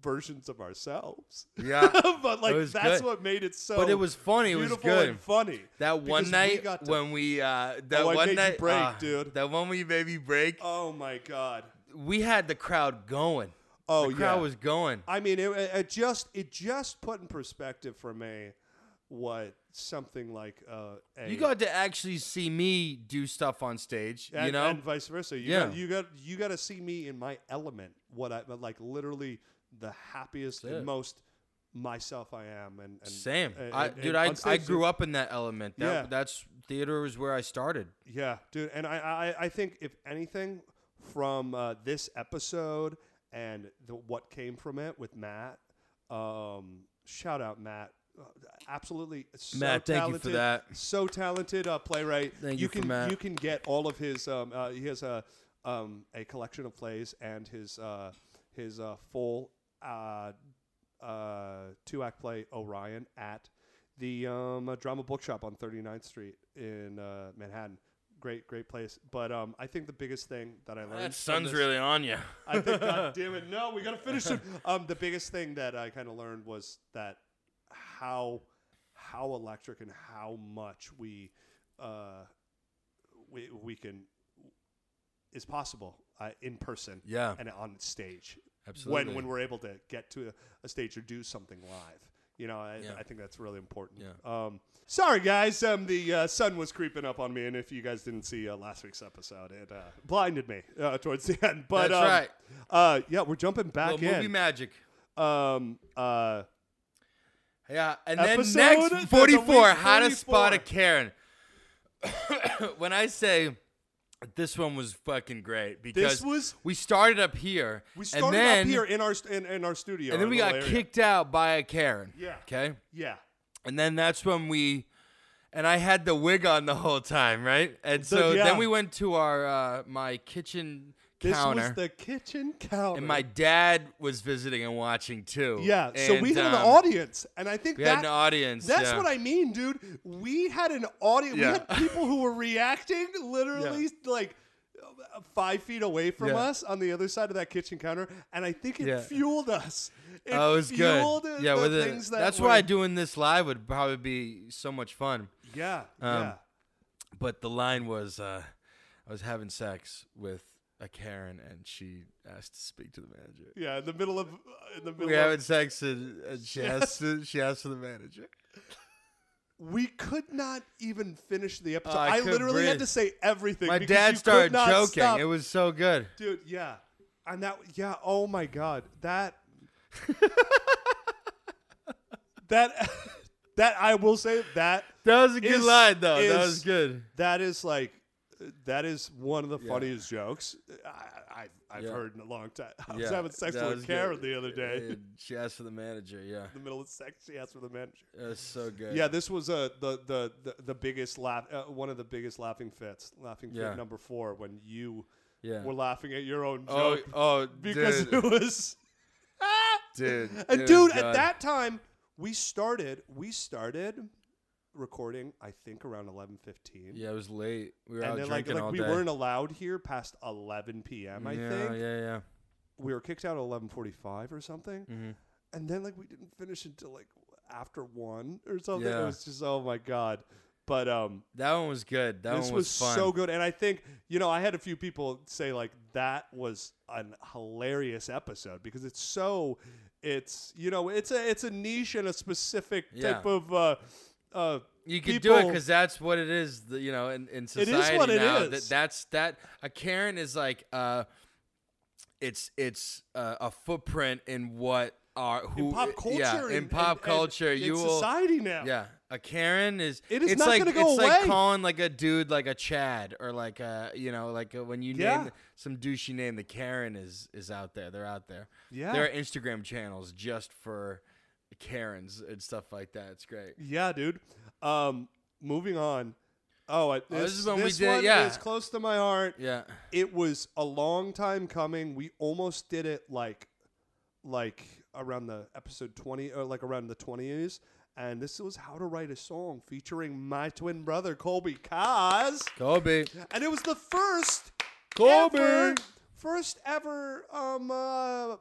versions of ourselves,
Yeah.
but like
was
that's
good.
what made it so.
But it was funny. It was
beautiful
good.
and funny.
That
because
one
we
night
got to-
when we uh that
Oh, I
one
made you
night
break,
ah,
dude.
That one we baby break.
Oh my god.
we had the crowd going.
Oh
the crowd
yeah.
was going.
I mean, it, it just it just put in perspective for me what something like uh, a
You got to actually see me do stuff on stage,
and,
you know?
and vice versa. You
Yeah.
got, you got you got to see me in my element. What I but like literally the happiest
That's it.
and most myself I am. And, and
Same.
and-
I,
and-
dude,
and
I,
on
I
stage,
grew up in that element. That,
Yeah.
That's theater was where I started.
Yeah, dude, and I I, I think if anything from uh, this episode and the, what came from it with Matt, um, shout out Matt, Uh, absolutely so
Matt, thank you for
talented,
that.
so talented uh, playwright.
Thank you for
can
Matt.
you can get all of his um, uh, he has a um, a collection of plays and his uh, his uh, full. Uh, uh, two act play Orion at the um, uh, drama bookshop on 39th Street in uh, Manhattan. Great, great place. But um, I think the biggest thing that I learned.
That
from
sun's
this-
really on you.
I think, God damn it, no, we gotta finish it. Um, the biggest thing that I kind of learned was that how how electric and how much we uh, we we can is possible uh, in person,
Yeah.
and on stage.
Absolutely.
when when we're able to get to a, a stage or do something live. You know, I,
Yeah.
I think that's really important.
Yeah.
Um, sorry, guys. Um, the uh, sun was creeping up on me, and if you guys didn't see uh, last week's episode, it uh, blinded me uh, towards the end. But
That's
um,
right.
uh, yeah, we're jumping back
Well, movie
in.
magic.
um, uh,
Yeah, and
Episode
then
of the
next forty-four,
week
how to spot a
44.
Karen. when I say this one was fucking great because
was-
we started up here,
we started
and then,
up here in our st- in, in our studio,
and then
our
we
little
got
area.
kicked out by a Karen.
Yeah.
Okay.
Yeah,
And then that's when we, and I had the wig on the whole time, right? And so
yeah.
then we went to our uh, my kitchen
this
counter.
was the kitchen counter.
and my dad was visiting and watching too.
yeah, so we
And,
had an
um,
audience, and I think
We
that
had an audience.
That's
yeah.
what I mean, dude. We had an audience. We
Yeah.
had people who were reacting literally like uh, five feet away from
Yeah.
us on the other side of that kitchen counter, and I think it
Yeah.
fueled us. It
Oh, it was
fueled
good.
the
Yeah, with it-
things that
that's
were,
why doing this live would probably be so much fun.
Yeah, yeah.
Um, But the line was, uh, I was having sex with a Karen, and she asked to speak to the manager.
Yeah, in the middle of uh, in the middle
We were
of-
having sex, and, and she asked, to, she asked for the manager.
we could not even finish the episode.
Oh, I
I,
couldn't
literally had
breathe.
to say everything.
My
because you
dad
could
started
not
joking.
stop.
It was so good.
dude. Yeah, and that. Yeah. Oh my god. That. that. That I will say that
That was a good
Is-
line, though. that
is-
was good.
that is like that is one of the funniest jokes I, I, I've
Yeah.
heard in a long time. I was having sex
that
with
was
Karen
good.
the other day. In
And she asked for the manager. Yeah,
the middle of sex, she asked for the manager.
it was so good.
Yeah, this was uh, the, the the the biggest laugh, uh, one of the biggest laughing fits, laughing fit
Yeah.
number four when you
yeah.
were laughing at your own
oh,
joke
oh,
because
dude,
it was.
dude,
And
it was
dude, at
good.
that time we started we started recording I think around 11:15.
Yeah, it was late. We were
And
out
then like
drinking
like
all
we
day.
weren't allowed here past 11 p.m. I
yeah,
think.
yeah, yeah.
We were kicked out at 11:45 or something.
Mm-hmm.
And then like we didn't finish until like after 1 or something. It
Yeah.
was just oh my god. But um
That one was good. That
this
one
was,
was, fun.
so good and I think you know I had a few people say like that was an hilarious episode because it's so it's you know it's a it's a niche and a specific type
Yeah.
of uh uh
You could do it
people-
because that's what it is. the- You know, in, in
is
society
what it
now,
is.
That, that's that. A Karen is like, uh, it's it's uh, a footprint in what our who
in pop
yeah,
culture and-
in
and-
pop
and
culture
in
you will
society now.
Yeah, a Karen is.
It is
it's
not
like,
gonna go
It's
away.
like calling like a dude like a Chad or like a you know like uh when you
Yeah.
name some douchey name, the Karen is is out there. They're out there.
Yeah.
there are Instagram channels just for Karens and stuff like that. It's great.
Yeah, dude. Um, moving on. Oh, I, this,
this is when we
this
did-
one
yeah.
is close to my heart.
Yeah,
It was a long time coming. We almost did it like, like around the episode twenty or like around the twenties. And this was how to write a song featuring my twin brother Colby Kaz,
Kobe.
and it was the first
Colby.
ever, first ever um uh,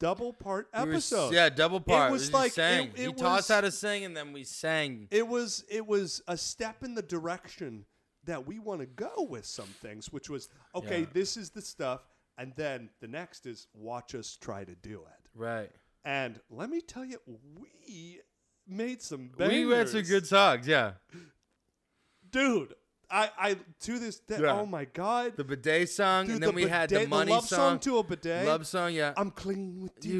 double part
We were s-
episode.
yeah, double part. we
was
just
like- it-
sang.
it
he
was-
taught us how to sing, and then we sang.
it was it was a step in the direction that we want to go with some things which was okay
Yeah.
this is the stuff and then the next is watch us try to do it
Right.
and let me tell you we made some
We had some
bangers.
good songs. Yeah,
dude i i to this day
Yeah.
oh my god
the bidet song,
dude,
and then
the
we had
bidet-
the money
love song, to a bidet
love song. Yeah.
i'm clean with you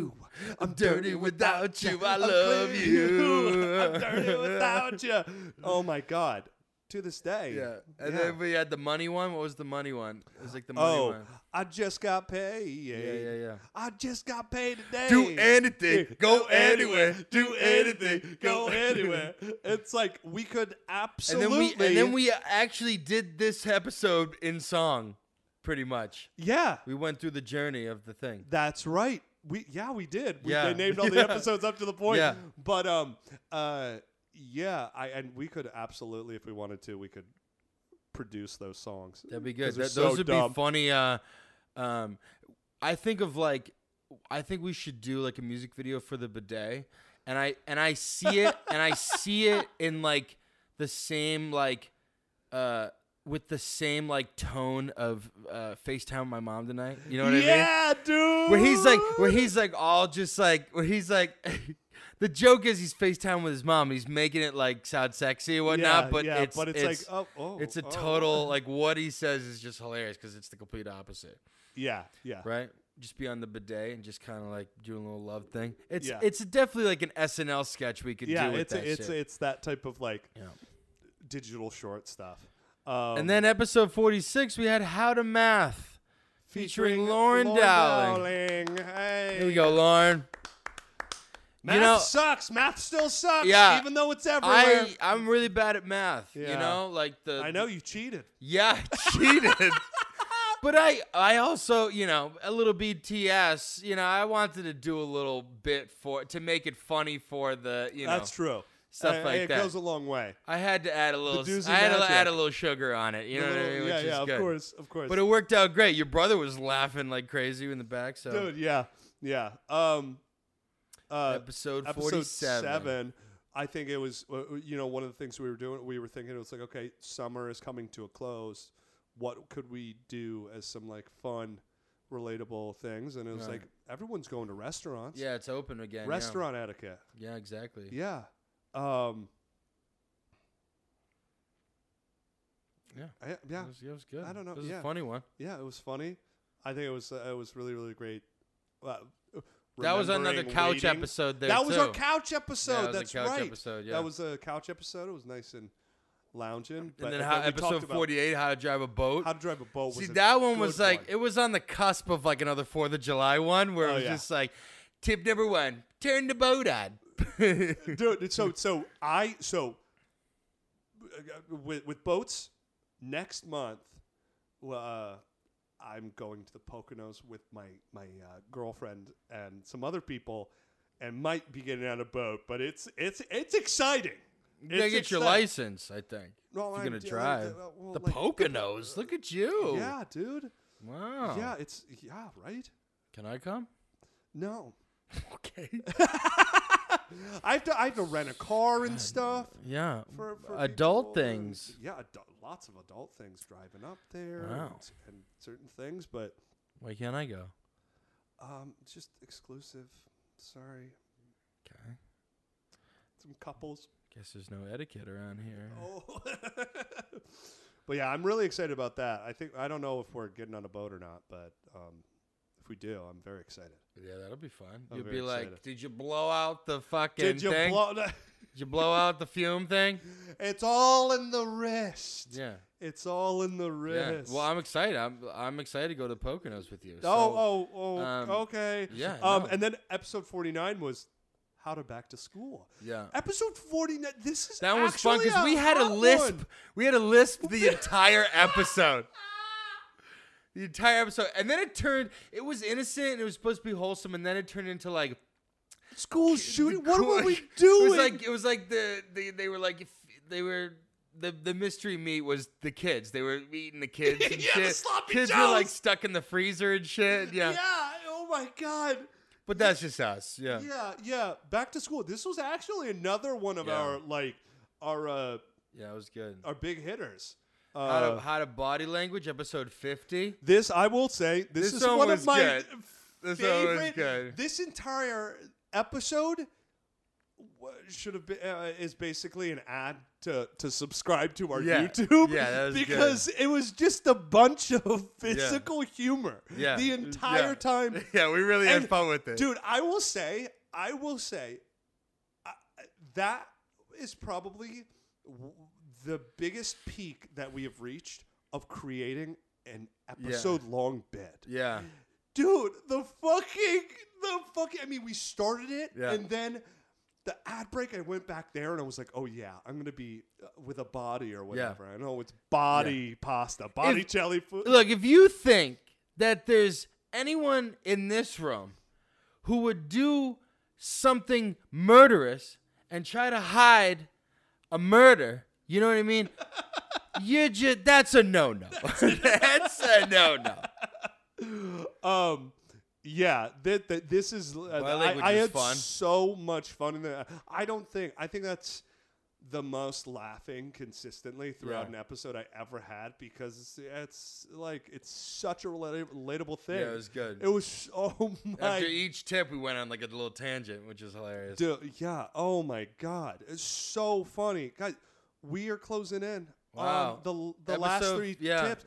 You.
i'm
dirty without you. I
I'm
love
clean with
you.
i'm dirty without you oh my god to this day
Yeah, and
Yeah.
then we had the money one. What was the money one? It was like the money
Oh,
one.
I just got paid. Yeah,
yeah, yeah.
I just got paid today.
anything,
Go anywhere. Do anything. Go anywhere. It's like we could
And
absolutely.
then we and then we actually did this episode in song, pretty much.
Yeah,
We went through the journey of the thing.
that's right. We yeah we did. We,
Yeah.
They named all the
Yeah.
episodes up to the point.
Yeah.
But um uh yeah, I and we could absolutely, if we wanted to, we could produce those songs.
That'd be good.
'Cause they're
That- those
so
would
dumb.
be funny. Uh, um, I think of like, I think we should do like a music video for the bidet, and I and I see it and I see it in like the same like, uh, with the same like tone of uh, FaceTime with my mom tonight. You know what I mean?
yeah, dude.
Where he's like, where he's like, all just like, where he's like, the joke is he's FaceTime with his mom. He's making it like sound sexy and whatnot,
yeah,
but,
yeah,
it's,
but it's, like, oh, oh,
it's a
oh.
total like what he says is just hilarious because it's the complete opposite,
Yeah, yeah.
right? Just be on the bidet and just kind of like doing a little love thing. It's
Yeah.
it's definitely like an SNL sketch we could
Yeah,
do with
it's
that
it's
shit.
it's that type of like
Yeah.
digital short stuff. Um,
and then episode forty six, we had How to Math featuring, Lauren, Dowling.
Dowling. Hey.
Here we go, Lauren.
Math
You know-
sucks. Math still sucks.
Yeah.
even though it's everywhere.
I I'm really bad at math. You
Yeah.
know, like the
I know you cheated.
Yeah, I cheated. but I I also, you know, a little BTS, you know, I wanted to do a little bit for to make it funny for the, you know,
That's true.
stuff
Uh,
like
it
that.
goes a long way.
I had to add a little
do's
I
and
had to
magic.
add a little sugar on it, you
The
know what I
little-
mean? Which
yeah,
is
yeah, of
good.
course, of course.
But it worked out great. Your brother was laughing like crazy in the back, so
Dude, yeah, yeah. Um, uh,
episode,
episode
47.
seven. I think it was, uh, you know, one of the things we were doing, we were thinking it was like, okay, summer is coming to a close. What could we do as some like fun, relatable things? And it was
Right.
like, everyone's going to restaurants.
Yeah, it's open again. yeah.
Restaurant etiquette.
Yeah, exactly.
Yeah. Um,
Yeah.
I, yeah.
It, was, it was good.
I don't know,
It was
yeah.
a funny one.
Yeah. It was funny. I think it was, uh, it was really, really great. Uh,
That was another
remembering
couch
waiting.
episode there
That was our
too.
couch episode.
Yeah, it was a
That's
couch
right.
episode, yeah.
That was a couch episode. It was nice and lounging. but-
and then
but
how,
we talked
episode
about
48 how to drive a boat
How to drive a boat. Was
see
a
that one
good
was like it was on the cusp of like another fourth of july one where
Oh,
it was
yeah.
just like tip number one turn the boat on yeah
dude. So so I so uh, with with boats next month. Uh, I'm going to the Poconos with my my uh, girlfriend and some other people, and might be getting on a boat. But it's it's it's exciting.
you gotta
It's
get your
exciting.
license i think
No,
if
I'm
you're gonna
d-
drive
uh, well,
the
like-
poconos look at you
Yeah, dude.
wow
Yeah, it's yeah, right?
can i come
No.
okay
I have to I have to rent a car and stuff
yeah
for, for
adult
people and-
things
yeah, adult, lots of adult things driving up there
Wow.
and, and certain things, but
why can't i go
um it's just exclusive. Sorry.
okay
Some couples.
guess there's no etiquette around here
Oh. but yeah, I'm really excited about that. I think I don't know if we're getting on a boat or not, but um if we do, I'm very excited.
yeah that'll be fun
I'm
you'll
very
be like
excited.
did you blow out the fucking
Did you
thing?
blow
Did you blow out the fume thing?
It's all in the wrist.
Yeah.
It's all in
Yeah.
the wrist.
Well, I'm excited. I'm I'm excited to go to Poconos with you. so-
Oh, oh, oh,
um,
okay.
yeah,
Um,
no.
and then episode forty nine was how to back to school.
Yeah.
Episode forty nine. This is
That one was fun
actually
because we had a
hot
lisp.
one.
We had a lisp the entire episode. The entire episode, and then it turned. It was innocent. and It was supposed to be wholesome, and then it turned into like
School shooting. What were we
It
doing?
was like it was like the, the they were like they were the the mystery meat was the kids. They were eating the kids and
Yeah, the
shit.
sloppy
kids were like
joes.
stuck in the freezer and shit. Yeah.
yeah. Oh my god.
But that's just us.
Yeah, yeah. Back to school. This was actually another one of
Yeah.
our like our uh
Yeah, it was good.
our big hitters.
how,
Uh,
to, how to body language episode 50
This I will say. This,
This
is
one
one of
was
my
good. This one was
favorite.
good.
This entire episode wa- should have been uh, is basically an ad to to subscribe to our
Yeah.
YouTube.
Yeah, that was good.
because it was just a bunch of physical humor.
Yeah.
the
Yeah.
entire time.
yeah we really
had And,
fun with it
Dude, I will say, I will say, I- that is probably w- the biggest peak that we have reached of creating an episode long bit.
yeah
Dude, the fucking, the fucking, I mean, we started it
Yeah.
and then the ad break, I went back there and I was like, oh yeah, I'm going to be uh, with a body or whatever. I know it's body pasta, body
If-
jelly food.
look if you think that there's anyone in this room who would do something murderous and try to hide a murder. You know what I mean? you just that's a no no. that's a no no.
Um, yeah, that, that this is. Uh,
Body
I,
language
I
is
had
fun.
so much fun in that. I don't think. I think that's the most laughing consistently throughout
Yeah.
an episode I ever had because it's, it's like it's such a relata- relatable thing.
Yeah, it was good.
It was so
After
my.
each tip, we went on like a little tangent, which is hilarious.
Dude, yeah. Oh my god, it's so funny, guys. We are closing in
Wow.
on the the last
Episode-
three
yeah.
tips.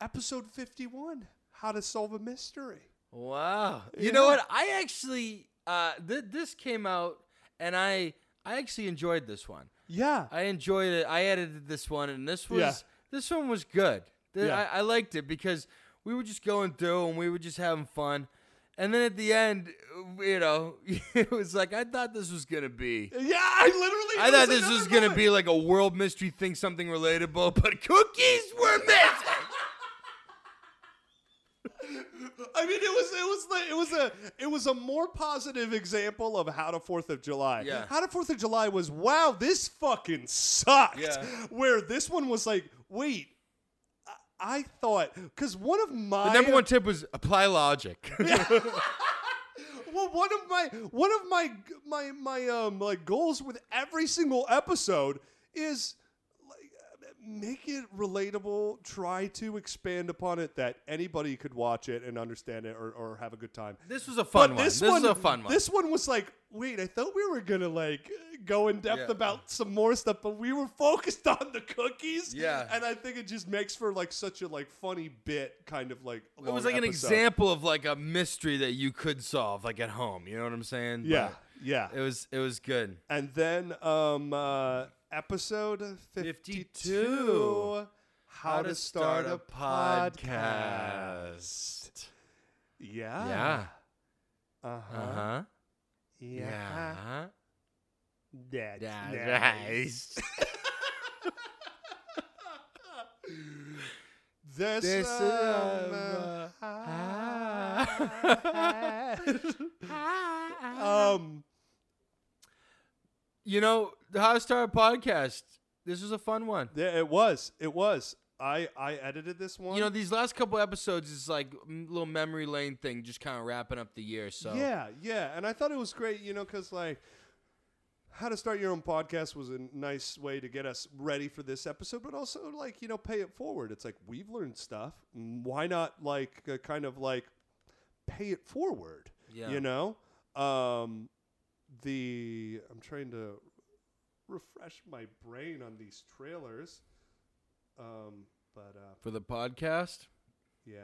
Episode fifty one: How to solve a mystery.
Wow. You know
Yeah.
what? I actually uh th- this came out and I I actually enjoyed this one.
Yeah.
I enjoyed it. I edited this one and this was
Yeah.
this one was good. Th-
Yeah.
I, I liked it because we were just going through and we were just having fun. And then at the end, you know, it was like I thought this was gonna be
Yeah, I literally.
I
it
thought
was "Oh
this was
another
gonna
one.
be like a world mystery thing, something relatable, but cookies were missing.
I mean, it was it was the, it was a it was a more positive example of how to Fourth of July.
Yeah.
How to Fourth of July was wow, this fucking sucked.
Yeah.
Where this one was like, wait, I, I thought because one of my
The number one tip was apply logic.
Well, one of my one of my my my um like goals with every single episode is like make it relatable. Try to expand upon it that anybody could watch it and understand it or, or have a good time.
This was a fun
But
one. This, was a fun one.
This one was like, wait, I thought we were gonna like go in depth
Yeah.
about some more stuff, but we were focused on the cookies.
Yeah.
and I think it just makes for like such a like funny bit, kind of like.
it was like an example of like a mystery that you could solve, like at home. You know what I'm saying?
Yeah, yeah.
But it was it was good.
And then um uh episode 52,
52,
how, to start, a podcast. Yeah.
Yeah.
Uh-huh.
Uh huh.
Yeah.
Yeah.
That's nice.
Nice.
This,
This
um,
um,
uh,
uh,
um
You know, the How to Start a Podcast. This was a fun one.
yeah, it was. It was. I I edited this one.
You know, these last couple episodes is like m- little memory lane thing, just kind of wrapping up the year. So
Yeah, yeah, and I thought it was great, you know, because like how to start your own podcast was a nice way to get us ready for this episode, but also like you know pay it forward. It's like we've learned stuff. Mm, Why not like uh, kind of like pay it forward?
Yeah.
you know. Um, the I'm trying to refresh my brain on these trailers, um, but uh,
for the podcast,
yeah,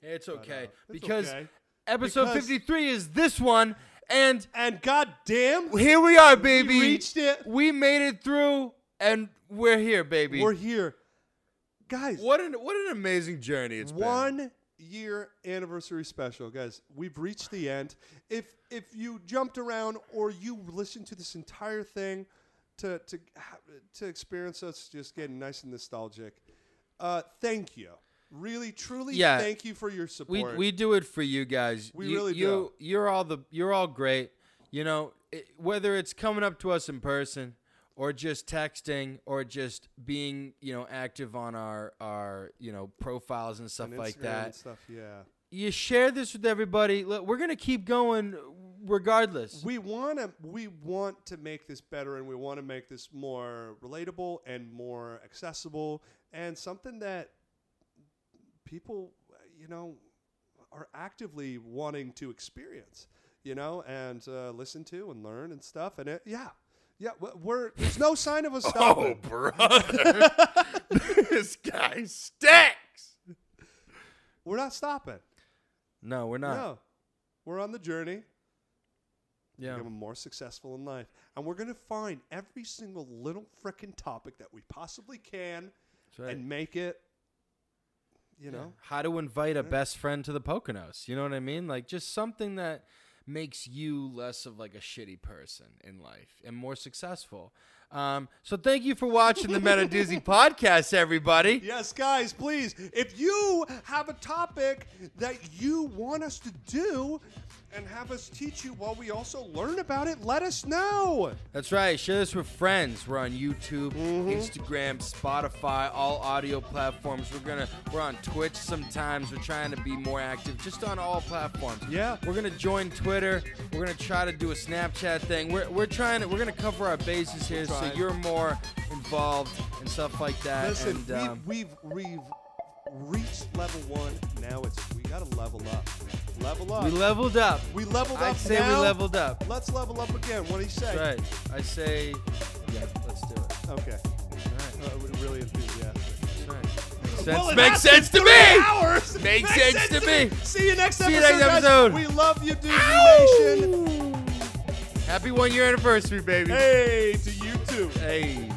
it's
but, uh,
okay
it's
because
okay.
episode
Because-
53 is this one and
and goddamn,
here we are baby
we reached it.
We made it through and we're here baby
We're here. Guys,
what an what an amazing journey it's
one year anniversary special, guys. We've reached the end. If if you jumped around or you listened to this entire thing to to ha- to experience us just getting nice and nostalgic, uh, thank you. Really, truly,
Yeah.
thank you for your
been
support.
we, we do it for you guys
We
You-
really
you,
do.
you're all the you're all great you know it, whether it's coming up to us in person or just texting or just being you know active on our our you know profiles and stuff
And
like
Instagram
that
and stuff. Yeah,
you share this with everybody Look, we're gonna keep going regardless
we want to we want to make this better, and we want to make this more relatable and more accessible, and something that people, uh, you know, are actively wanting to experience, you know, and uh, listen to and learn and stuff. And it, yeah, yeah, w- we're there's no sign of us
Oh,
stopping.
brother. this guy stinks.
We're not stopping.
No, we're not.
No, we're on the journey.
Yeah.
become more successful in life. And we're going to find every single little frickin' topic that we possibly can
That's right.
and make it, you know?
How to invite a best friend to the Poconos. You know what I mean? Like just something that makes you less of like a shitty person in life and more successful. Um, so thank you for watching the Meta Doozy podcast, everybody.
Yes, guys, please. If you have a topic that you want us to do, and have us teach you while we also learn about it, let us know.
That's right. Share this with friends. We're on YouTube,
Mm-hmm.
Instagram, Spotify, all audio platforms. We're gonna we're on Twitch sometimes. We're trying to be more active, just on all platforms.
Yeah.
We're gonna join Twitter. We're gonna try to do a Snapchat thing. We're, we're trying to we're gonna cover our bases here, so
trying.
you're more involved and stuff like that.
Listen,
and, um,
we've, we've we've reached level one. Now it's we gotta level up. Level up.
we leveled up.
We leveled
I'd
up
say
now.
we leveled up.
Let's level up again. What do you say?
That's right. I say, yeah. Let's do it.
Okay.
All right.
Uh, we're really
That's
enthusiastic.
right. Makes sense.
Well, it
Makes
has
sense to
been
me.
three Hours.
Makes sense to me.
See you next
See you
episode.
next
guys.
episode.
We love you, dude. Nation.
Happy one year anniversary, baby.
Hey, to you too.
Hey.